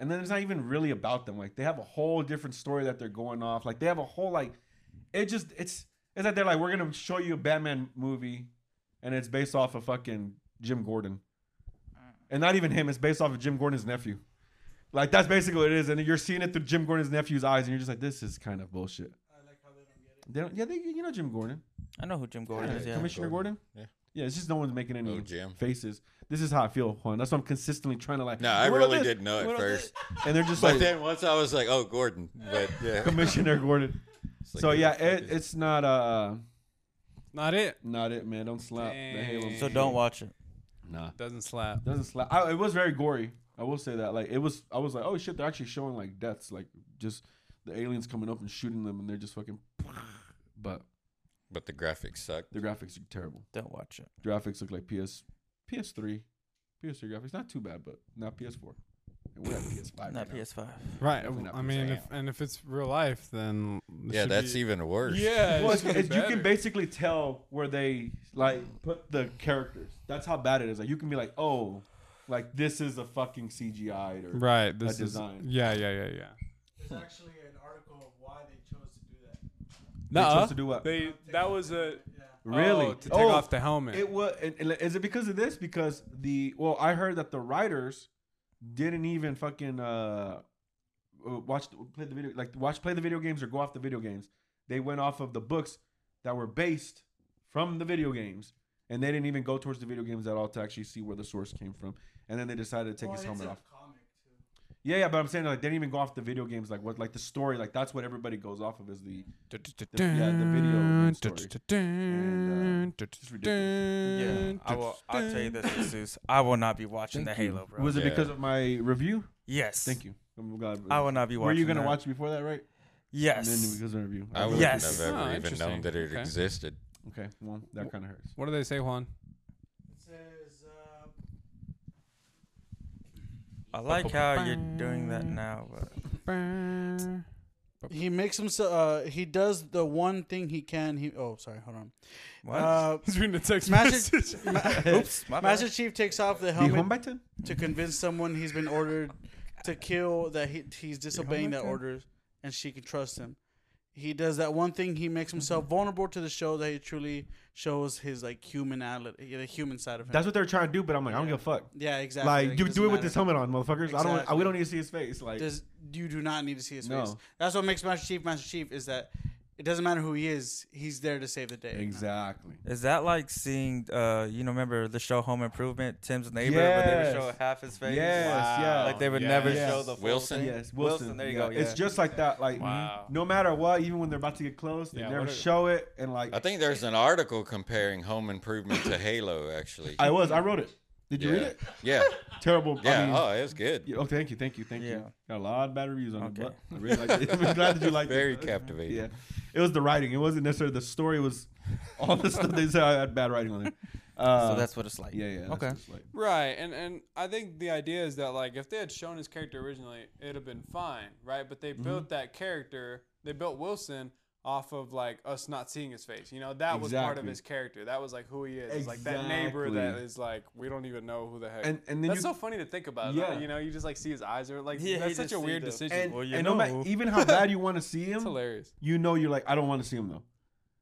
[SPEAKER 2] and then it's not even really about them. Like they have a whole different story that they're going off. Like they have a whole like, it just it's it's like they're like we're gonna show you a Batman movie, and it's based off of fucking Jim Gordon, and not even him. It's based off of Jim Gordon's nephew. Like that's basically what it is, and you're seeing it through Jim Gordon's nephew's eyes, and you're just like, this is kind of bullshit.
[SPEAKER 6] I like how they don't get it.
[SPEAKER 2] They don't, yeah, they, you know Jim Gordon,
[SPEAKER 3] I know who Jim Gordon is. Yeah.
[SPEAKER 2] Commissioner Gordon.
[SPEAKER 1] Yeah.
[SPEAKER 2] yeah, it's just no one's making any
[SPEAKER 1] Oh, Jim.
[SPEAKER 2] faces. This is how I feel, Juan. That's what I'm consistently trying to like.
[SPEAKER 1] No, I
[SPEAKER 2] "What about
[SPEAKER 1] really
[SPEAKER 2] this?
[SPEAKER 1] didn't know
[SPEAKER 2] What
[SPEAKER 1] at
[SPEAKER 2] about
[SPEAKER 1] first,
[SPEAKER 2] this?" and they're just
[SPEAKER 1] but
[SPEAKER 2] like
[SPEAKER 1] then once I was like, "Oh, Gordon," but yeah.
[SPEAKER 2] Commissioner Gordon.
[SPEAKER 1] It's like,
[SPEAKER 2] so
[SPEAKER 1] who the
[SPEAKER 2] yeah,
[SPEAKER 1] fuck
[SPEAKER 2] it,
[SPEAKER 1] is-
[SPEAKER 2] it's not uh
[SPEAKER 5] Not it.
[SPEAKER 2] not it, man. Don't slap the Halo.
[SPEAKER 5] Dang.
[SPEAKER 3] So don't watch it.
[SPEAKER 2] nah,
[SPEAKER 5] Doesn't slap.
[SPEAKER 2] doesn't slap. I, it was very gory. I will say that. Like it was, I was like, oh shit, they're actually showing like deaths, like just the aliens coming up and shooting them, and they're just fucking. But
[SPEAKER 1] but the graphics suck.
[SPEAKER 2] the graphics are terrible.
[SPEAKER 3] Don't watch it.
[SPEAKER 2] graphics look like PS PS3, PS3 graphics. Not too bad, but not PS4. And we're at PS5. right
[SPEAKER 3] Not
[SPEAKER 2] now.
[SPEAKER 3] PS5.
[SPEAKER 5] Right.
[SPEAKER 2] Definitely not
[SPEAKER 5] I mean,
[SPEAKER 2] Damn.
[SPEAKER 5] if, and if it's real life, then it
[SPEAKER 1] Yeah,
[SPEAKER 5] should
[SPEAKER 1] that's
[SPEAKER 5] be-
[SPEAKER 1] even worse.
[SPEAKER 5] Yeah.
[SPEAKER 2] Well,
[SPEAKER 5] it
[SPEAKER 2] it's,
[SPEAKER 5] should be
[SPEAKER 2] it's, you can
[SPEAKER 5] better.
[SPEAKER 2] basically tell where they like put the characters. That's how bad it is. Like you can be like, oh, like this is a fucking CGI or
[SPEAKER 5] Right. This is.
[SPEAKER 2] design.
[SPEAKER 5] Yeah, yeah, yeah, yeah.
[SPEAKER 6] There's actually an article of why they chose to do that.
[SPEAKER 2] they
[SPEAKER 5] Nuh-uh.
[SPEAKER 2] chose to do what?
[SPEAKER 5] They that was a
[SPEAKER 6] Yeah.
[SPEAKER 2] really
[SPEAKER 5] oh, to take
[SPEAKER 2] Oh,
[SPEAKER 5] off the helmet.
[SPEAKER 2] It was. And, and is it because of this? Because the well, I heard that the writers didn't even fucking uh uh, watch play the video like watch play the video games or go off the video games. They went off of the books that were based from the video games, and they didn't even go towards the video games at all to actually see where the source came from. And then they decided to take
[SPEAKER 6] Well,
[SPEAKER 2] his
[SPEAKER 6] it's
[SPEAKER 2] helmet
[SPEAKER 6] a
[SPEAKER 2] off.
[SPEAKER 6] comic, too.
[SPEAKER 2] Yeah, yeah, but I'm saying like they didn't even go off the video games. Like what, like the story, like that's what everybody goes off of is the yeah, the video game story. And, uh, it's
[SPEAKER 3] Yeah, I will. I'll tell you this, Jesus. I will not be watching the Halo, bro.
[SPEAKER 2] Was it
[SPEAKER 1] Yeah.
[SPEAKER 2] because of my review?
[SPEAKER 3] yes.
[SPEAKER 2] Thank you. I'm glad.
[SPEAKER 3] I will not be watching.
[SPEAKER 2] Were you gonna
[SPEAKER 3] that.
[SPEAKER 2] watch before that, right? And then
[SPEAKER 3] Yes.
[SPEAKER 2] because of the review.
[SPEAKER 1] I wouldn't
[SPEAKER 3] Yes.
[SPEAKER 1] have ever
[SPEAKER 5] Oh,
[SPEAKER 1] even
[SPEAKER 5] interesting.
[SPEAKER 1] known that it
[SPEAKER 5] Okay.
[SPEAKER 1] existed.
[SPEAKER 2] Okay, well that kind of hurts.
[SPEAKER 5] What do they say, Juan?
[SPEAKER 6] It says, uh,
[SPEAKER 3] I like how you're doing that now, but
[SPEAKER 6] He makes himself. Uh, he does the one thing he can. He oh, sorry, hold on.
[SPEAKER 3] what?
[SPEAKER 6] Uh,
[SPEAKER 5] He's reading the text
[SPEAKER 6] Master,
[SPEAKER 5] message.
[SPEAKER 6] Ma-
[SPEAKER 3] Oops. My bad.
[SPEAKER 6] Master Chief takes off the
[SPEAKER 2] Be home
[SPEAKER 6] helmet
[SPEAKER 2] by ten.
[SPEAKER 6] to convince someone he's been ordered to kill that he, he's disobeying that
[SPEAKER 5] homemaker?
[SPEAKER 6] order, and she can trust him. he does that one thing. He makes himself
[SPEAKER 2] Mm-hmm.
[SPEAKER 6] vulnerable to the show that he truly shows his like humanality, the human side of him.
[SPEAKER 2] That's what they're trying to do, but I'm like, I don't
[SPEAKER 6] Yeah.
[SPEAKER 2] give a fuck.
[SPEAKER 6] yeah, exactly.
[SPEAKER 2] Like, do,
[SPEAKER 6] doesn't
[SPEAKER 2] do it with this
[SPEAKER 6] matter.
[SPEAKER 2] helmet on, motherfuckers. I don't. want- I,
[SPEAKER 6] Exactly.
[SPEAKER 2] we don't need to see his face. Like,
[SPEAKER 6] Does you do not need to see his face?
[SPEAKER 2] No.
[SPEAKER 6] That's what makes Master Chief Master Chief is that it doesn't matter who he is. He's there to save the day.
[SPEAKER 2] exactly.
[SPEAKER 3] Is that like seeing, uh, you know, remember the show Home Improvement, Tim's neighbor, where
[SPEAKER 2] Yes.
[SPEAKER 3] they would show half his face?
[SPEAKER 2] Yes, yeah.
[SPEAKER 3] Like they would never
[SPEAKER 2] Yes.
[SPEAKER 3] show the full
[SPEAKER 1] Wilson?
[SPEAKER 3] thing?
[SPEAKER 2] Yes, Wilson.
[SPEAKER 3] there you
[SPEAKER 2] yeah.
[SPEAKER 3] go.
[SPEAKER 2] It's
[SPEAKER 3] yeah.
[SPEAKER 2] just like that. Like,
[SPEAKER 5] Wow.
[SPEAKER 2] no matter what, even when they're about to get close, they
[SPEAKER 5] Yeah,
[SPEAKER 2] never
[SPEAKER 5] what are-
[SPEAKER 2] show it. And like,
[SPEAKER 1] I think there's an article comparing Home Improvement to Halo. Actually,
[SPEAKER 2] I was, I wrote it. Did you
[SPEAKER 1] yeah.
[SPEAKER 2] read it?
[SPEAKER 1] Yeah,
[SPEAKER 2] Terrible.
[SPEAKER 1] yeah.
[SPEAKER 2] I mean,
[SPEAKER 1] oh, it was good.
[SPEAKER 2] yeah, oh, thank you, thank you, thank you.
[SPEAKER 3] Yeah.
[SPEAKER 2] Got a lot of bad reviews on
[SPEAKER 3] Okay.
[SPEAKER 2] it, but I really liked it. I'm glad that you liked
[SPEAKER 1] Very
[SPEAKER 2] it.
[SPEAKER 1] captivating.
[SPEAKER 2] Yeah, it was the writing. It wasn't necessarily the story. Was all the stuff they said I had bad writing on there. Uh,
[SPEAKER 3] so that's what it's like.
[SPEAKER 2] yeah, yeah. that's
[SPEAKER 3] Okay.
[SPEAKER 2] just like-
[SPEAKER 5] Right, and and I think the idea is that like if they had shown his character originally, it'd have been fine, right? But they
[SPEAKER 2] Mm-hmm.
[SPEAKER 5] built that character, they built Wilson off of like us not seeing his face. You know, that was part of
[SPEAKER 2] Exactly.
[SPEAKER 5] his character. That was like who he is. It's Like that neighbor that
[SPEAKER 2] Exactly.
[SPEAKER 5] is like we don't even know who the heck.
[SPEAKER 2] And- and then
[SPEAKER 5] that's
[SPEAKER 2] you-
[SPEAKER 5] so funny to think about.
[SPEAKER 2] Yeah.
[SPEAKER 5] Yeah. you know, you just like see his eyes are like
[SPEAKER 3] Yeah, you
[SPEAKER 5] that's such
[SPEAKER 3] just
[SPEAKER 5] a
[SPEAKER 3] see
[SPEAKER 5] weird
[SPEAKER 3] the-
[SPEAKER 5] decision.
[SPEAKER 2] and,
[SPEAKER 3] Well, you
[SPEAKER 2] and no
[SPEAKER 3] know.
[SPEAKER 2] matter even how bad you want to see
[SPEAKER 5] it's
[SPEAKER 2] him,
[SPEAKER 5] hilarious.
[SPEAKER 2] you know you're like, I don't want to see him though.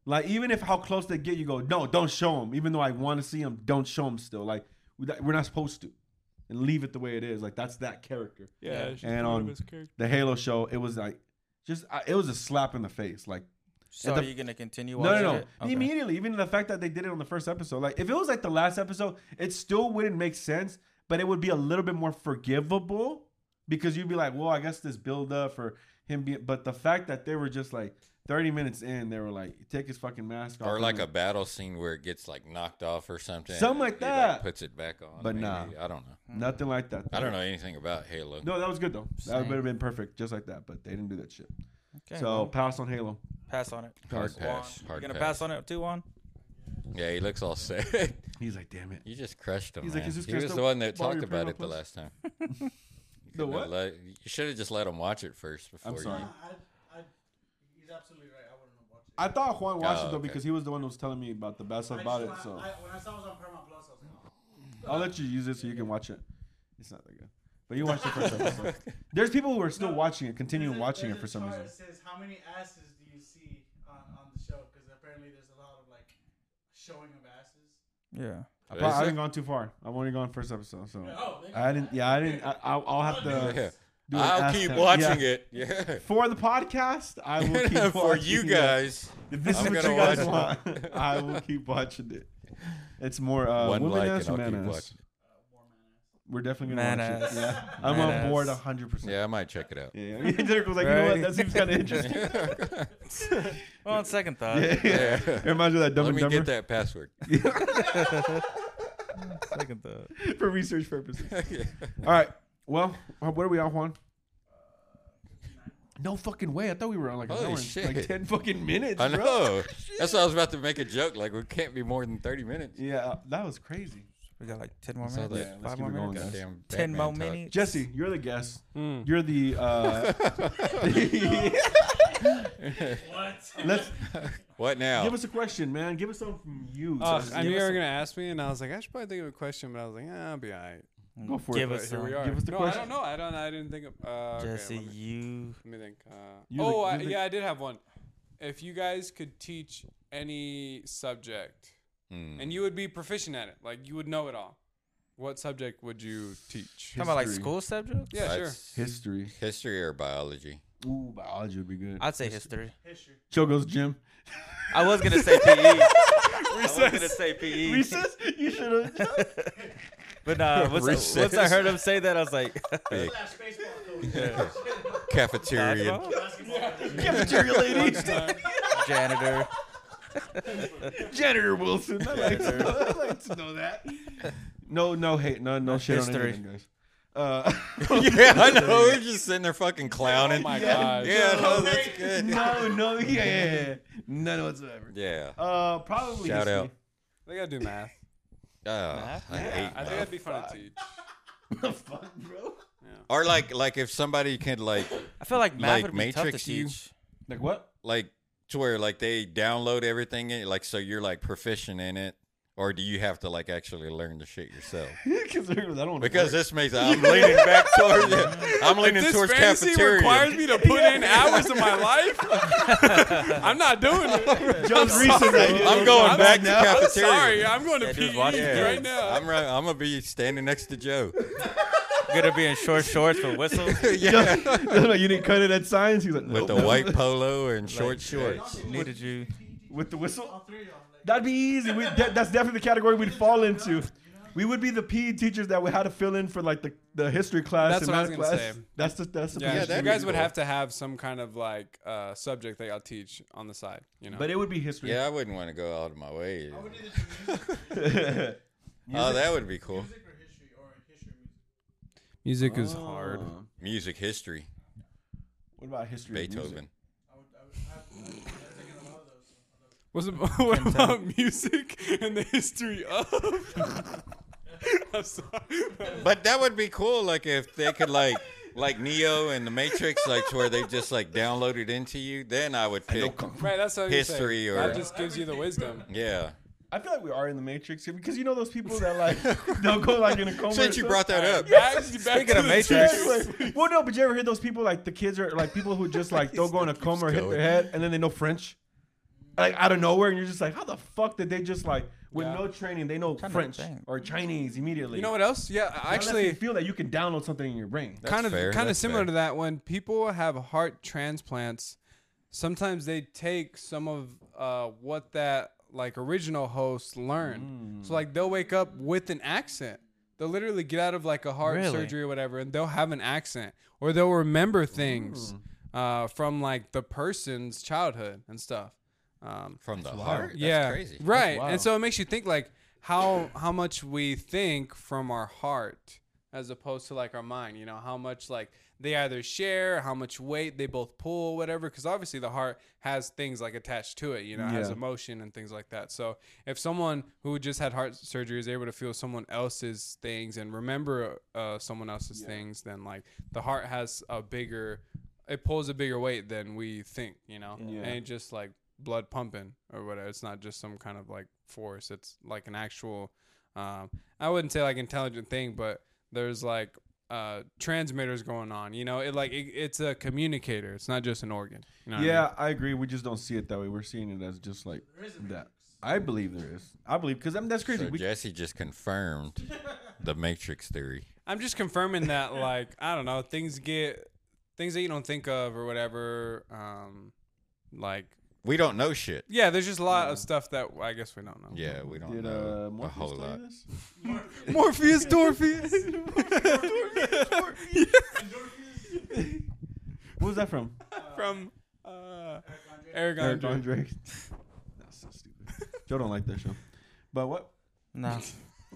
[SPEAKER 2] Like even if how close they get, you go, no, don't show him. Even though I want to see him, don't show him still. Like we- that- we're not supposed to, and leave it the way it is. Like that's that character.
[SPEAKER 5] Yeah, it's just
[SPEAKER 2] And
[SPEAKER 5] part
[SPEAKER 2] on-
[SPEAKER 5] of his character.
[SPEAKER 2] The Halo show, it was like, just I, it was a slap in the face. Like
[SPEAKER 3] So
[SPEAKER 2] And the-
[SPEAKER 3] are you going to continue
[SPEAKER 2] no, no,
[SPEAKER 3] watching
[SPEAKER 2] no.
[SPEAKER 3] it? Okay.
[SPEAKER 2] Immediately, even the fact that they did it on the first episode. Like if it was like the last episode, it still wouldn't make sense, but it would be a little bit more forgivable because you'd be like, well, I guess this build up for him being. But the fact that they were just like. 30 minutes in, they were like, take his fucking mask off.
[SPEAKER 1] Or like
[SPEAKER 2] and-
[SPEAKER 1] a battle scene where it gets like knocked off or something.
[SPEAKER 2] Something like
[SPEAKER 1] He,
[SPEAKER 2] that.
[SPEAKER 1] puts it back on.
[SPEAKER 2] But
[SPEAKER 1] maybe.
[SPEAKER 2] nah.
[SPEAKER 1] I don't know.
[SPEAKER 2] Nothing like that.
[SPEAKER 1] I don't know anything about Halo.
[SPEAKER 2] No, that was good though. That
[SPEAKER 3] Same.
[SPEAKER 2] would have been perfect, just like that. But they didn't do that shit.
[SPEAKER 3] Okay,
[SPEAKER 2] so
[SPEAKER 3] well,
[SPEAKER 2] pass on Halo.
[SPEAKER 3] pass on it.
[SPEAKER 1] Hard
[SPEAKER 3] Juan,
[SPEAKER 1] pass.
[SPEAKER 3] you
[SPEAKER 1] Hard
[SPEAKER 3] going to
[SPEAKER 1] pass.
[SPEAKER 3] pass on it too, Juan?
[SPEAKER 1] Yeah, he looks all sad.
[SPEAKER 2] He's like, damn it.
[SPEAKER 1] you just crushed him.
[SPEAKER 2] He's like,
[SPEAKER 1] man.
[SPEAKER 2] "Is this
[SPEAKER 1] he was
[SPEAKER 2] Crystal
[SPEAKER 1] the one that
[SPEAKER 2] Ball
[SPEAKER 1] talked
[SPEAKER 2] you're
[SPEAKER 1] about
[SPEAKER 2] putting
[SPEAKER 1] it the
[SPEAKER 2] on
[SPEAKER 1] last time. You
[SPEAKER 2] The
[SPEAKER 1] couldn't have
[SPEAKER 2] what?
[SPEAKER 1] let- you should have just let him watch it first before.
[SPEAKER 2] I'm sorry.
[SPEAKER 1] You,
[SPEAKER 6] I, I, he's absolutely right. I wouldn't have watched it.
[SPEAKER 2] I thought Juan watched
[SPEAKER 1] Oh,
[SPEAKER 2] it though
[SPEAKER 1] okay.
[SPEAKER 2] because he was the one who was telling me about the bad stuff about it. So
[SPEAKER 6] I, when I saw it was on Paramount Plus, I was like, oh.
[SPEAKER 2] I'll let you use it so you can watch it. It's not that good. But you watched the first episode. There's people who are still
[SPEAKER 6] No,
[SPEAKER 2] watching it, continuing
[SPEAKER 6] There's a-
[SPEAKER 2] watching
[SPEAKER 6] there's
[SPEAKER 2] it
[SPEAKER 6] a
[SPEAKER 2] for some
[SPEAKER 6] chart
[SPEAKER 2] reason.
[SPEAKER 6] that says how many asses do you see on, on the show? Because apparently there's a lot of like showing of asses.
[SPEAKER 3] Yeah.
[SPEAKER 2] I, probably, I
[SPEAKER 1] Is
[SPEAKER 2] haven't gone too far. I've only gone first episode, so
[SPEAKER 6] Oh, thank
[SPEAKER 2] I
[SPEAKER 6] you.
[SPEAKER 2] didn't. Yeah, I didn't. I, I'll, I'll have
[SPEAKER 1] it?
[SPEAKER 2] to.
[SPEAKER 1] Yeah.
[SPEAKER 2] Do an
[SPEAKER 1] I'll
[SPEAKER 2] ass
[SPEAKER 1] keep
[SPEAKER 2] count.
[SPEAKER 1] watching
[SPEAKER 2] Yeah.
[SPEAKER 1] it. Yeah.
[SPEAKER 2] for the podcast. I will keep
[SPEAKER 1] For
[SPEAKER 2] watching
[SPEAKER 1] you
[SPEAKER 2] it.
[SPEAKER 1] guys.
[SPEAKER 2] If this
[SPEAKER 1] I'm
[SPEAKER 2] is what
[SPEAKER 1] gonna
[SPEAKER 2] you guys
[SPEAKER 1] watch
[SPEAKER 2] want, I will keep watching it. It's more uh,
[SPEAKER 1] One
[SPEAKER 2] women
[SPEAKER 1] like
[SPEAKER 2] ass
[SPEAKER 1] and
[SPEAKER 2] or
[SPEAKER 1] I'll
[SPEAKER 2] man
[SPEAKER 1] keep
[SPEAKER 2] ass.
[SPEAKER 1] watching.
[SPEAKER 2] We're definitely gonna
[SPEAKER 3] Man
[SPEAKER 2] watch
[SPEAKER 3] ass.
[SPEAKER 2] it. Yeah, I'm
[SPEAKER 3] Man
[SPEAKER 2] on
[SPEAKER 3] ass.
[SPEAKER 2] board 100. percent
[SPEAKER 1] Yeah, I might check it out.
[SPEAKER 2] Yeah, yeah. Derek was like, you know what?
[SPEAKER 3] Right.
[SPEAKER 2] That seems kind of interesting.
[SPEAKER 3] Well, on second thought.
[SPEAKER 2] yeah, yeah. It reminds me of that Dumb
[SPEAKER 1] Let
[SPEAKER 2] and
[SPEAKER 1] me get
[SPEAKER 2] Dumber
[SPEAKER 1] that password.
[SPEAKER 3] Second thought.
[SPEAKER 2] for research purposes. All right. Well, uh, what are we on, Juan? No fucking way. I thought we were on like an
[SPEAKER 1] Holy
[SPEAKER 2] hour, and-
[SPEAKER 1] shit.
[SPEAKER 2] like 10 fucking minutes,
[SPEAKER 1] I
[SPEAKER 2] bro.
[SPEAKER 1] know. That's why I was about to make a joke. Like, we can't be more than 30 minutes.
[SPEAKER 2] Yeah, uh, that was crazy.
[SPEAKER 3] We got like 10 more
[SPEAKER 1] I saw
[SPEAKER 3] minutes.
[SPEAKER 1] that.
[SPEAKER 3] Five
[SPEAKER 2] let's keep
[SPEAKER 3] more
[SPEAKER 2] it going,
[SPEAKER 3] minutes.
[SPEAKER 2] guys.
[SPEAKER 1] Goddamn
[SPEAKER 3] 10 more
[SPEAKER 1] Batman talk.
[SPEAKER 3] minutes.
[SPEAKER 2] Jesse, you're the guest.
[SPEAKER 1] Hmm.
[SPEAKER 5] Hmm. Mm.
[SPEAKER 2] You're the. Uh,
[SPEAKER 6] What?
[SPEAKER 2] let's
[SPEAKER 1] What now?
[SPEAKER 2] give us a question, man. Give us something from you.
[SPEAKER 1] Uh,
[SPEAKER 5] Oh,
[SPEAKER 2] Jesse.
[SPEAKER 5] I
[SPEAKER 3] give
[SPEAKER 5] knew you
[SPEAKER 3] us
[SPEAKER 5] were
[SPEAKER 3] a-
[SPEAKER 5] gonna ask me, and I was like, I should probably think of a question, but I was like, ah, I'll be alright.
[SPEAKER 2] Go for
[SPEAKER 3] Give
[SPEAKER 2] it.
[SPEAKER 3] us
[SPEAKER 5] But here we
[SPEAKER 3] some.
[SPEAKER 5] are.
[SPEAKER 2] Give us the
[SPEAKER 5] no,
[SPEAKER 2] question.
[SPEAKER 5] I don't know. I don't. I didn't think of. Uh, okay,
[SPEAKER 3] Jesse,
[SPEAKER 5] let, me,
[SPEAKER 3] you.
[SPEAKER 5] let me think. Uh,
[SPEAKER 2] You're the-
[SPEAKER 5] oh, I,
[SPEAKER 2] you're the-
[SPEAKER 5] yeah, I did have one. If you guys could teach any subject,
[SPEAKER 1] Hmm.
[SPEAKER 5] and you would be proficient at it, like you would know it all, what subject would you teach?
[SPEAKER 3] Talking about like
[SPEAKER 2] History.
[SPEAKER 3] school subjects?
[SPEAKER 5] Yeah, sure.
[SPEAKER 1] That's
[SPEAKER 2] History.
[SPEAKER 1] History or biology?
[SPEAKER 2] Ooh, biology would be good.
[SPEAKER 3] I'd say history.
[SPEAKER 6] History.
[SPEAKER 2] Chogo's gym.
[SPEAKER 3] I was gonna say PE. I was gonna say E. PE.
[SPEAKER 2] Recess? You should have.
[SPEAKER 3] But nah, once, I, once I
[SPEAKER 1] Recess.
[SPEAKER 3] heard him say that, I was like,
[SPEAKER 1] Big
[SPEAKER 6] Slash baseball coach.
[SPEAKER 1] cafeteria.
[SPEAKER 6] Basketball.
[SPEAKER 2] Cafeteria lady.
[SPEAKER 3] janitor.
[SPEAKER 2] Janitor Wilson. I like, to know, I like to know that. No, no hate. No, no shit on
[SPEAKER 3] History.
[SPEAKER 2] anything, guys. Uh,
[SPEAKER 1] yeah, I know. We're just sitting there fucking clowning.
[SPEAKER 5] Oh my god.
[SPEAKER 1] yeah, no, that's good.
[SPEAKER 2] no, no, yeah, yeah, yeah. None whatsoever.
[SPEAKER 1] Yeah. Oh,
[SPEAKER 2] Uh, probably.
[SPEAKER 1] Shout
[SPEAKER 2] history.
[SPEAKER 1] out.
[SPEAKER 5] I think I'd do math.
[SPEAKER 1] Uh, I
[SPEAKER 5] Yeah,
[SPEAKER 1] hate
[SPEAKER 5] I think
[SPEAKER 1] math.
[SPEAKER 5] that'd be fun to teach.
[SPEAKER 2] The fuck, bro?
[SPEAKER 1] Or like, like if somebody could like,
[SPEAKER 3] I feel like math
[SPEAKER 1] Like
[SPEAKER 3] would be tough
[SPEAKER 1] Matrix,
[SPEAKER 3] to
[SPEAKER 1] you-
[SPEAKER 3] teach.
[SPEAKER 2] Like what?
[SPEAKER 1] like to where like they download everything, in, like so you're like proficient in it, Or do you have to like actually learn the shit yourself?
[SPEAKER 2] Because I don't wanna
[SPEAKER 1] Because
[SPEAKER 2] work.
[SPEAKER 1] this makes I'm leaning back towards I'm leaning
[SPEAKER 5] This
[SPEAKER 1] towards
[SPEAKER 5] fantasy
[SPEAKER 1] cafeteria.
[SPEAKER 5] requires me to put in hours of my life. I'm not doing it.
[SPEAKER 2] Just recently.
[SPEAKER 1] I'm going
[SPEAKER 5] I'm
[SPEAKER 1] back to
[SPEAKER 5] not- I'm
[SPEAKER 1] cafeteria.
[SPEAKER 5] sorry, I'm going to
[SPEAKER 3] Yeah, dude,
[SPEAKER 5] PE
[SPEAKER 3] watch
[SPEAKER 1] Yeah.
[SPEAKER 5] right now.
[SPEAKER 1] I'm right. I'm gonna be standing next to Joe.
[SPEAKER 3] Gonna be in short shorts with whistles.
[SPEAKER 1] yeah,
[SPEAKER 2] No, you didn't cut it at science. He's like,
[SPEAKER 1] with
[SPEAKER 2] nope.
[SPEAKER 1] the white polo and short shorts.
[SPEAKER 3] Needed you.
[SPEAKER 2] With the whistle?
[SPEAKER 6] All three of y'all. Like,
[SPEAKER 2] That'd be easy. We, that, that's definitely the category we'd fall into. We would be the PE teachers that would had to fill in for like the, the history class
[SPEAKER 5] That's
[SPEAKER 2] and
[SPEAKER 5] what I was
[SPEAKER 2] math
[SPEAKER 5] gonna
[SPEAKER 2] class.
[SPEAKER 5] say.
[SPEAKER 2] That's the that's the
[SPEAKER 5] Yeah,
[SPEAKER 2] position
[SPEAKER 5] you
[SPEAKER 1] that'd
[SPEAKER 2] we
[SPEAKER 1] be
[SPEAKER 5] guys would
[SPEAKER 1] cool.
[SPEAKER 5] have to have some kind of like uh, subject that y'all teach on the side, you know.
[SPEAKER 2] But it would be history.
[SPEAKER 1] Yeah, I wouldn't want to go out of my way.
[SPEAKER 6] I would either do music,
[SPEAKER 1] Oh, that would be cool.
[SPEAKER 6] music or history or history music.
[SPEAKER 5] Music is
[SPEAKER 2] Oh.
[SPEAKER 5] hard.
[SPEAKER 1] Music history,
[SPEAKER 2] What about history? of music?
[SPEAKER 1] Beethoven.
[SPEAKER 6] I would, I would have, I've taken a lot of those.
[SPEAKER 5] What's ab- what about music and the history of? I'm sorry.
[SPEAKER 1] But that would be cool. Like if they could like like Neo and the Matrix, like to where they just like downloaded into you. Then I would pick.
[SPEAKER 5] Right, that's what
[SPEAKER 1] History
[SPEAKER 5] you're
[SPEAKER 1] or-
[SPEAKER 5] saying. that just gives you the wisdom.
[SPEAKER 1] Yeah.
[SPEAKER 2] I feel like we are in the Matrix here because you know those people that like they'll go like in a coma.
[SPEAKER 1] Since you
[SPEAKER 2] or
[SPEAKER 1] brought that up,
[SPEAKER 5] Back, back
[SPEAKER 3] Speaking
[SPEAKER 5] to
[SPEAKER 3] of
[SPEAKER 5] the
[SPEAKER 3] Matrix.
[SPEAKER 5] teachers.
[SPEAKER 2] something. Anyway, well, no, but you ever hear those people like the kids are like people who just like they'll go in a coma or hit
[SPEAKER 1] going.
[SPEAKER 2] their head and then they know French, like out of nowhere, and you're just like, how the fuck did they just like with
[SPEAKER 5] Yeah.
[SPEAKER 2] no training they know
[SPEAKER 3] Trying to
[SPEAKER 2] French
[SPEAKER 3] think.
[SPEAKER 2] or Chinese immediately?
[SPEAKER 5] You know what else? Yeah, I
[SPEAKER 2] Unless you
[SPEAKER 5] actually,
[SPEAKER 2] feel that you can download something in your brain. That's-
[SPEAKER 5] kind of
[SPEAKER 1] fair,
[SPEAKER 5] kind of
[SPEAKER 1] that's
[SPEAKER 5] similar
[SPEAKER 1] fair.
[SPEAKER 5] to that when people have heart transplants sometimes they take some of uh, what that like original host learned
[SPEAKER 1] Mm.
[SPEAKER 5] so like they'll wake up with an accent they'll literally get out of like a heart
[SPEAKER 3] Really?
[SPEAKER 5] surgery or whatever and they'll have an accent or they'll remember
[SPEAKER 1] Mm.
[SPEAKER 5] things uh, from like the person's childhood and stuff um,
[SPEAKER 1] from the heart. That's
[SPEAKER 5] yeah
[SPEAKER 1] crazy.
[SPEAKER 5] right
[SPEAKER 2] wild.
[SPEAKER 5] and so it makes you think like how how much we think from our heart as opposed to like our mind you know how much like they either share how much weight they both pull whatever because obviously the heart has things like attached to it you know it has
[SPEAKER 2] Yeah.
[SPEAKER 5] emotion and things like that so if someone who just had heart surgery is able to feel someone else's things and remember uh, someone else's things then like the heart has a bigger it pulls a bigger weight than we think you know
[SPEAKER 2] Yeah.
[SPEAKER 5] and it just like blood pumping or whatever. It's not just some kind of like force. It's like an actual, um, I wouldn't say like intelligent thing, but there's like uh, transmitters going on. You know, it like it, it's a communicator. It's not just an organ. You know what I mean?
[SPEAKER 2] yeah, I agree. We just don't see it that way. We're seeing it as just like that. I believe there is. I believe because I mean that's crazy.
[SPEAKER 1] So
[SPEAKER 2] we,
[SPEAKER 1] Jesse just confirmed the Matrix theory.
[SPEAKER 5] I'm just confirming that like I don't know things get things that you don't think of or whatever. Um, like
[SPEAKER 1] We don't know shit.
[SPEAKER 5] yeah, there's just a lot of stuff that I guess we don't know.
[SPEAKER 1] Yeah, we don't
[SPEAKER 2] did uh,
[SPEAKER 1] know a
[SPEAKER 2] Morpheus
[SPEAKER 1] whole
[SPEAKER 2] tell you
[SPEAKER 1] lot.
[SPEAKER 2] this?
[SPEAKER 5] Morpheus, Dorpheus.
[SPEAKER 2] What was that from?
[SPEAKER 5] From uh, Eric
[SPEAKER 2] Eric
[SPEAKER 5] Andre.
[SPEAKER 2] Andre. That's so stupid. Joe don't like that show. But what?
[SPEAKER 3] No.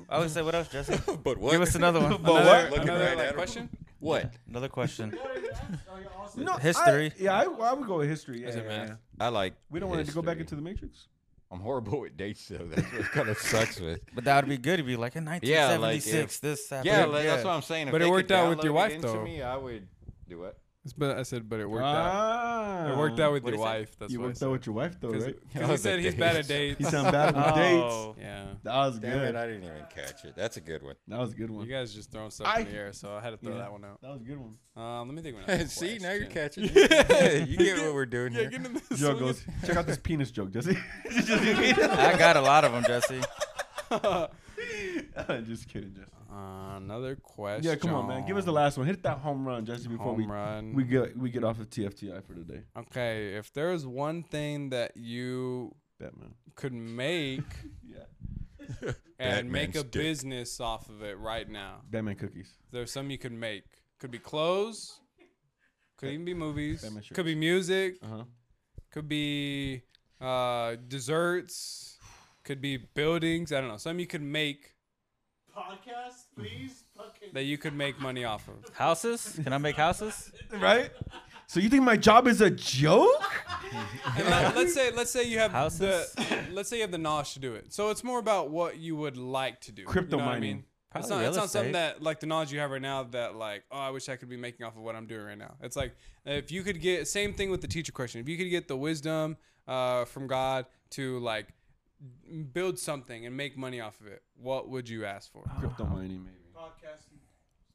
[SPEAKER 3] I would say, what else, Jesse?
[SPEAKER 1] But what?
[SPEAKER 3] Give us another one.
[SPEAKER 5] Another-
[SPEAKER 1] what? Looking
[SPEAKER 5] another,
[SPEAKER 1] right
[SPEAKER 5] like,
[SPEAKER 1] at him.
[SPEAKER 5] question?
[SPEAKER 1] What?
[SPEAKER 3] Another question.
[SPEAKER 2] No, I-
[SPEAKER 3] History.
[SPEAKER 2] yeah, I, I would go with history. Yeah,
[SPEAKER 5] Is it
[SPEAKER 2] yeah,
[SPEAKER 5] math?
[SPEAKER 2] yeah.
[SPEAKER 1] I like.
[SPEAKER 2] We don't want it to go back
[SPEAKER 1] history.
[SPEAKER 2] into the Matrix.
[SPEAKER 1] I'm horrible with dates, though. That's what kind of sucks with.
[SPEAKER 3] But that would be good. It'd be like in
[SPEAKER 1] Yeah, like,
[SPEAKER 3] 1976, this happened.
[SPEAKER 1] Yeah, like, that's what I'm saying. If
[SPEAKER 5] But it
[SPEAKER 1] they could
[SPEAKER 5] worked out with
[SPEAKER 1] download it
[SPEAKER 5] your wife,
[SPEAKER 1] into
[SPEAKER 5] though.
[SPEAKER 1] Me, I would do what?
[SPEAKER 5] But I said, but it worked out.
[SPEAKER 2] Ah,
[SPEAKER 5] It worked out with
[SPEAKER 3] What'd
[SPEAKER 5] your
[SPEAKER 3] he say?
[SPEAKER 5] wife. That's
[SPEAKER 2] You
[SPEAKER 5] what
[SPEAKER 2] worked
[SPEAKER 5] I
[SPEAKER 2] out
[SPEAKER 5] said.
[SPEAKER 2] with your wife though, right?
[SPEAKER 5] Because
[SPEAKER 1] Oh,
[SPEAKER 5] he
[SPEAKER 1] the
[SPEAKER 5] said he's bad at
[SPEAKER 2] He
[SPEAKER 5] dates.
[SPEAKER 2] sound bad with
[SPEAKER 3] Oh.
[SPEAKER 2] dates.
[SPEAKER 5] yeah.
[SPEAKER 2] That was
[SPEAKER 1] Damn
[SPEAKER 2] good.
[SPEAKER 1] it, I didn't even catch it. That's a good one.
[SPEAKER 2] that was a good one.
[SPEAKER 5] You guys just throwing stuff
[SPEAKER 2] I-
[SPEAKER 5] in the air, so I had to throw
[SPEAKER 2] Yeah.
[SPEAKER 5] that one out.
[SPEAKER 2] That was a good one.
[SPEAKER 5] Um, let me think. of another
[SPEAKER 1] See, now
[SPEAKER 5] question.
[SPEAKER 1] you're catching it. you get what we're doing
[SPEAKER 5] Yeah,
[SPEAKER 1] here.
[SPEAKER 5] get in the
[SPEAKER 2] Joe
[SPEAKER 5] swing
[SPEAKER 2] goes,
[SPEAKER 5] of-
[SPEAKER 2] check out this penis joke, Jesse.
[SPEAKER 3] I got a lot of them, Jesse.
[SPEAKER 2] Just kidding, Jesse.
[SPEAKER 5] Uh, another question.
[SPEAKER 2] Yeah, come on, man. Give us the last one. Hit that home run, Jesse, before
[SPEAKER 5] home
[SPEAKER 2] we
[SPEAKER 5] run.
[SPEAKER 2] we get we get off of TFTI for today.
[SPEAKER 5] okay, if there was one thing that you
[SPEAKER 2] Batman.
[SPEAKER 5] could make
[SPEAKER 2] Yeah.
[SPEAKER 5] and
[SPEAKER 1] Batman's
[SPEAKER 5] make a
[SPEAKER 1] dick.
[SPEAKER 5] business off of it right now.
[SPEAKER 2] Batman cookies.
[SPEAKER 5] There's some you could make. Could be clothes. Could even be movies.
[SPEAKER 2] Batman shirts.
[SPEAKER 5] Could be music.
[SPEAKER 2] Uh huh.
[SPEAKER 5] Could be uh, desserts. Could be buildings. I don't know. Some you could make
[SPEAKER 6] Podcast, please. Fucking.
[SPEAKER 5] that you could make money off of.
[SPEAKER 3] Houses? Can I make houses?
[SPEAKER 2] Right? So you think my job is a joke?
[SPEAKER 5] And let, let's say let's say you have
[SPEAKER 3] Houses?
[SPEAKER 5] the let's say you have the knowledge to do it. So it's more about what you would like to do.
[SPEAKER 2] Crypto
[SPEAKER 5] you know what I
[SPEAKER 2] mining.
[SPEAKER 5] mean? It's
[SPEAKER 3] Probably
[SPEAKER 5] not,
[SPEAKER 3] real
[SPEAKER 5] it's not something
[SPEAKER 3] estate.
[SPEAKER 5] that like the knowledge you have right now that like oh I wish I could be making off of what I'm doing right now. It's like if you could get same thing with the teacher question. If you could get the wisdom uh, from God to like build something and make money off of it, what would you ask for?
[SPEAKER 2] Crypto
[SPEAKER 1] Uh-huh.
[SPEAKER 2] mining, maybe.
[SPEAKER 6] Podcasting.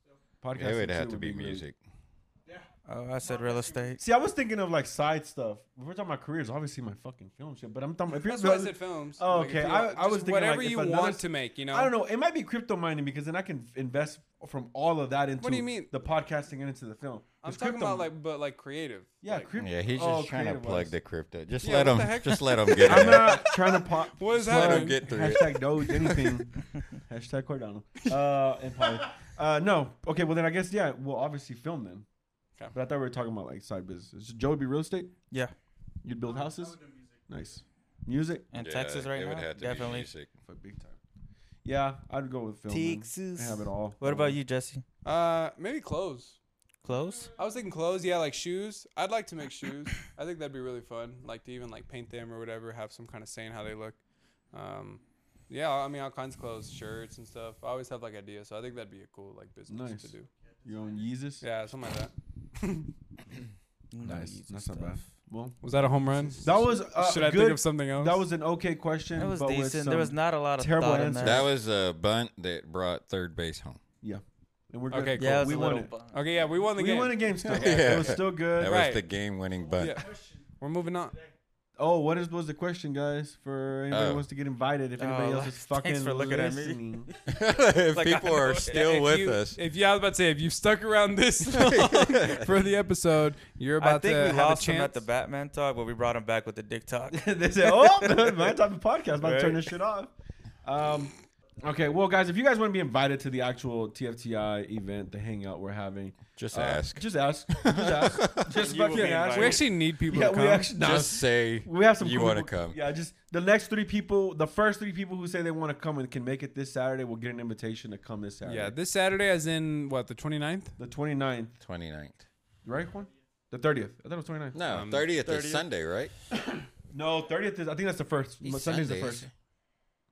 [SPEAKER 6] Still.
[SPEAKER 2] Podcasting
[SPEAKER 1] It would have
[SPEAKER 2] too
[SPEAKER 1] to be
[SPEAKER 2] great.
[SPEAKER 1] music.
[SPEAKER 6] Yeah.
[SPEAKER 3] Oh, I said real estate.
[SPEAKER 2] See, I was thinking of like side stuff. If we're talking about careers, obviously my fucking film shit. But I'm talking. If you're,
[SPEAKER 5] That's why I said films.
[SPEAKER 2] Oh,
[SPEAKER 5] Like, if
[SPEAKER 2] okay.
[SPEAKER 5] you-
[SPEAKER 2] I- I
[SPEAKER 5] just
[SPEAKER 2] was thinking, like,
[SPEAKER 5] whatever
[SPEAKER 2] if
[SPEAKER 5] you
[SPEAKER 2] another
[SPEAKER 5] want
[SPEAKER 2] s-
[SPEAKER 5] to make. You know,
[SPEAKER 2] I don't know. It might be crypto mining because then I can f- invest from all of that into
[SPEAKER 5] do you mean?
[SPEAKER 2] the podcasting and into the film.
[SPEAKER 5] I'm
[SPEAKER 2] 'Cause
[SPEAKER 5] talking
[SPEAKER 2] crypto-
[SPEAKER 5] about like, but like creative.
[SPEAKER 2] yeah,
[SPEAKER 5] like,
[SPEAKER 2] crypto.
[SPEAKER 1] Yeah, he's just
[SPEAKER 2] oh,
[SPEAKER 1] trying to
[SPEAKER 2] creative
[SPEAKER 1] plug
[SPEAKER 2] wise.
[SPEAKER 1] the crypto. Just
[SPEAKER 5] Yeah,
[SPEAKER 1] let
[SPEAKER 5] what the
[SPEAKER 1] him.
[SPEAKER 5] heck?
[SPEAKER 1] Just let him get it.
[SPEAKER 2] I'm not trying to pop.
[SPEAKER 5] What is
[SPEAKER 2] plug
[SPEAKER 5] happening?
[SPEAKER 1] Get through it.
[SPEAKER 2] hashtag Doge anything. hashtag Cardano. Uh, and Poly. Uh, no. Okay. Well, then I guess yeah. We'll obviously film then.
[SPEAKER 5] Okay.
[SPEAKER 2] But I thought we were talking about like side business. Joe would be real estate.
[SPEAKER 3] Yeah,
[SPEAKER 2] You'd build houses.
[SPEAKER 6] I would do music.
[SPEAKER 2] Nice. Music.
[SPEAKER 3] in Texas right
[SPEAKER 1] it
[SPEAKER 3] now,
[SPEAKER 1] would have to Be
[SPEAKER 3] definitely.
[SPEAKER 1] music.
[SPEAKER 2] Fuck big time. Yeah, I'd go with film. then.
[SPEAKER 3] Texas.
[SPEAKER 2] Have it all.
[SPEAKER 3] What about you, Jesse?
[SPEAKER 5] Uh, maybe clothes.
[SPEAKER 3] Clothes?
[SPEAKER 5] I was thinking clothes. Yeah, like shoes. I'd like to make shoes. I think that'd be really fun. Like to even like paint them or whatever. Have some kind of say in how they look. Um, yeah, I mean all kinds of clothes, shirts and stuff. I always have like ideas, so I think that'd be a cool like business
[SPEAKER 2] Nice.
[SPEAKER 5] to do.
[SPEAKER 2] Your own Yeezus.
[SPEAKER 5] Yeah, something like that.
[SPEAKER 2] Nice. That's not bad. Well,
[SPEAKER 5] Was that a home run?
[SPEAKER 2] that was uh,
[SPEAKER 5] Should I
[SPEAKER 2] good.
[SPEAKER 5] think of something else?
[SPEAKER 2] that was an okay question.
[SPEAKER 3] That was
[SPEAKER 2] but with
[SPEAKER 3] decent. There was
[SPEAKER 2] some-
[SPEAKER 3] not a lot of
[SPEAKER 2] terrible
[SPEAKER 3] thought in
[SPEAKER 2] answers.
[SPEAKER 3] there.
[SPEAKER 1] That was a bunt that brought third base home.
[SPEAKER 2] and we're good.
[SPEAKER 5] Okay, cool.
[SPEAKER 3] yeah, it was
[SPEAKER 2] we
[SPEAKER 3] a
[SPEAKER 2] won
[SPEAKER 3] little.
[SPEAKER 2] it.
[SPEAKER 3] bu-
[SPEAKER 5] okay. Yeah, we won the
[SPEAKER 2] We
[SPEAKER 5] game.
[SPEAKER 2] won a game still.
[SPEAKER 1] Yeah.
[SPEAKER 2] It was still good.
[SPEAKER 1] That
[SPEAKER 5] Right.
[SPEAKER 1] was the game-winning bunt.
[SPEAKER 5] Yeah.
[SPEAKER 6] Question.
[SPEAKER 5] We're moving on.
[SPEAKER 6] Today.
[SPEAKER 2] Oh, what is was the question, guys? For anybody who
[SPEAKER 1] Oh.
[SPEAKER 2] wants to get invited, if
[SPEAKER 3] Oh,
[SPEAKER 2] anybody else is
[SPEAKER 3] thanks
[SPEAKER 2] fucking
[SPEAKER 3] for looking at me.
[SPEAKER 2] listening.
[SPEAKER 1] if
[SPEAKER 3] Like, I
[SPEAKER 1] people are
[SPEAKER 3] know.
[SPEAKER 1] still
[SPEAKER 5] if
[SPEAKER 1] with
[SPEAKER 5] you,
[SPEAKER 1] us,
[SPEAKER 5] If you, I was about to say, if you've stuck around this long for the episode, you're about
[SPEAKER 3] I think
[SPEAKER 5] to
[SPEAKER 3] we
[SPEAKER 5] have
[SPEAKER 3] lost
[SPEAKER 5] a
[SPEAKER 3] him
[SPEAKER 5] chance.
[SPEAKER 3] at the Batman talk, but we brought him back with the dick talk.
[SPEAKER 2] they said, "Oh, my type of podcast. I'm about to turn
[SPEAKER 3] Right.
[SPEAKER 2] this shit off." Um, okay, well, guys, if you guys want to be invited to the actual TFTI event, the hangout we're having,
[SPEAKER 1] just
[SPEAKER 2] uh,
[SPEAKER 1] ask.
[SPEAKER 2] just ask, just ask, just
[SPEAKER 3] You will be
[SPEAKER 2] fucking ask.
[SPEAKER 5] we
[SPEAKER 3] invited.
[SPEAKER 5] actually need people
[SPEAKER 2] yeah,
[SPEAKER 5] to
[SPEAKER 2] we
[SPEAKER 5] come.
[SPEAKER 2] actually nah,
[SPEAKER 1] just say
[SPEAKER 2] we have some.
[SPEAKER 1] you
[SPEAKER 2] cool
[SPEAKER 1] wanna
[SPEAKER 2] people-
[SPEAKER 1] come.
[SPEAKER 2] Yeah, just the next three people, the first three people who say they want to come and can make it this Saturday, will get an invitation to come this Saturday.
[SPEAKER 5] yeah, this Saturday, as in what the 29th.
[SPEAKER 2] the 29th,
[SPEAKER 1] 29th.
[SPEAKER 2] right, Juan? The 30th. I thought it was 29th.
[SPEAKER 1] No,
[SPEAKER 5] Um,
[SPEAKER 1] 30th,
[SPEAKER 2] 30th.
[SPEAKER 1] is Sunday, right?
[SPEAKER 2] No, thirtieth is. I think that's the first. Sunday's the first.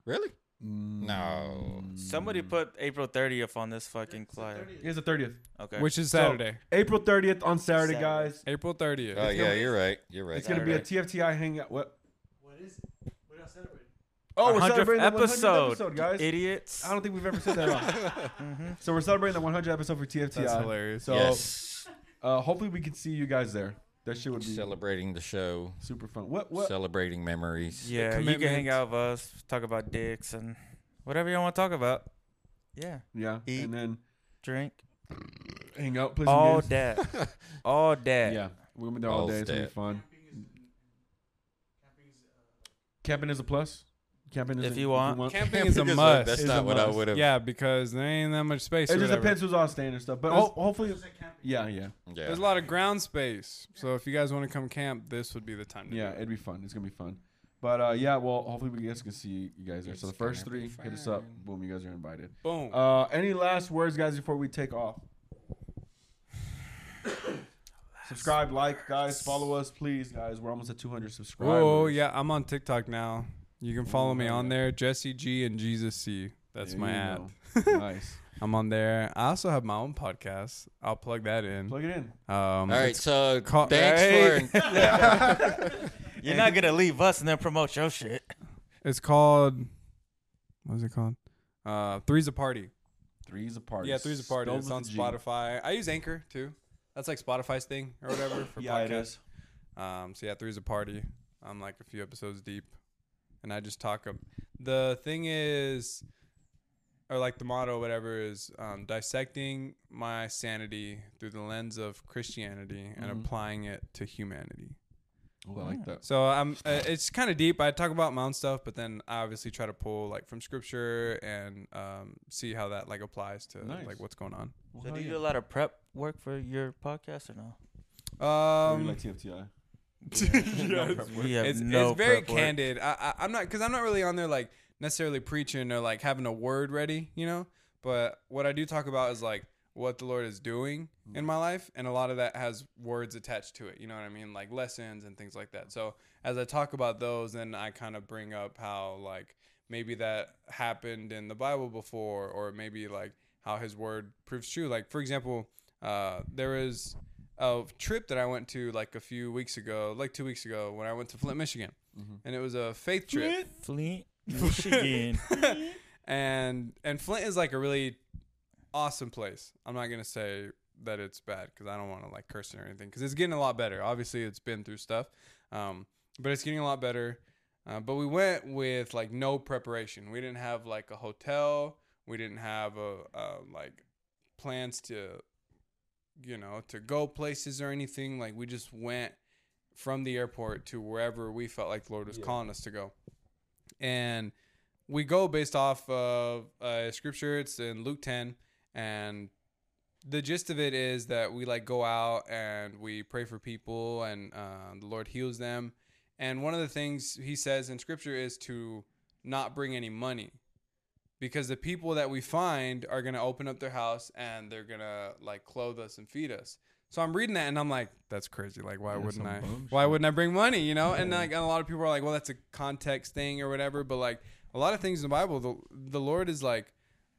[SPEAKER 1] Really? Mm.
[SPEAKER 2] Mm.
[SPEAKER 1] No.
[SPEAKER 3] Somebody put April 30th on this fucking flyer.
[SPEAKER 2] It's the thirtieth.
[SPEAKER 3] Okay.
[SPEAKER 5] Which is
[SPEAKER 2] So-
[SPEAKER 5] Saturday,
[SPEAKER 2] April thirtieth on Saturday,
[SPEAKER 3] Saturday.
[SPEAKER 2] guys.
[SPEAKER 5] April 30th.
[SPEAKER 1] Oh yeah,
[SPEAKER 2] gonna-
[SPEAKER 1] you're right. You're right.
[SPEAKER 2] It's gonna be a TFTI hangout. What?
[SPEAKER 6] What is it? What did I celebrate?
[SPEAKER 2] Oh, we're
[SPEAKER 3] 100th
[SPEAKER 2] celebrating the 100th
[SPEAKER 3] episode,
[SPEAKER 2] episode, guys.
[SPEAKER 3] Idiots. Mm-hmm.
[SPEAKER 2] I don't think we've ever said that. Wrong. So we're celebrating the 100 episode for TFTI.
[SPEAKER 5] That's hilarious.
[SPEAKER 2] So
[SPEAKER 1] yes.
[SPEAKER 2] uh, hopefully we can see you guys there. That shit would be
[SPEAKER 1] Celebrating the show,
[SPEAKER 2] super fun. What? What?
[SPEAKER 1] celebrating memories.
[SPEAKER 3] yeah, you can hang
[SPEAKER 5] commitment.
[SPEAKER 3] out with us, talk about dicks and whatever you want to talk about. Yeah,
[SPEAKER 2] yeah.
[SPEAKER 3] Eat.
[SPEAKER 2] And then
[SPEAKER 3] drink.
[SPEAKER 2] hang out, play some
[SPEAKER 3] All
[SPEAKER 2] games.
[SPEAKER 3] that. All that.
[SPEAKER 2] Yeah, we're gonna be there all,
[SPEAKER 1] All
[SPEAKER 2] day. It's gonna be
[SPEAKER 1] day.
[SPEAKER 2] fun.
[SPEAKER 6] Camping is. Camping is.
[SPEAKER 2] Camping is a plus. Camping is
[SPEAKER 3] If
[SPEAKER 2] a-
[SPEAKER 3] you want.
[SPEAKER 5] Camping is a
[SPEAKER 1] Because, like,
[SPEAKER 5] must.
[SPEAKER 1] that's
[SPEAKER 2] It's
[SPEAKER 1] not
[SPEAKER 2] a
[SPEAKER 1] what I
[SPEAKER 2] must.
[SPEAKER 1] would have.
[SPEAKER 5] yeah, because there ain't that much space.
[SPEAKER 2] It
[SPEAKER 5] or
[SPEAKER 2] just
[SPEAKER 5] whatever.
[SPEAKER 2] depends who's all staying and stuff. But
[SPEAKER 5] There's-
[SPEAKER 2] ho- hopefully,
[SPEAKER 6] Just like camping.
[SPEAKER 2] yeah, yeah.
[SPEAKER 1] yeah.
[SPEAKER 5] There's a lot of ground space, so if you guys want to come camp, this would be the time. To
[SPEAKER 2] Yeah,
[SPEAKER 5] do
[SPEAKER 2] it'd be fun. It's gonna be fun. But uh, yeah, well, hopefully we guys can see you guys there. So the
[SPEAKER 1] It's
[SPEAKER 2] first
[SPEAKER 1] gonna
[SPEAKER 2] three,
[SPEAKER 1] be
[SPEAKER 2] hit us up.
[SPEAKER 1] fun.
[SPEAKER 2] Boom, you guys are invited.
[SPEAKER 5] it. Boom.
[SPEAKER 2] Uh, any last words, guys, before we take off? Subscribe, like, guys. Follow us, please, guys. We're almost at 200 subscribers.
[SPEAKER 5] Oh yeah, I'm on TikTok now. You can follow me
[SPEAKER 2] hell
[SPEAKER 5] on
[SPEAKER 2] yeah.
[SPEAKER 5] there, Jesse G and Jesus C. That's
[SPEAKER 2] There
[SPEAKER 5] my
[SPEAKER 2] you
[SPEAKER 5] ad.
[SPEAKER 2] go. nice.
[SPEAKER 5] I'm on there. I also have my own podcast. I'll plug that in.
[SPEAKER 2] Plug it in.
[SPEAKER 5] Um,
[SPEAKER 1] All right. So
[SPEAKER 5] called-
[SPEAKER 1] thanks
[SPEAKER 5] Hey.
[SPEAKER 1] for
[SPEAKER 3] You're not gonna leave us and then promote your shit.
[SPEAKER 5] It's called what is it called? Uh, Three's a Party.
[SPEAKER 2] Three's a party.
[SPEAKER 5] Yeah, Three's a Party.
[SPEAKER 2] Spelled
[SPEAKER 5] It's
[SPEAKER 2] with
[SPEAKER 5] on
[SPEAKER 2] a G.
[SPEAKER 5] Spotify. I use Anchor too. That's like Spotify's thing or whatever for
[SPEAKER 2] Yeah, it
[SPEAKER 5] podcasts.
[SPEAKER 2] is.
[SPEAKER 5] Um, so yeah, three's a party. I'm like a few episodes deep, and I just talk. Up. The thing is, or like the motto, whatever, is um, dissecting my sanity through the lens of Christianity and
[SPEAKER 2] Mhm.
[SPEAKER 5] applying it to humanity.
[SPEAKER 2] Oh, I like that.
[SPEAKER 5] So I'm. Uh, it's kind of deep. I talk about my own stuff, but then I obviously try to pull like from scripture and um, see how that like applies to
[SPEAKER 2] Nice.
[SPEAKER 5] like what's going on.
[SPEAKER 2] Well,
[SPEAKER 3] So
[SPEAKER 2] hell
[SPEAKER 3] do you
[SPEAKER 2] Oh, yeah.
[SPEAKER 3] do a lot of prep work for your podcast or no?
[SPEAKER 2] Or you
[SPEAKER 5] Um,
[SPEAKER 2] like TFTI?
[SPEAKER 5] yeah,
[SPEAKER 3] We have
[SPEAKER 5] it's,
[SPEAKER 3] no
[SPEAKER 5] it's very
[SPEAKER 3] prep work.
[SPEAKER 5] candid. I, I, I'm not because I'm not really on there like necessarily preaching or like having a word ready, you know. But what I do talk about is like what the Lord is doing
[SPEAKER 3] Mm-hmm.
[SPEAKER 5] in my life, and a lot of that has words attached to it. You know what I mean, like lessons and things like that. So as I talk about those, then I kind of bring up how like maybe that happened in the Bible before, or maybe like how His word proves true. Like for example, uh, there is a trip that I went to like a few weeks ago, like two weeks ago, when I went to Flint, Michigan, and it was a faith trip.
[SPEAKER 3] Flint, Michigan.
[SPEAKER 5] and and Flint is like a really awesome place. I'm not gonna say that it's bad because I don't want to like curse it or anything because it's getting a lot better. Obviously, it's been through stuff, um, but it's getting a lot better. Uh, but we went with like no preparation. We didn't have like a hotel. We didn't have a uh, like plans to you know to go places or anything. Like we just went from the airport to wherever we felt like the Lord was calling us to go, and we go based off of uh, scripture. It's in Luke 10, and the gist of it is that we like go out and we pray for people, and uh, the Lord heals them. And one of the things He says in scripture is to not bring any money, because the people that we find are gonna open up their house and they're gonna like clothe us and feed us. So I'm reading that and I'm like, that's crazy. Like, why
[SPEAKER 2] Yeah,
[SPEAKER 5] wouldn't
[SPEAKER 2] some
[SPEAKER 5] I?
[SPEAKER 2] bum
[SPEAKER 5] Why wouldn't I bring money? You know? And like, and a lot of people are like, well, that's a context thing or whatever. But like, a lot of things in the Bible, the the Lord is like,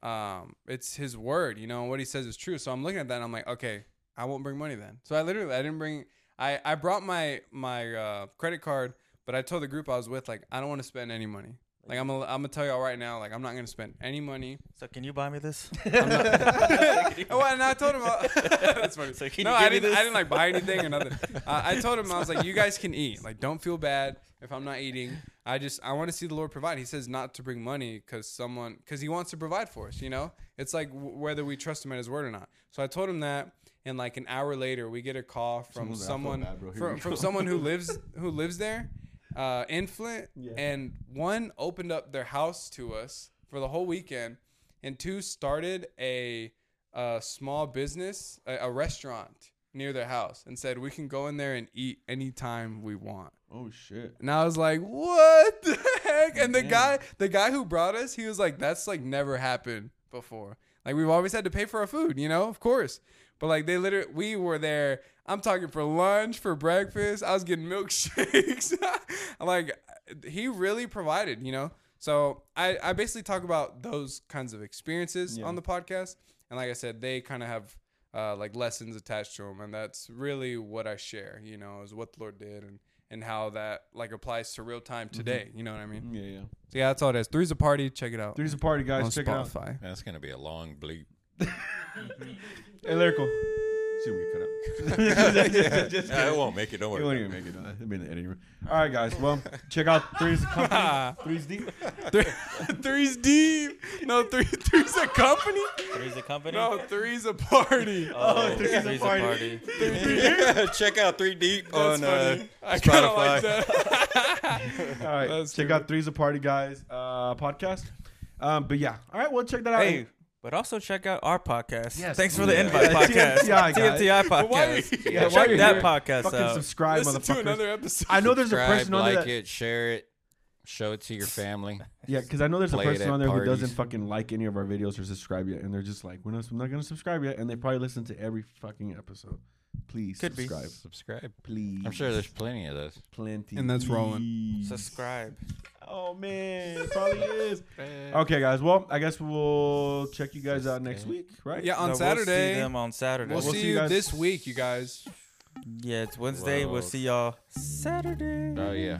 [SPEAKER 5] um, it's His word. You know, and what He says is true. So I'm looking at that and I'm like, okay, I won't bring money then. So I literally, I didn't bring. I I brought my my uh, credit card, but I told the group I was with like, I don't want to spend any money. Like I'm gonna, I'm gonna tell y'all right now, like I'm not gonna spend any money.
[SPEAKER 3] so can you buy me this?
[SPEAKER 5] I'm not- oh, and I told him. uh, that's funny.
[SPEAKER 3] So can
[SPEAKER 5] no,
[SPEAKER 3] you
[SPEAKER 5] I
[SPEAKER 3] give me
[SPEAKER 5] didn't. I
[SPEAKER 3] this?
[SPEAKER 5] didn't like buy anything or nothing. Uh, I told him I was like, you guys can eat. Like, don't feel bad if I'm not eating. I just I want to see the Lord provide. He says not to bring money because someone because He wants to provide for us. You know, it's like w- whether we trust Him at His word or not. So I told him that, and like an hour later, we get a call from
[SPEAKER 2] Someone's like, "I
[SPEAKER 5] someone
[SPEAKER 2] feel bad, bro. Here
[SPEAKER 5] from,
[SPEAKER 2] we
[SPEAKER 5] from
[SPEAKER 2] go."
[SPEAKER 5] someone who lives who lives there uh, in Flint,
[SPEAKER 2] Yeah.
[SPEAKER 5] and one opened up their house to us for the whole weekend, and two started a, a small business, a, a restaurant near their house, and said we can go in there and eat anytime we want.
[SPEAKER 2] Oh shit.
[SPEAKER 5] And I was like, "What the heck?" And the
[SPEAKER 2] Man.
[SPEAKER 5] guy, the guy who brought us, he was like, "That's like never happened before. Like we've always had to pay for our food, you know, of course." But like they literally, we were there. I'm talking for lunch, for breakfast. I was getting milkshakes. like he really provided, you know. So I, I basically talk about those kinds of experiences
[SPEAKER 2] Yeah.
[SPEAKER 5] on the podcast, and like I said, they kind of have uh, like lessons attached to them, and that's really what I share. You know, is what the Lord did and and how that like applies to real
[SPEAKER 2] Mm-hmm.
[SPEAKER 5] time today. You know what I mean?
[SPEAKER 2] Yeah, yeah.
[SPEAKER 5] So yeah, that's all it is. Three's a party. Check it out.
[SPEAKER 2] Three's a party, guys.
[SPEAKER 5] on
[SPEAKER 2] Check it out.
[SPEAKER 5] Spotify.
[SPEAKER 1] That's gonna be a long bleep.
[SPEAKER 2] Hey, lyrical. See we cut up.
[SPEAKER 1] I
[SPEAKER 2] Ah,
[SPEAKER 1] won't make it. Don't
[SPEAKER 2] It won't
[SPEAKER 1] worry.
[SPEAKER 2] even make it. uh, It'll be in the editing room. All right, guys. Well, check out Three's Company. Three's Deep.
[SPEAKER 5] Three, three's deep. No, three, three's a company.
[SPEAKER 3] Three's a company.
[SPEAKER 5] No, three's a party.
[SPEAKER 3] oh,
[SPEAKER 2] three's a party.
[SPEAKER 1] Check out Three Deep
[SPEAKER 5] That's
[SPEAKER 1] on uh,
[SPEAKER 5] funny. I kind of
[SPEAKER 1] Spotify.
[SPEAKER 5] like that.
[SPEAKER 2] All right.
[SPEAKER 5] That's
[SPEAKER 2] check
[SPEAKER 5] true.
[SPEAKER 2] out Three's a Party, guys. Uh, podcast. Um, but yeah. All right. Well, check that out.
[SPEAKER 3] Hey, but also check out our podcast.
[SPEAKER 2] Yes,
[SPEAKER 3] Thanks for the
[SPEAKER 2] yeah.
[SPEAKER 3] invite
[SPEAKER 2] Yeah,
[SPEAKER 3] podcast.
[SPEAKER 2] TMTI, guys.
[SPEAKER 3] TMTI
[SPEAKER 5] But why are you-
[SPEAKER 3] podcast.
[SPEAKER 2] Yeah, while
[SPEAKER 3] check
[SPEAKER 2] you're
[SPEAKER 3] that
[SPEAKER 2] here,
[SPEAKER 3] podcast
[SPEAKER 2] fucking
[SPEAKER 3] out.
[SPEAKER 2] subscribe,
[SPEAKER 5] Listen to
[SPEAKER 2] motherfuckers.
[SPEAKER 5] another episode.
[SPEAKER 2] I know there's a
[SPEAKER 1] Subscribe,
[SPEAKER 2] person on there.
[SPEAKER 1] like
[SPEAKER 2] That,
[SPEAKER 1] it, share it, show it to your family.
[SPEAKER 2] Yeah, because I know there's a
[SPEAKER 1] Play it
[SPEAKER 2] person
[SPEAKER 1] at
[SPEAKER 2] on there who
[SPEAKER 1] parties.
[SPEAKER 2] doesn't fucking like any of our videos or subscribe yet, and they're just like, "We're not, I'm not gonna subscribe yet," and they probably listen to every fucking episode. Please
[SPEAKER 3] Could be.
[SPEAKER 2] subscribe,
[SPEAKER 1] Subscribe.
[SPEAKER 2] please.
[SPEAKER 1] I'm sure there's plenty of those.
[SPEAKER 2] plenty.
[SPEAKER 5] And that's rolling.
[SPEAKER 2] please.
[SPEAKER 3] Subscribe.
[SPEAKER 2] Oh man, it probably is. Okay, guys. Well, I guess we'll check you guys out next week, right?
[SPEAKER 5] Yeah, on
[SPEAKER 3] No, We'll see
[SPEAKER 5] Saturday.
[SPEAKER 3] them on Saturday.
[SPEAKER 5] We'll,
[SPEAKER 2] We'll see
[SPEAKER 5] see
[SPEAKER 2] you
[SPEAKER 5] you
[SPEAKER 2] guys.
[SPEAKER 5] this week, you guys.
[SPEAKER 3] yeah, it's Wednesday.
[SPEAKER 1] Whoa.
[SPEAKER 3] We'll see y'all Saturday.
[SPEAKER 1] Oh yeah.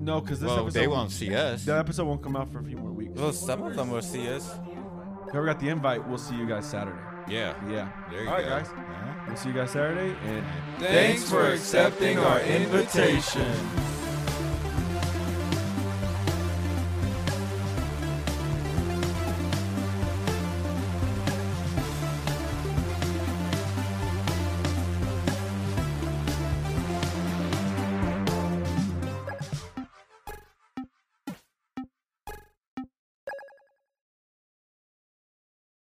[SPEAKER 2] No, because this
[SPEAKER 1] Well,
[SPEAKER 2] episode
[SPEAKER 1] they won't see us.
[SPEAKER 2] That episode won't come out for a few more weeks.
[SPEAKER 3] Well, some of them will see us.
[SPEAKER 2] Whoever got the invite, we'll see you guys Saturday.
[SPEAKER 1] Yeah.
[SPEAKER 2] Yeah.
[SPEAKER 1] There you
[SPEAKER 2] All right,
[SPEAKER 1] go.
[SPEAKER 2] guys.
[SPEAKER 1] Yeah.
[SPEAKER 2] We'll see you guys Saturday, and
[SPEAKER 5] Thanks for accepting our invitation.
[SPEAKER 2] Peace.